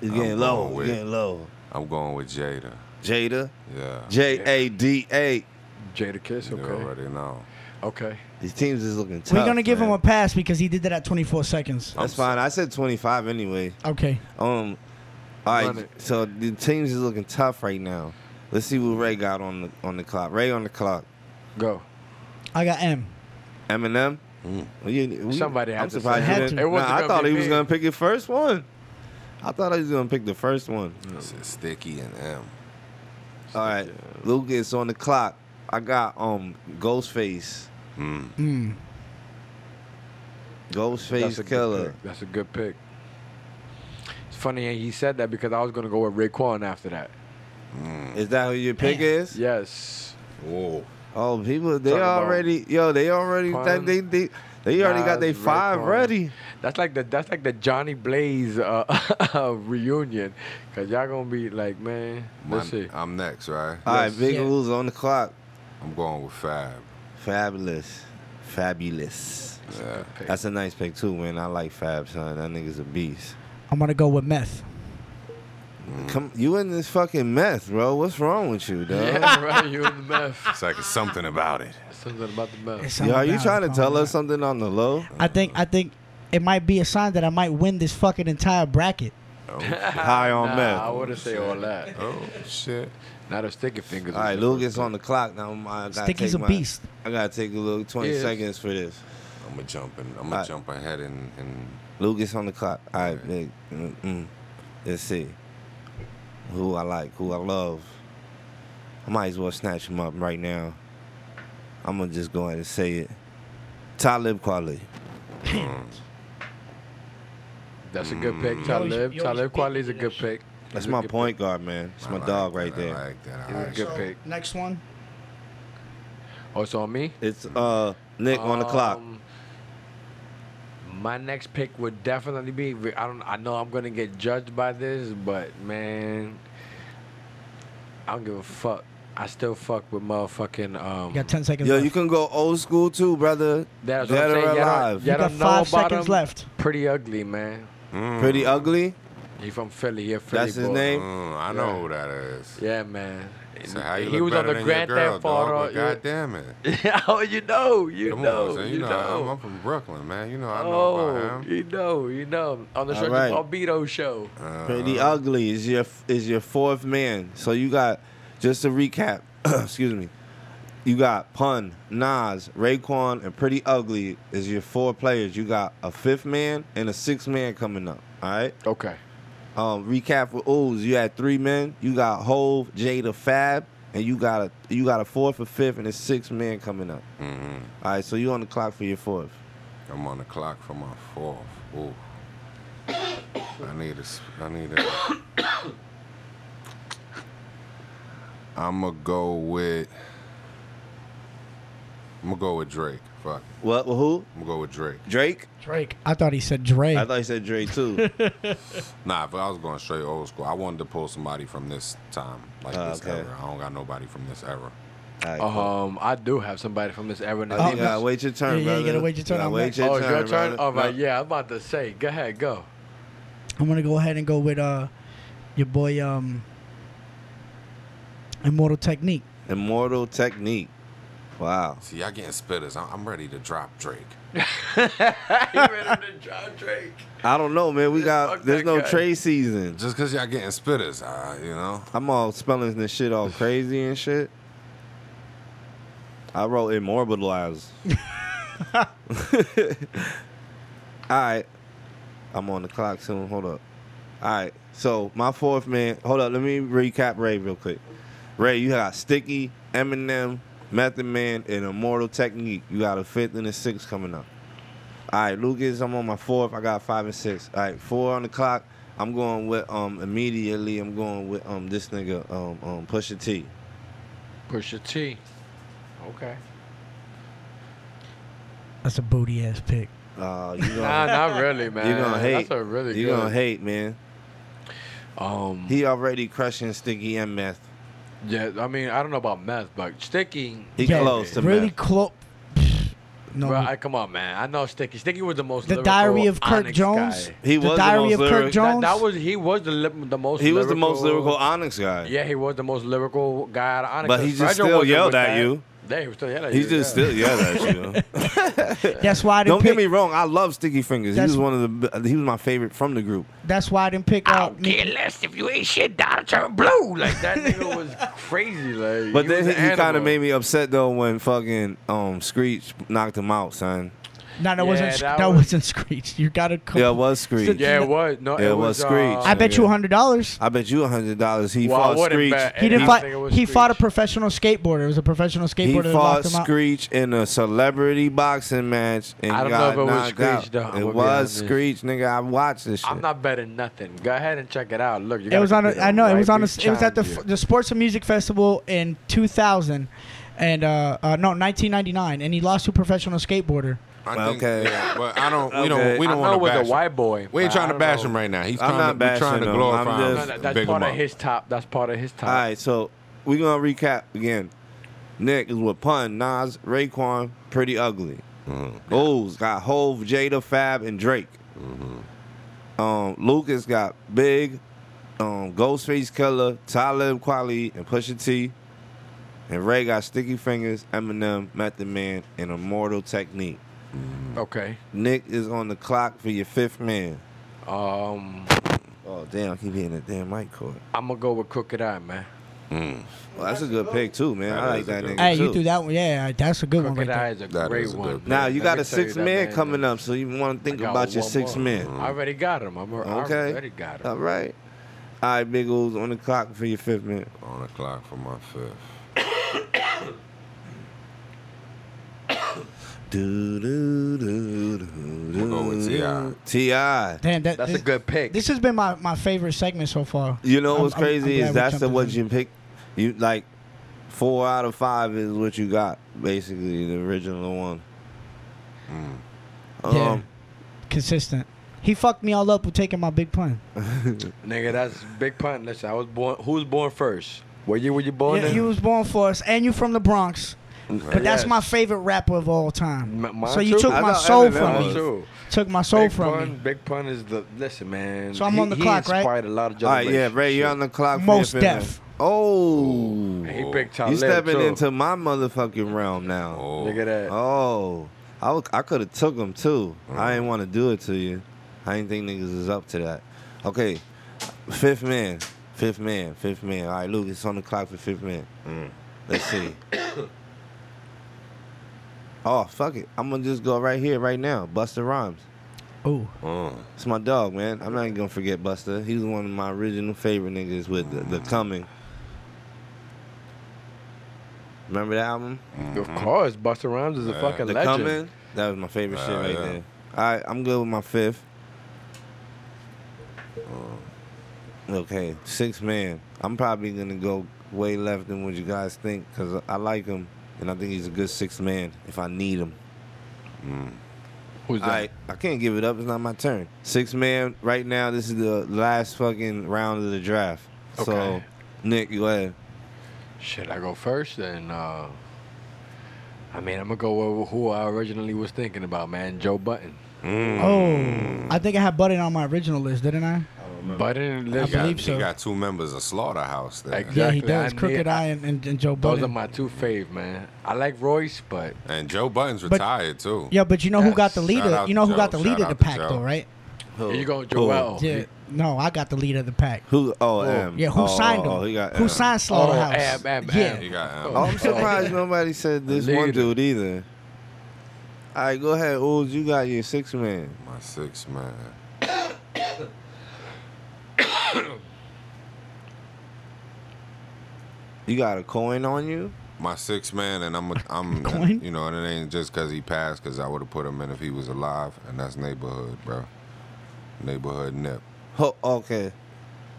it's
I'm
getting
going
low.
with-
It's getting low.
I'm going with Jada.
Jada.
Yeah.
J A D A.
Jada Kiss.
You
Okay.
already know.
Okay.
These teams is looking tough.
We're gonna give
man.
him a pass because he did that at 24 seconds.
That's fine. I said 25 anyway.
Okay,
Um, all
Run
right.
it.
So the teams is looking tough right now. Let's see what Ray got on the on the clock. Ray on the clock.
Go.
I got M.
Eminem. Well, you- we-
Mm. Somebody had
I'm
to say
surprised
it. Had
you didn't.
to. It wasn't
Nah, I
gonna
thought
be
he was
me.
gonna pick his first one. I thought he was gonna pick the first one.
This is Sticky and M.
All right, Lucas on the clock. I got um Ghostface.
Mm,
Mm.
That's a
Ghostface
good
Killer.
pick. That's a good pick. It's funny he said that because I was gonna go with Raekwon after that.
mm.
Is that who your pick is?
Yes.
Whoa.
Oh, people, they
Talking about
already, yo, they already,
Pun,
they, they, they already got their
Nas,
five
Raekwon.
ready.
That's like the that's like the Johnny Blaze uh, reunion, cause y'all gonna be like, man,
My,
let's see.
I'm next, right?
All right, big
Yeah.
rules on the clock.
I'm going with Fab.
Fabulous, fabulous.
Yeah.
That's a nice pick too, man. I like Fab, son. That nigga's a beast.
I'm gonna go with meth.
Mm.
Come, you in this fucking meth, bro? What's wrong with you, dog?
Yeah, right. You in the meth.
It's like it's something about it.
Something about the meth.
It's
Yo, are
something
you
about
trying
it,
to
bro.
tell us something on the low?
I think I think it might be a sign that I might win this fucking entire bracket.
High on
nah,
meth.
I
All
wouldn't say all that.
Oh shit.
Not a sticky fingers.
right, Lucas on the clock now. I gotta
Sticky's
take
a
my-
beast.
I gotta take a little twenty
He is.
seconds for this.
I'm gonna jump in. I'm
All right.
gonna jump ahead and, and
Lucas on the clock. All right, big. Mm-mm. Let's see. Who I like, who I love. I might as well snatch him up right now. I'm gonna just go ahead and say it. Talib Kweli.
That's a
mm,
good pick.
You always-
Talib.
you always
Talib
pick
Kweli is a
that
good pick.
shit.
That's
He's a
my
good
point guard, man. It's
I
my
like
dog
that,
right
I
there.
like that. I
Yeah,
like
good
that.
pick.
Next one.
pick. Oh, it's on me.
It's uh Nick on the clock.
Um, My next pick would definitely be. I don't. I know I'm gonna get judged by this, but man, I don't give a fuck. I still fuck with motherfucking. Um,
You got 10 seconds
Yo,
left.
you can go old school too, brother.
that's what I'm
Dead
saying.
or
Y'all don't-
alive.
y'all
You got
don't know
five
about
seconds
him.
left.
Pretty ugly, man.
Pretty ugly.
He from Philly. He a Philly
That's his
boy.
name?
Mm, I know who that is.
Yeah, man.
So how you
he
look
was on
better
the
than
Grand
your girl,
Theft Auto.
Dog,
yeah.
God damn it.
oh, you know, you
Come
know,
on, son.
you, know.
I'm, I'm from Brooklyn, man. You know I know
oh,
about him.
you know, you know. On the
All
Sergeant
right.
Albedo show.
Uh,
Pretty ugly is your is your fourth man. So you got just to recap. excuse me. You got Pun, Nas, Raekwon, and Pretty Ugly is your four players. You got a fifth man and a sixth man coming up. All right.
Okay.
Um, recap for Ooze. You had three men. You got Hove, Jada, Fab, and you got a you got a fourth, a fifth, and a sixth man coming up.
mhm.
All right. So you on the clock for your fourth.
I'm on the clock for my fourth. Ooh. I need a. s- I need a. I'm gonna go with. I'm gonna go with Drake. Fuck. it.
What? Well, who?
I'm gonna go with Drake.
Drake.
Drake. I thought he said Dre.
I thought you said Drake too.
Nah, if I was going straight old school, I wanted to pull somebody from this time, like
Ah,
Oh,
this
okay.
era. I don't got nobody from this era.
All right, cool.
Um, I do have somebody from this era. in the
Oh, you
business.
gotta wait your turn,
Yeah, yeah,
brother.
you gotta wait your turn
gotta
on
wait
that.
your
oh, it's
turn,
your turn.
brother.
All right.
No.
Yeah, I'm about to say. Go ahead. Go.
I'm gonna go ahead and go with uh your boy um Immortal Technique.
Immortal technique. Wow.
See, y'all getting spitters. I'm, I'm ready to drop Drake.
I don't know, man. We got there's no trade season.
Just because y'all getting spitters, uh, you know?
I'm all spelling this shit all crazy and shit. I wrote immortalized. all right. I'm on the clock soon. Hold up. All right. So, my fourth man. Hold up. Let me recap Ray real quick. Ray, you got Sticky, Eminem, Method Man, and Immortal Technique. You got a fifth and a sixth coming up. All right, Lucas, I'm on my fourth. I got five and six. All right, four on the clock. I'm going with um immediately. I'm going with um this nigga um um Pusha T.
Push your T. Okay.
That's a booty ass pick.
Uh, you
Nah,
gonna
not really, man.
you gonna hate?
That's a really
you
good.
gonna hate, man.
Um,
He already crushing Sticky and Meth.
yeah, I mean, I don't know about meth, but Sticky.
He
Yeah,
close to
really
Meth.
close. No,
Bro, I, come on, man. I know Sticky. Sticky was the most.
the
lyrical,
Diary of Kirk
honest
Jones.
guy.
He
the
was the
Diary
most
of Kirk
lyric-
That,
Jones.
that was he was the li- the most.
He was the most lyrical Onyx guy.
Yeah, he was the most lyrical guy out of Onyx.
But he just still
wasn't
yelled
with
at
that.
you.
Yeah, he was still yelled at
He
you.
just still yelled at you.
that's why I didn't
Don't
pick.
get me wrong. I love Sticky Fingers. He
That's-
was one of the. He was my favorite from the group.
that's why I didn't pick uh, out.
Don't care less if you ain't shit, Donald turn blue. Like that nigga was crazy. Like,
But
he
then
was
he,
an
kind
animal.
of made me upset though when fucking um Screech knocked him out, son.
No, that
Yeah,
wasn't. Sc-
that
That
was-
wasn't Screech. You gotta. Come.
Yeah, it was Screech.
Yeah, it was. No,
Yeah,
it,
it was
was.
Screech.
uh,
I bet you a hundred dollars.
I bet you a hundred dollars. He
Well, I
fought
wouldn't
Screech.
bet.
He didn't
I
fight.
think it
He
was
fought a
Screech.
professional skateboarder. It was a professional skateboarder.
He
that
fought
locked him out.
Screech in a celebrity boxing match and
I don't know
got
if it was
knocked
Screech,
out.
though. I'm gonna
It
be
was
honest.
Screech, nigga. I watched this shit.
I'm not betting nothing. Go ahead and check it out. Look, you
It was on. A, I know it was on. A, it was at the f-
F-
the Sports and Music Festival in 2000, and uh, uh no 1999, and he lost to a professional skateboarder.
I
Okay.
yeah, but I don't. We
Okay.
don't. We
I know
don't want
it
to
was
bash.
a
him.
white boy.
We
but
ain't trying
I
to
don't
bash
know.
him right now. He's
I'm
trying
not
to, we're
bashing
trying to
him.
glorify
I'm
him.
just-
No, no, that's
Big
part
him
of
up.
his top. That's part of his top.
All right, so we gonna recap again. Nick is with Pun, Nas, Raekwon, Pretty Ugly.
Mm-hmm.
O's got Hove, Jada, Fab, and Drake.
Mm-hmm.
Um, Lucas got Big, um, Ghostface Killer, Talib Kweli, and Pusha T. And Ray got Sticky Fingers, Eminem, Method Man, and Immortal Technique.
Okay.
Nick is on the clock for your fifth man.
Um,
Oh damn! I keep hitting that damn mic cord.
I'm gonna go with Crooked Eye, man.
Well, that's a good pick too, man.
That
I like
is a
that
good
nigga
one.
Hey,
too.
you threw that one. Yeah, that's a good one. Right
Crooked Eye
there.
is a
That
great
is a good
one.
pick.
Now you
Let
got
me
a
tell you
six
that,
man
man,
coming
that-
up, so you want to
I
think
got
about your
one
six
more.
men.
I already got him. I'm, I
Okay.
already got him.
All right. All right, big O's on the clock for your fifth man.
On the clock for my fifth.
Do, do, do, do,
We'll go with T.I..
T.I.
Damn, that,
That's
this,
a good pick.
This has been my, my favorite segment so far.
You know
I'm-
what's
I'm- I'm
crazy
glad
is
we
that's
jumped
the
in
what
there.
you pick. You like four out of five is what you got basically the original one.
Yeah.
Um,
consistent. He fucked me all up with taking my big pun.
Nigga, that's big pun. Listen, I was born. Who was born first? Were you? Were you born?
Yeah,
in? Mm,
you was born for us, and you from the Bronx. But that's
Yes.
my favorite rapper of all time.
M- mine
so you
too.
took
I
my
thought
soul
Eminem
from
was.
me.
too.
Took my soul
big
from
pun,
me.
Big pun is the listen, man.
So I'm
he-
on the
he
clock, right?
inspired a lot of
all right, yeah,
generations.
Ray, you're on the clock. for
Most
your fifth man.
deaf.
Oh,
He picked Talib
you stepping
too.
into my motherfucking realm now.
Oh,
Look at that.
Oh, I, wa- I could have took him too. I didn't want to do it to you. I didn't think niggas was up to that. Okay, fifth man, fifth man, fifth man. All right, Lucas on the clock for fifth man. Let's see. oh fuck it, I'm gonna just go right here, right now. Buster Rhymes.
Ooh,
Mm.
It's my dog, man. I'm not even gonna forget Buster. He was one of my original favorite niggas with the, the coming. Remember that album?
Of course, Buster Rhymes is a
Yeah.
fucking
Oh. The
legend.
Coming. That was my favorite shit
Hell
right
yeah.
there. All right, I'm good with my fifth. Uh, Okay, six man. I'm probably gonna go way left than what you guys think because I like him and I think he's a good six man if I need him.
Who's that?
All right, I can't give it up. It's not my turn. Six man. Right now, this is the last fucking round of the draft. So,
Okay.
Nick, go ahead.
Should I go first? And uh, I mean, I'm gonna go with who I originally was thinking about, man. Joe Button.
oh! I think I had Button on my original list, didn't
I
I?
don't
remember.
But in,
He
I
got,
listen,
believe
he
so.
got two members of Slaughterhouse there.
Exactly.
Yeah, he
Exactly.
does.
I
Crooked
need-
Eye and, and, and Joe
those are
Budden.
my two fave, man. I like Royce, but
And Joe Button's retired too.
Yeah, but you know who got the
Shout
leader?
out
You know
to
who got
Joe.
the leader
Shout
of the
out to Joe.
pack, though, right?
Who?
here you go,
Who?
Joel.
Yeah. No, I got the leader of the pack.
Who? Oh, M.
Yeah, who
Oh,
signed him?
oh, he got
who
M.
signed
Oh,
Slaughterhouse?
ab, ab,
yeah.
ab.
He got um,
Oh, I'm surprised nobody said this one
Leader.
dude either. All right, go ahead, Oz. You got your six man.
my six man.
You got a coin on you?
my six man, and I'm, a, I'm,
Coin?
you know, and it ain't just because he passed, because I would have put him in if he was alive, and that's neighborhood, bro. Neighborhood nip.
Oh, okay.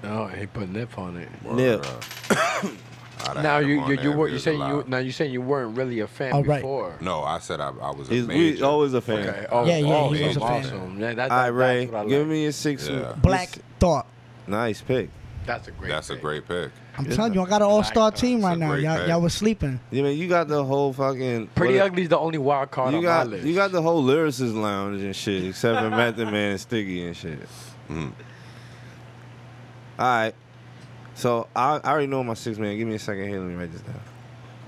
Oh, he put nip on it.
Nip.
Bruh. I'd have
Now
had him
you
on
you,
there
you
if
were
he
you
was
saying you
alive.
now you saying you weren't really a fan
Oh, right.
before.
No, I said I, I was a
He's we
major.
always a fan.
Okay. Oh,
Yeah, yeah,
oh,
he was a fan.
awesome. Yeah, that,
All right,
that-
Ray.
That's what I like.
Give me your six.
Yeah.
Black Thought.
Nice pick.
That's a great.
That's a
pick.
great pick.
I'm telling you, I got an all star team
It's a
right now.
great
Y'all,
pack.
y'all was sleeping.
You mean you got the whole fucking
Pretty
what-
ugly's the only wild card
You
on
got
my list.
you got the whole lyricist lounge and shit, except for Method Man and Sticky and shit. Mm. All right, so I, I already know my six man. Give me a second here. Let me write this down.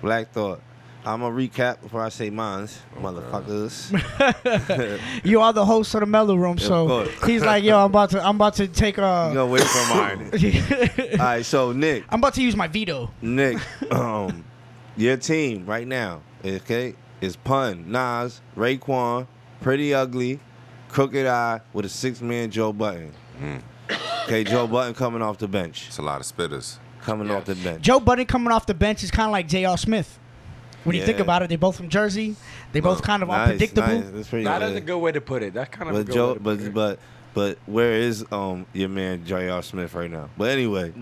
Black Thought. I'm gonna recap before I say mines, motherfuckers.
You are the host of the Mellow Room, so
course.
he's like, yo, I'm about to, I'm about to take
you
a.
gonna wait for mine. All right, so Nick,
I'm about to use my veto.
Nick, um, your team right now, okay, is Pun, Nas, Raekwon, Pretty Ugly, Crooked Eye with a six man Joe Button.
Mm.
Okay, Joe Button coming off the bench.
It's a lot of spitters.
Coming off the bench.
Joe Budden coming off the bench is kind of like J.R. Smith. When you think
Yeah.
about it, they both from Jersey. They both kind of
Nice,
unpredictable.
nice. That's pretty
Nah, that's
good.
a good way to put it. That's kind of a
But
good
Joe,
way to put
but
it.
but but where is um your man J.R. Smith right now? But anyway,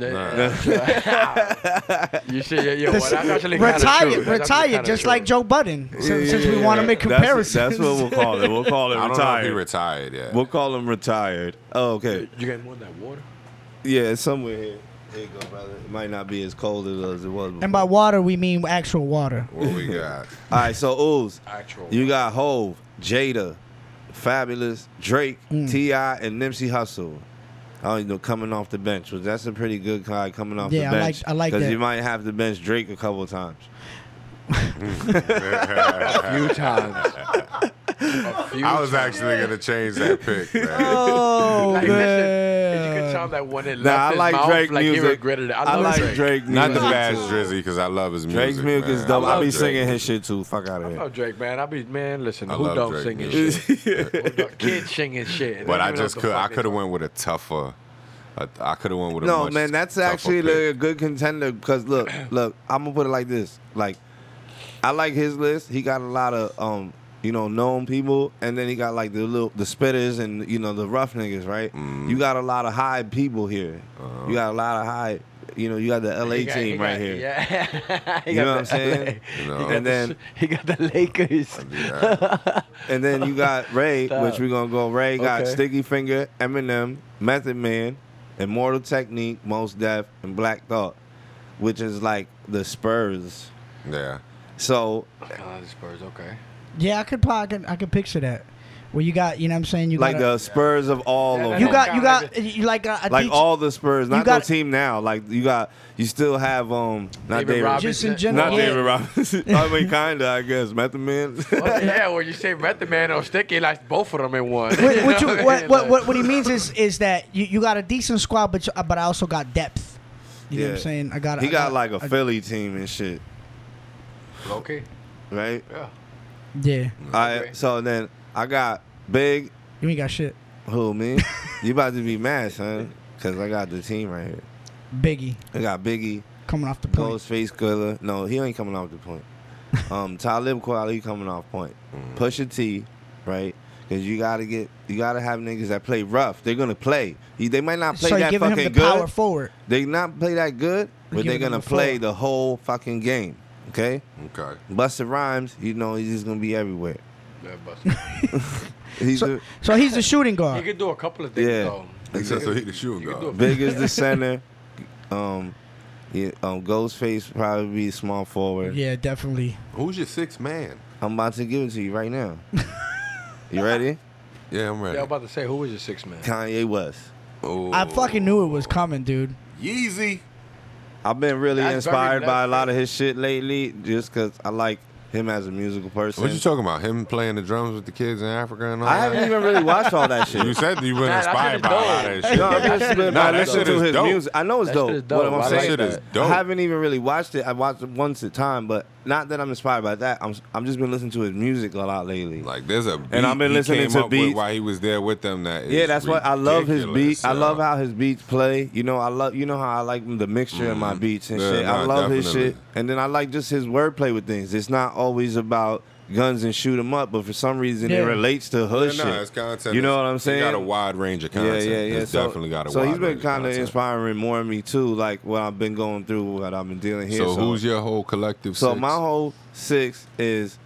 Yeah. you should. Yeah, yeah, well, that's actually kinda true.
Retired,
That's actually
retired,
kinda
just
true.
like Joe Budden. Since, since we want to make
That's-
comparisons,
That's, what we'll call it. We'll call it
I don't know if he
retired.
retired yet.
we'll call him retired. Oh, okay.
You got more than that water.
Yeah, it's somewhere here. There you go, brother. It might not be as cold as it was. Before.
and by water we mean actual water.
what we got?
All right, so Ooze,
Actual.
you got Hove, Jada, Fabulous, Drake,
Mm.
T.I., and Nipsey Hussle. I don't even know coming off the bench, which that's a pretty good guy coming off
Yeah, I
the
like-
bench.
I like
because
that.
you might have to bench Drake a couple of times.
a few times. a few
I was
times.
actually gonna change that pick, man.
Oh
Like, listen, you
man,
can tell that when it left
Nah, I
his
like
mouth,
Drake
like
music.
he regretted it. I,
I
love
like
Drake.
Drake music.
Not the
too.
Fast Drizzy, because I love his music.
Drake's music
man.
is dope. I,
love
be
Drake.
singing his shit too. Fuck out of
I
here.
love Drake, man. I be man. Listen,
I
who
love
don't
Drake
sing his
music.
shit? Who don't- Kids sing his shit.
But
They
I
don't know
just
what the
could.
fuck
I
they
could have
talking
went with a tougher. I, I could have went with a
No,
much
man, that's
tougher
actually
pick.
like, a good contender because look, look, I'm gonna put it like this: like, I like his list. He got a lot of um, you know, known people, and then he got like the little the spitters and you know the rough niggas, right?
Mm-hmm.
You got a lot of high people here. You got a lot of high, you know, you got the LA
Uh-huh. He got- he
team right
got-
here.
Yeah. He
You
got
know what I'm
the
saying?
LA.
You know.
He got
And
the-
then-
he got the Lakers.
Yeah.
And then you got Ray,
Stop.
which we're gonna go. Ray got
Okay.
Sticky Finger, Eminem, Method Man, Immortal Technique, Most Def, and Black Thought, which is like the Spurs.
yeah.
So
God, the Spurs. Okay.
yeah, I could, probably- I could, I could picture that. Well, you got, you know, what I'm saying, you
like
got,
the Spurs of all
Yeah,
of
that-
them.
a, you got, you
Like
got, you like, uh,
like
Adichie-
all the Spurs, not no
got-
team now. Like you got, you still have um not
David
David,
Robinson.
just in
Not
general.
not
yeah.
David Robinson. I mean, kinda, I guess. Method Man.
Well, Oh, yeah, when you say Method Man or Sticky, like both of them in one.
What, what,
You
you,
know I
what,
mean?
what, what, what he means is, is that you, you got a decent squad, but you, uh, but I also got depth. You know what I'm
Yeah.
saying? I got.
he
I
got like a Philly team and shit,
Like, okay.
right?
Yeah.
Yeah,
All right. So then I got Big.
you ain't got shit.
Who me? you about to be mad, son? Cause I got the team right here.
Biggie
I got Biggie,
coming off the point.
Ghostface Killer. No, he ain't coming off the point. Um, Talib Kweli he coming off point.
Mm-hmm.
Pusha T, right? Because you gotta get, you gotta have niggas that play rough. They're gonna play. He- They might not play
So you're
that
giving
fucking
him the
good.
power forward.
They not play that good, but
giving
they're
them
gonna
the
play
floor.
the whole fucking game. Okay,
Okay.
Busta Rhymes, you know he's just gonna be everywhere.
Yeah, Busta.
He's
So,
the
so he's the shooting
he
guard.
could do a couple of things
Yeah.
though.
He said so he the shooting
You could do
guard.
a-
big as the center. Um, yeah, um, Ghostface probably be small forward.
Yeah, definitely.
Who's your sixth man?
I'm about to give it to you right now. you ready?
Yeah, I'm ready.
Yeah, I'm about to say who was your six man?
Kanye West.
I fucking knew it was coming, dude.
Yeezy.
I've been really
That's very
inspired by a
left-handed.
lot of his shit lately, just because I like him as a musical person.
What you talking about? Him playing the drums with the kids in Africa and all
I
that?
haven't even really watched all that shit.
You said you were
Nah, that
inspired
shit
by a
is dope.
lot of that shit.
No, I've been inspired by
Nah, that
listening
shit
to
is
his
dope.
music. I know it's
That
dope.
shit is
What I'm
dope. I
saying
like
That shit is
that.
dope.
I haven't even really watched it. I watched it once at a time, but not that I'm inspired by that. I'm I'm just been listening to his music a lot lately.
Like there's a beat
And I've been
he
listening
came
to
up with
beats.
while he was there with them. That is
yeah, that's what I love his
ridiculous,
beats. I love
uh,
how his beats play. You know, I love you know how I like the mixture in my beats and
Mm-hmm. Yeah,
shit. I
nah,
love his
definitely.
shit, and then I like just his wordplay with things. It's not always about guns and shoot 'em up, but for some reason
Yeah.
it relates to hood
Yeah,
shit.
nah, it's content.
You know
is-
what I'm saying?
He got a wide range of content.
Yeah, yeah, yeah.
It's
so,
definitely got a
so
wide
he's been
range
kind of
content.
inspiring more in me too, like what I've been going through, what I've been dealing here.
So who's your whole collective?
So
six?
my whole six is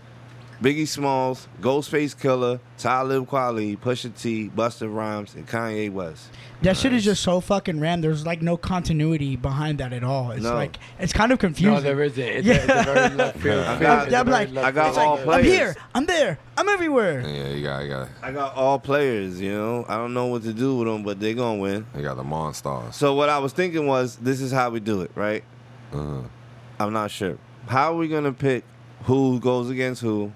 Biggie Smalls, Ghostface Killer, Talib Kweli, Pusha T, Busta Rhymes, and Kanye West.
That shit is just so fucking ram. There's like no continuity behind that at all. It's
No.
like it's kind of confusing.
No, there isn't. It's,
Yeah.
yeah. a, it's a very left field.
I
I
got-
I'm like-
I got
It's
all
like, I'm
players.
here, I'm there, I'm everywhere.
Yeah, you got, you got,
I got all players, you know. I don't know what to do with them, but they're gonna win.
you got the monsters.
So what I was thinking was, this is how we do it, right?
Uh,
I'm not sure. How are we gonna pick who goes against who?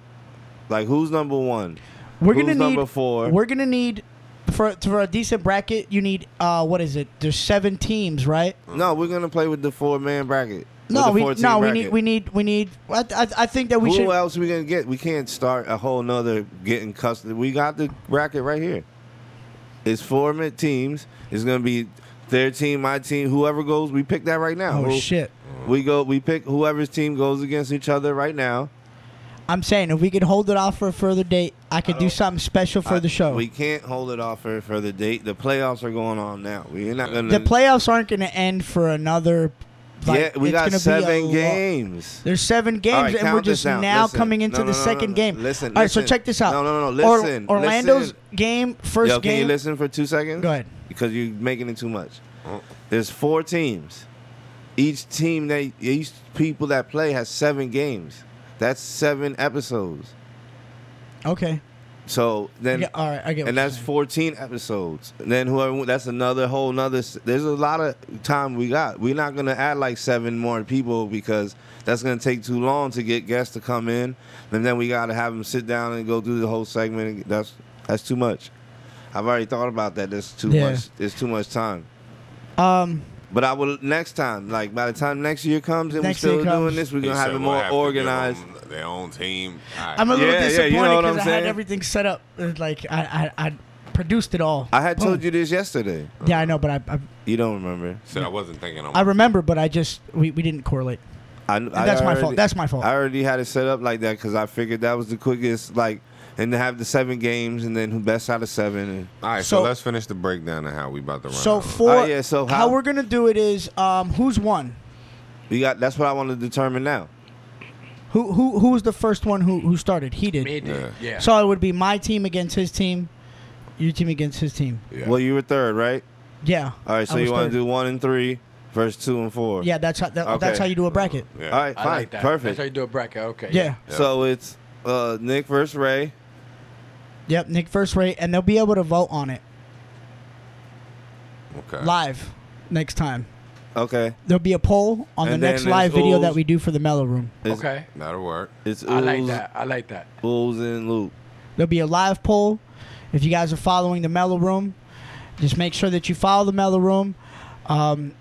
Like who's number one?
We're
Who's
gonna need.
number four?
We're gonna need for for a decent bracket. You need uh, what is it? There's seven teams, right?
No, we're gonna play with the four man bracket. with
No,
the
we
14
no, we
bracket.
need we need we need. I, I, I think that we
Who
should.
else we gonna get? We can't start a whole nother getting custody. We got the bracket right here. It's four mid teams. It's gonna be their team, my team, whoever goes. We pick that right now.
oh
Who-
shit!
We go. We pick whoever's team goes against each other right now.
I'm saying if we could hold it off for a further date, I could do something special for
I-
the show.
we can't hold it off for for the date. The playoffs are going on now. We're not gonna.
the playoffs aren't gonna end for another.
yeah,
like,
we
it's
got
gonna be a
seven
lo-
games.
There's seven
All
games,
right,
and we're
count this
just
down.
now
Listen.
coming into
No, no,
the
no, no,
second
no.
game.
Listen,
All right, so
listen.
check this out.
No, no, no, no,
Or-
listen,
Orlando's
listen.
game, first
Yo, can
game.
you listen for two seconds?
Go ahead.
Because you're making it too much. There's four teams. Each team that each people that play has seven games. That's seven episodes.
Okay.
So then,
Yeah, all right, I get what
and
you're
that's
saying.
14 episodes. And then whoever that's another whole another. There's a lot of time we got. We're not gonna add like seven more people because that's gonna take too long to get guests to come in. And then we gotta have them sit down and go through the whole segment. That's that's too much. I've already thought about that. That's too
Yeah.
much. It's too much time.
Um,
But I will next time. Like by the time next year comes and
Next
we're
year
still doing
comes.
this, we're
he
gonna
said
have it
we'll
more
to give
organized.
them Their own team. Alright.
I'm a little
Yeah, yeah, you
disappointed
know what I'm
because I had
saying?
everything set up. uh, Like I, I, I produced it all.
I had
Boom.
told you this yesterday.
Yeah, I know, but I, I,
You don't remember.
Said I wasn't thinking.
I
I'm,
remember, but I just we, we didn't correlate.
I, I
That's my
already-
fault. That's my fault.
I already had it set up like that because I figured that was the quickest. Like, and to have the seven games and then who best out of seven. And,
all right, so,
so-
let's finish the breakdown of how we about to run.
So four.
Oh, yeah, so how-
we're gonna do it is um who's one?
we got. That's what I want to determine now.
Who who who was the first one who who started? He did.
Me
Yeah.
did. Yeah.
So it would be my team against his team, your team against his team.
Yeah.
Well, you were third, right?
Yeah.
All right. So
I was
you want
third.
to do one and three versus two and four.
Yeah, that's how that,
Okay.
that's how you do a bracket.
yeah.
All right.
I
Fine.
like that. That's
Perfect.
how you do a bracket. Okay.
Yeah.
So it's uh, Nick versus Ray.
Yep. Nick first rate, and they'll be able to vote on it
Okay.
live next time.
Okay.
There'll be a poll on
And
the
then
next
there's
live video that
Ooze.
we do for the Mellow Room.
It's,
Okay.
That'll work.
It's ooze,
I like that. I like that.
ooze and loop.
There'll be a live poll. If you guys are following the Mellow Room, just make sure that you follow the Mellow Room. Um,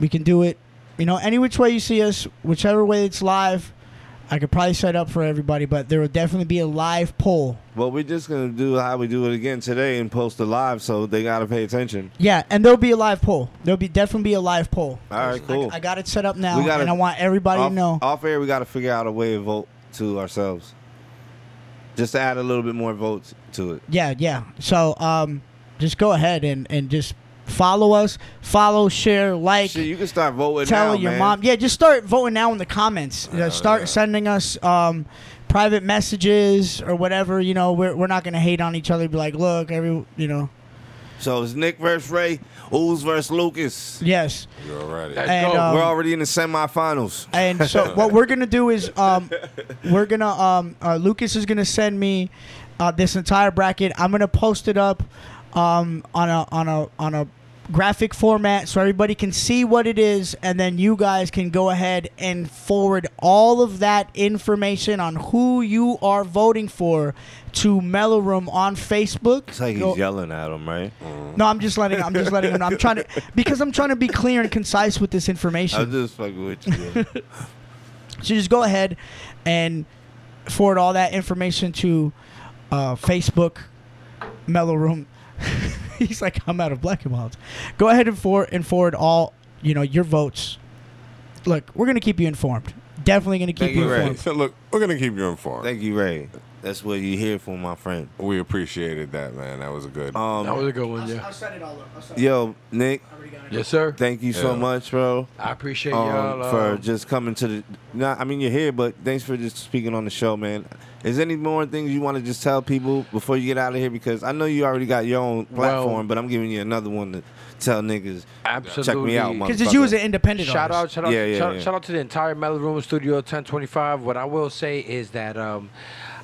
we can do it, you know, any which way you see us, whichever way it's live. I could probably set up for everybody, but there will definitely be a live poll.
But we're just gonna do how we do it again today and post it live, so they gotta pay attention.
Yeah, and there'll be a live poll. There'll be definitely be a live poll.
All right. Cool.
I got it set up now,
We gotta-
and I want everybody
off,
to know.
Off air, we got to figure out a way to vote to ourselves. Just to add a little bit more votes to it.
Yeah, yeah. So, um, just go ahead and and just follow us, follow, share, like.
Shit, you can start voting
tell
now,
your
man.
mom. Yeah, just start voting now in the comments. You know, start sending us um, private messages or whatever. You know, we're, we're not gonna hate on each other. Be like, look, every you know,
So it's Nick versus Ray, Ooze versus Lucas.
yes.
You're already.
Let's
And,
go.
um,
We're already in the semifinals.
And so what we're gonna do is um, we're gonna um, uh, Lucas is gonna send me uh, this entire bracket. I'm gonna post it up um, on a on a on a graphic format so everybody can see what it is and then you guys can go ahead and forward all of that information on who you are voting for to Mellow Room on Facebook.
It's like he's
Go-
yelling at him, right?
no, I'm just letting I'm just letting him know. I'm trying to because I'm trying to be clear and concise with this information.
I'm just fucking with you. yeah.
So just go ahead and forward all that information to uh, Facebook, Mellow Room. He's like, I'm out of black and wilds. Go ahead and forward and forward all you know your votes. Look, we're gonna keep you informed. Definitely gonna keep
Thank
you
you, Ray.
informed.
So look, we're gonna keep you informed.
Thank you, Ray. That's what you here for, my friend.
we appreciated that, man. That was a good.
Um,
That was a good one, yeah.
set it all up. I'll set
yo, Nick,
Yes, sir.
thank you so
Yeah.
much, bro.
I appreciate
Um,
y'all. Uh,
for just coming to the. Not, I mean, you're here, but thanks for just speaking on the show, man. Is any more things you want to just tell people before you get out of here? Because I know you already got your own platform, but I'm giving you another one to tell niggas.
uh, absolutely.
Check me out,
Because you was an independent
Shout out,
artist.
shout out,
Yeah, yeah,
shout,
yeah.
shout out to the entire Mellow Room Studio 1025. What I will say is that um,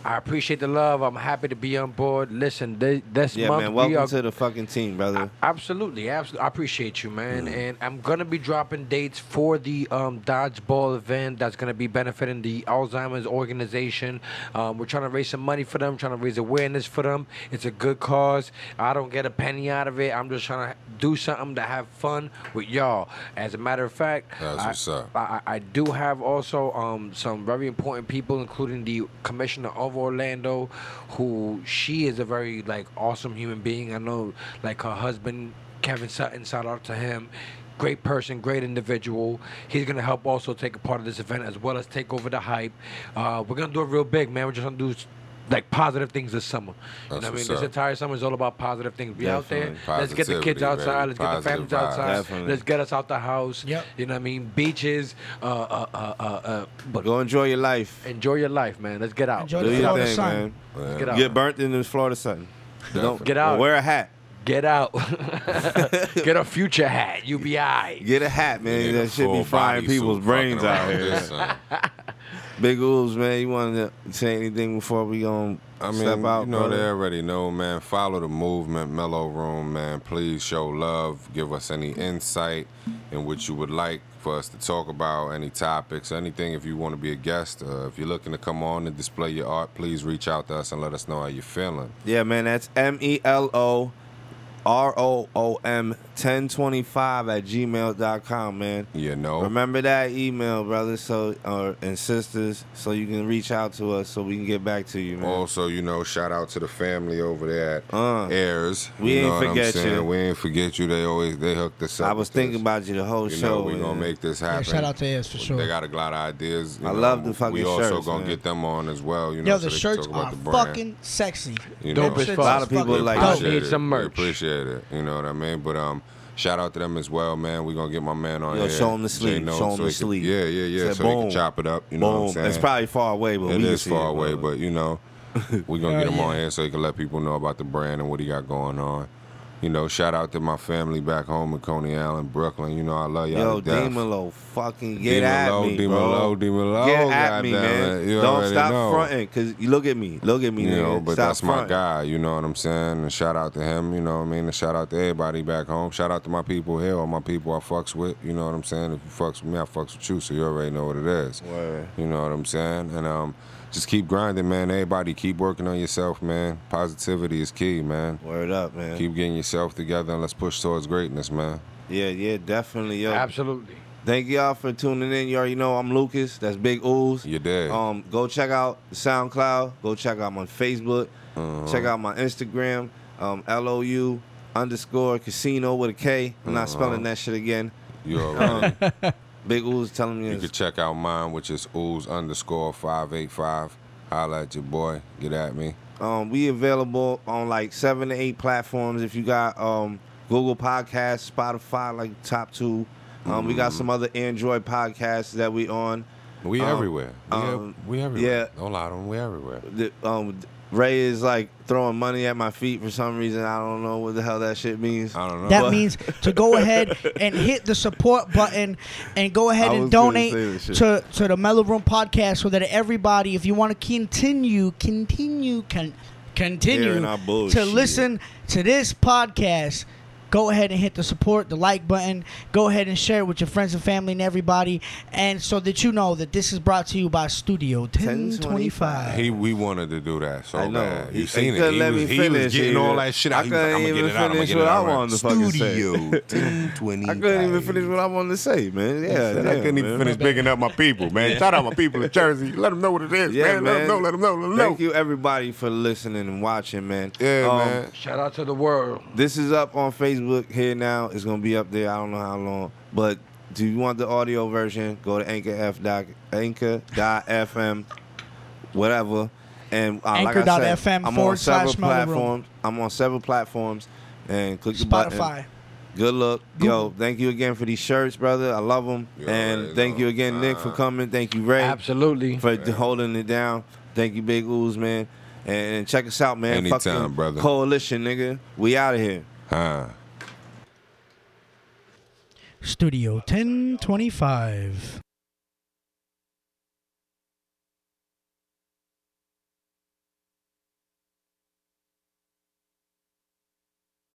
I appreciate the love. I'm happy to be on board. Listen, th- this
Yeah,
month
man.
we
Welcome
are
to the fucking team, brother.
Absolutely, absolutely. I appreciate you, man. And I'm gonna be dropping dates for the um, dodgeball event that's gonna be benefiting the Alzheimer's organization. Um, we're trying to raise some money for them, trying to raise awareness for them. It's a good cause. I don't get a penny out of it. I'm just trying to do something to have fun with y'all. As a matter of fact,
That's
I-
what's up.
I, I I do have also um, some very important people, including the commissioner of Orlando, who she is a very like awesome human being. I know like her husband Kevin Sutton. Shout out to him. Great person, great individual. He's gonna help also take a part of this event as well as take over the hype. Uh, we're gonna do it real big, man. We're just gonna do like positive things this summer. you
That's
know what I mean?
what's
This
up.
entire summer is all about positive things. Be out there.
Definitely.
Let's get the kids
Positivity,
outside.
baby.
Let's get
Positive
the
vibes.
families outside.
Definitely.
Let's get us out the house.
Yep.
You know what I mean? Beaches. Uh, uh, uh, uh, uh, but
Go enjoy your life.
enjoy your life, man. Let's get out.
Enjoy
Do
the
your
Florida
thing,
sun.
man.
Yeah.
Get out.
Get burnt in this Florida sun. Don't
Definitely.
Get out.
Wear a hat.
Get out. get a future hat. You be alright.
Get a hat, man.
Yeah,
that should be
full
frying
body
people's
suit
brains
fucking
out
around with
here.
this, son.
Big Ools, man. You want to say anything before we gonna
I mean,
step out?
you know,
brother?
they already know, man. Follow the movement, Mellow Room, man. Please show love. Give us any insight in what you would like for us to talk about, any topics, anything. If you want to be a guest, uh, if you're looking to come on and display your art, please reach out to us and let us know how you're feeling.
Yeah, man. That's M E L O R O O M 1025 at gmail.com, man.
You know,
Remember that email, brother, so or and sisters, so you can reach out to us so we can get back to you, man.
Also, you know, shout out to the family over there at
Uh,
Airs.
we
you
ain't
know what I'm
forget you.
saying? We ain't forget you. They always they hooked us up.
I was
with
thinking
this.
about you the whole
You
show.
know, we gonna
man.
make this
Yeah,
happen.
shout out to Ayers for sure.
They got a lot of ideas. you
I
know.
love the fucking
We also
shirts,
gonna
man.
get them on as well. You know,
Yo,
so
the
they can
shirts
talk about
are
the brand.
fucking sexy.
You
Dope
know,
as fuck.
A lot of people
Fucking
like that
dope.
we appreciate
shit.
Need some
it.
merch.
We appreciate it. You know what I mean? But um, shout out to them as well, man. We gonna get my man on
Yo,
here.
show 'em the
Jay
sleeve,
Notes,
show 'em
so
the
he can-
sleeve.
Yeah, yeah, yeah.
Said
So they can
boom.
chop it up. You know what I'm
Boom.
saying?
It's probably far away, but
It
we can
is
see
far
it,
away,
brother.
but you know, we're gonna get him on here so he can let people know about the brand and what he got going on. You know, shout out to my family back home in Coney Island, Brooklyn. You know, I love y'all.
Yo,
to death.
Demolo, fucking
Demon
get at
low,
me,
Demon
bro.
low, Demon low.
Get at me,
goddamn
man.
it. You
Don't
already
stop
know.
fronting, cause you look at me, look at me,
You
nigga.
know, but
stop
that's my
fronting.
guy. You know what I'm saying? And shout out to him. You know what I mean? And shout out to everybody back home. Shout out to my people here, all my people I fucks with. You know what I'm saying? If you fucks with me, I fucks with you. So you already know what it is.
Word.
You know what I'm saying? And um, just keep grinding, man. Everybody, keep working on yourself, man. Positivity is key, man.
Word up, man.
Keep getting yourself together and let's push towards greatness, man.
yeah, yeah, definitely, yo.
Absolutely.
Thank y'all for tuning in. You already know I'm Lucas. That's Big Ooze.
You're dead.
Um, go check out SoundCloud. Go check out my Facebook. Check out my Instagram. Um, L O U underscore casino with a K. I'm not spelling that shit again.
you already.
Big Ooze telling me
You can check out mine, which is ooze underscore five eight five. Holla at your boy. Get at me.
Um, we available on like seven to eight platforms. If you got um, Google Podcasts, Spotify, like top two. Um, We got some other Android podcasts that we on.
We
Um,
everywhere. We, ev-
um,
we everywhere.
yeah.
Don't lie to them. We everywhere.
The, um, Ray is like throwing money at my feet for some reason. I don't know what the hell that shit means.
I don't know.
That
But-
means to go ahead and hit the support button and go ahead
I
and
was gonna
donate
say this shit.
to, to the Mellow Room podcast so that everybody, if you want to continue, continue, can continue
Hearing our
to
bullshit.
listen to this podcast, go ahead and hit the support, the like button. Go ahead and share it with your friends and family and everybody, and so that you know that this is brought to you by Studio Ten Twenty
1025.
Five.
He we wanted to do that so
I know.
bad.
He-
You seen
he
it?
couldn't
He
let
was,
me
he was
finish
getting
it.
all that shit out.
I
He was like,
couldn't
I'm gonna get
even
it out. I'm gonna
finish
get it
what I
out.
wanted to fucking say.
Studio 1020.
I couldn't even finish what I wanted to say, man. Yeah,
I
damn,
couldn't even
man.
finish bigging up my people, man. Shout out my people in Jersey. Let them know what it is,
Yeah, man.
man. Let them know. Let them know. Let them know.
Thank you everybody for listening and watching, man.
Yeah,
Um,
man.
Shout out to the world.
This is up on Facebook here now. It's gonna be up there. I don't know how long, but do you want the audio version? Go to Anchor F doc, Anchor.fm, whatever. And uh, like I said,
Anchor.fm
I'm on
forward slash
several
Mellow Room.
platforms. I'm on several platforms, and click the button.
Spotify.
Good luck, yo. Thank you again for these shirts, brother. I love them,
You already
and thank
know.
you again, Nick, for coming. Thank you, Ray,
Absolutely.
for holding it down. Thank you, Big Ooze, man. And, and check us out, man.
Anytime,
Fucking
brother.
Coalition, nigga. We out of here.
Huh.
Studio Ten Twenty Five.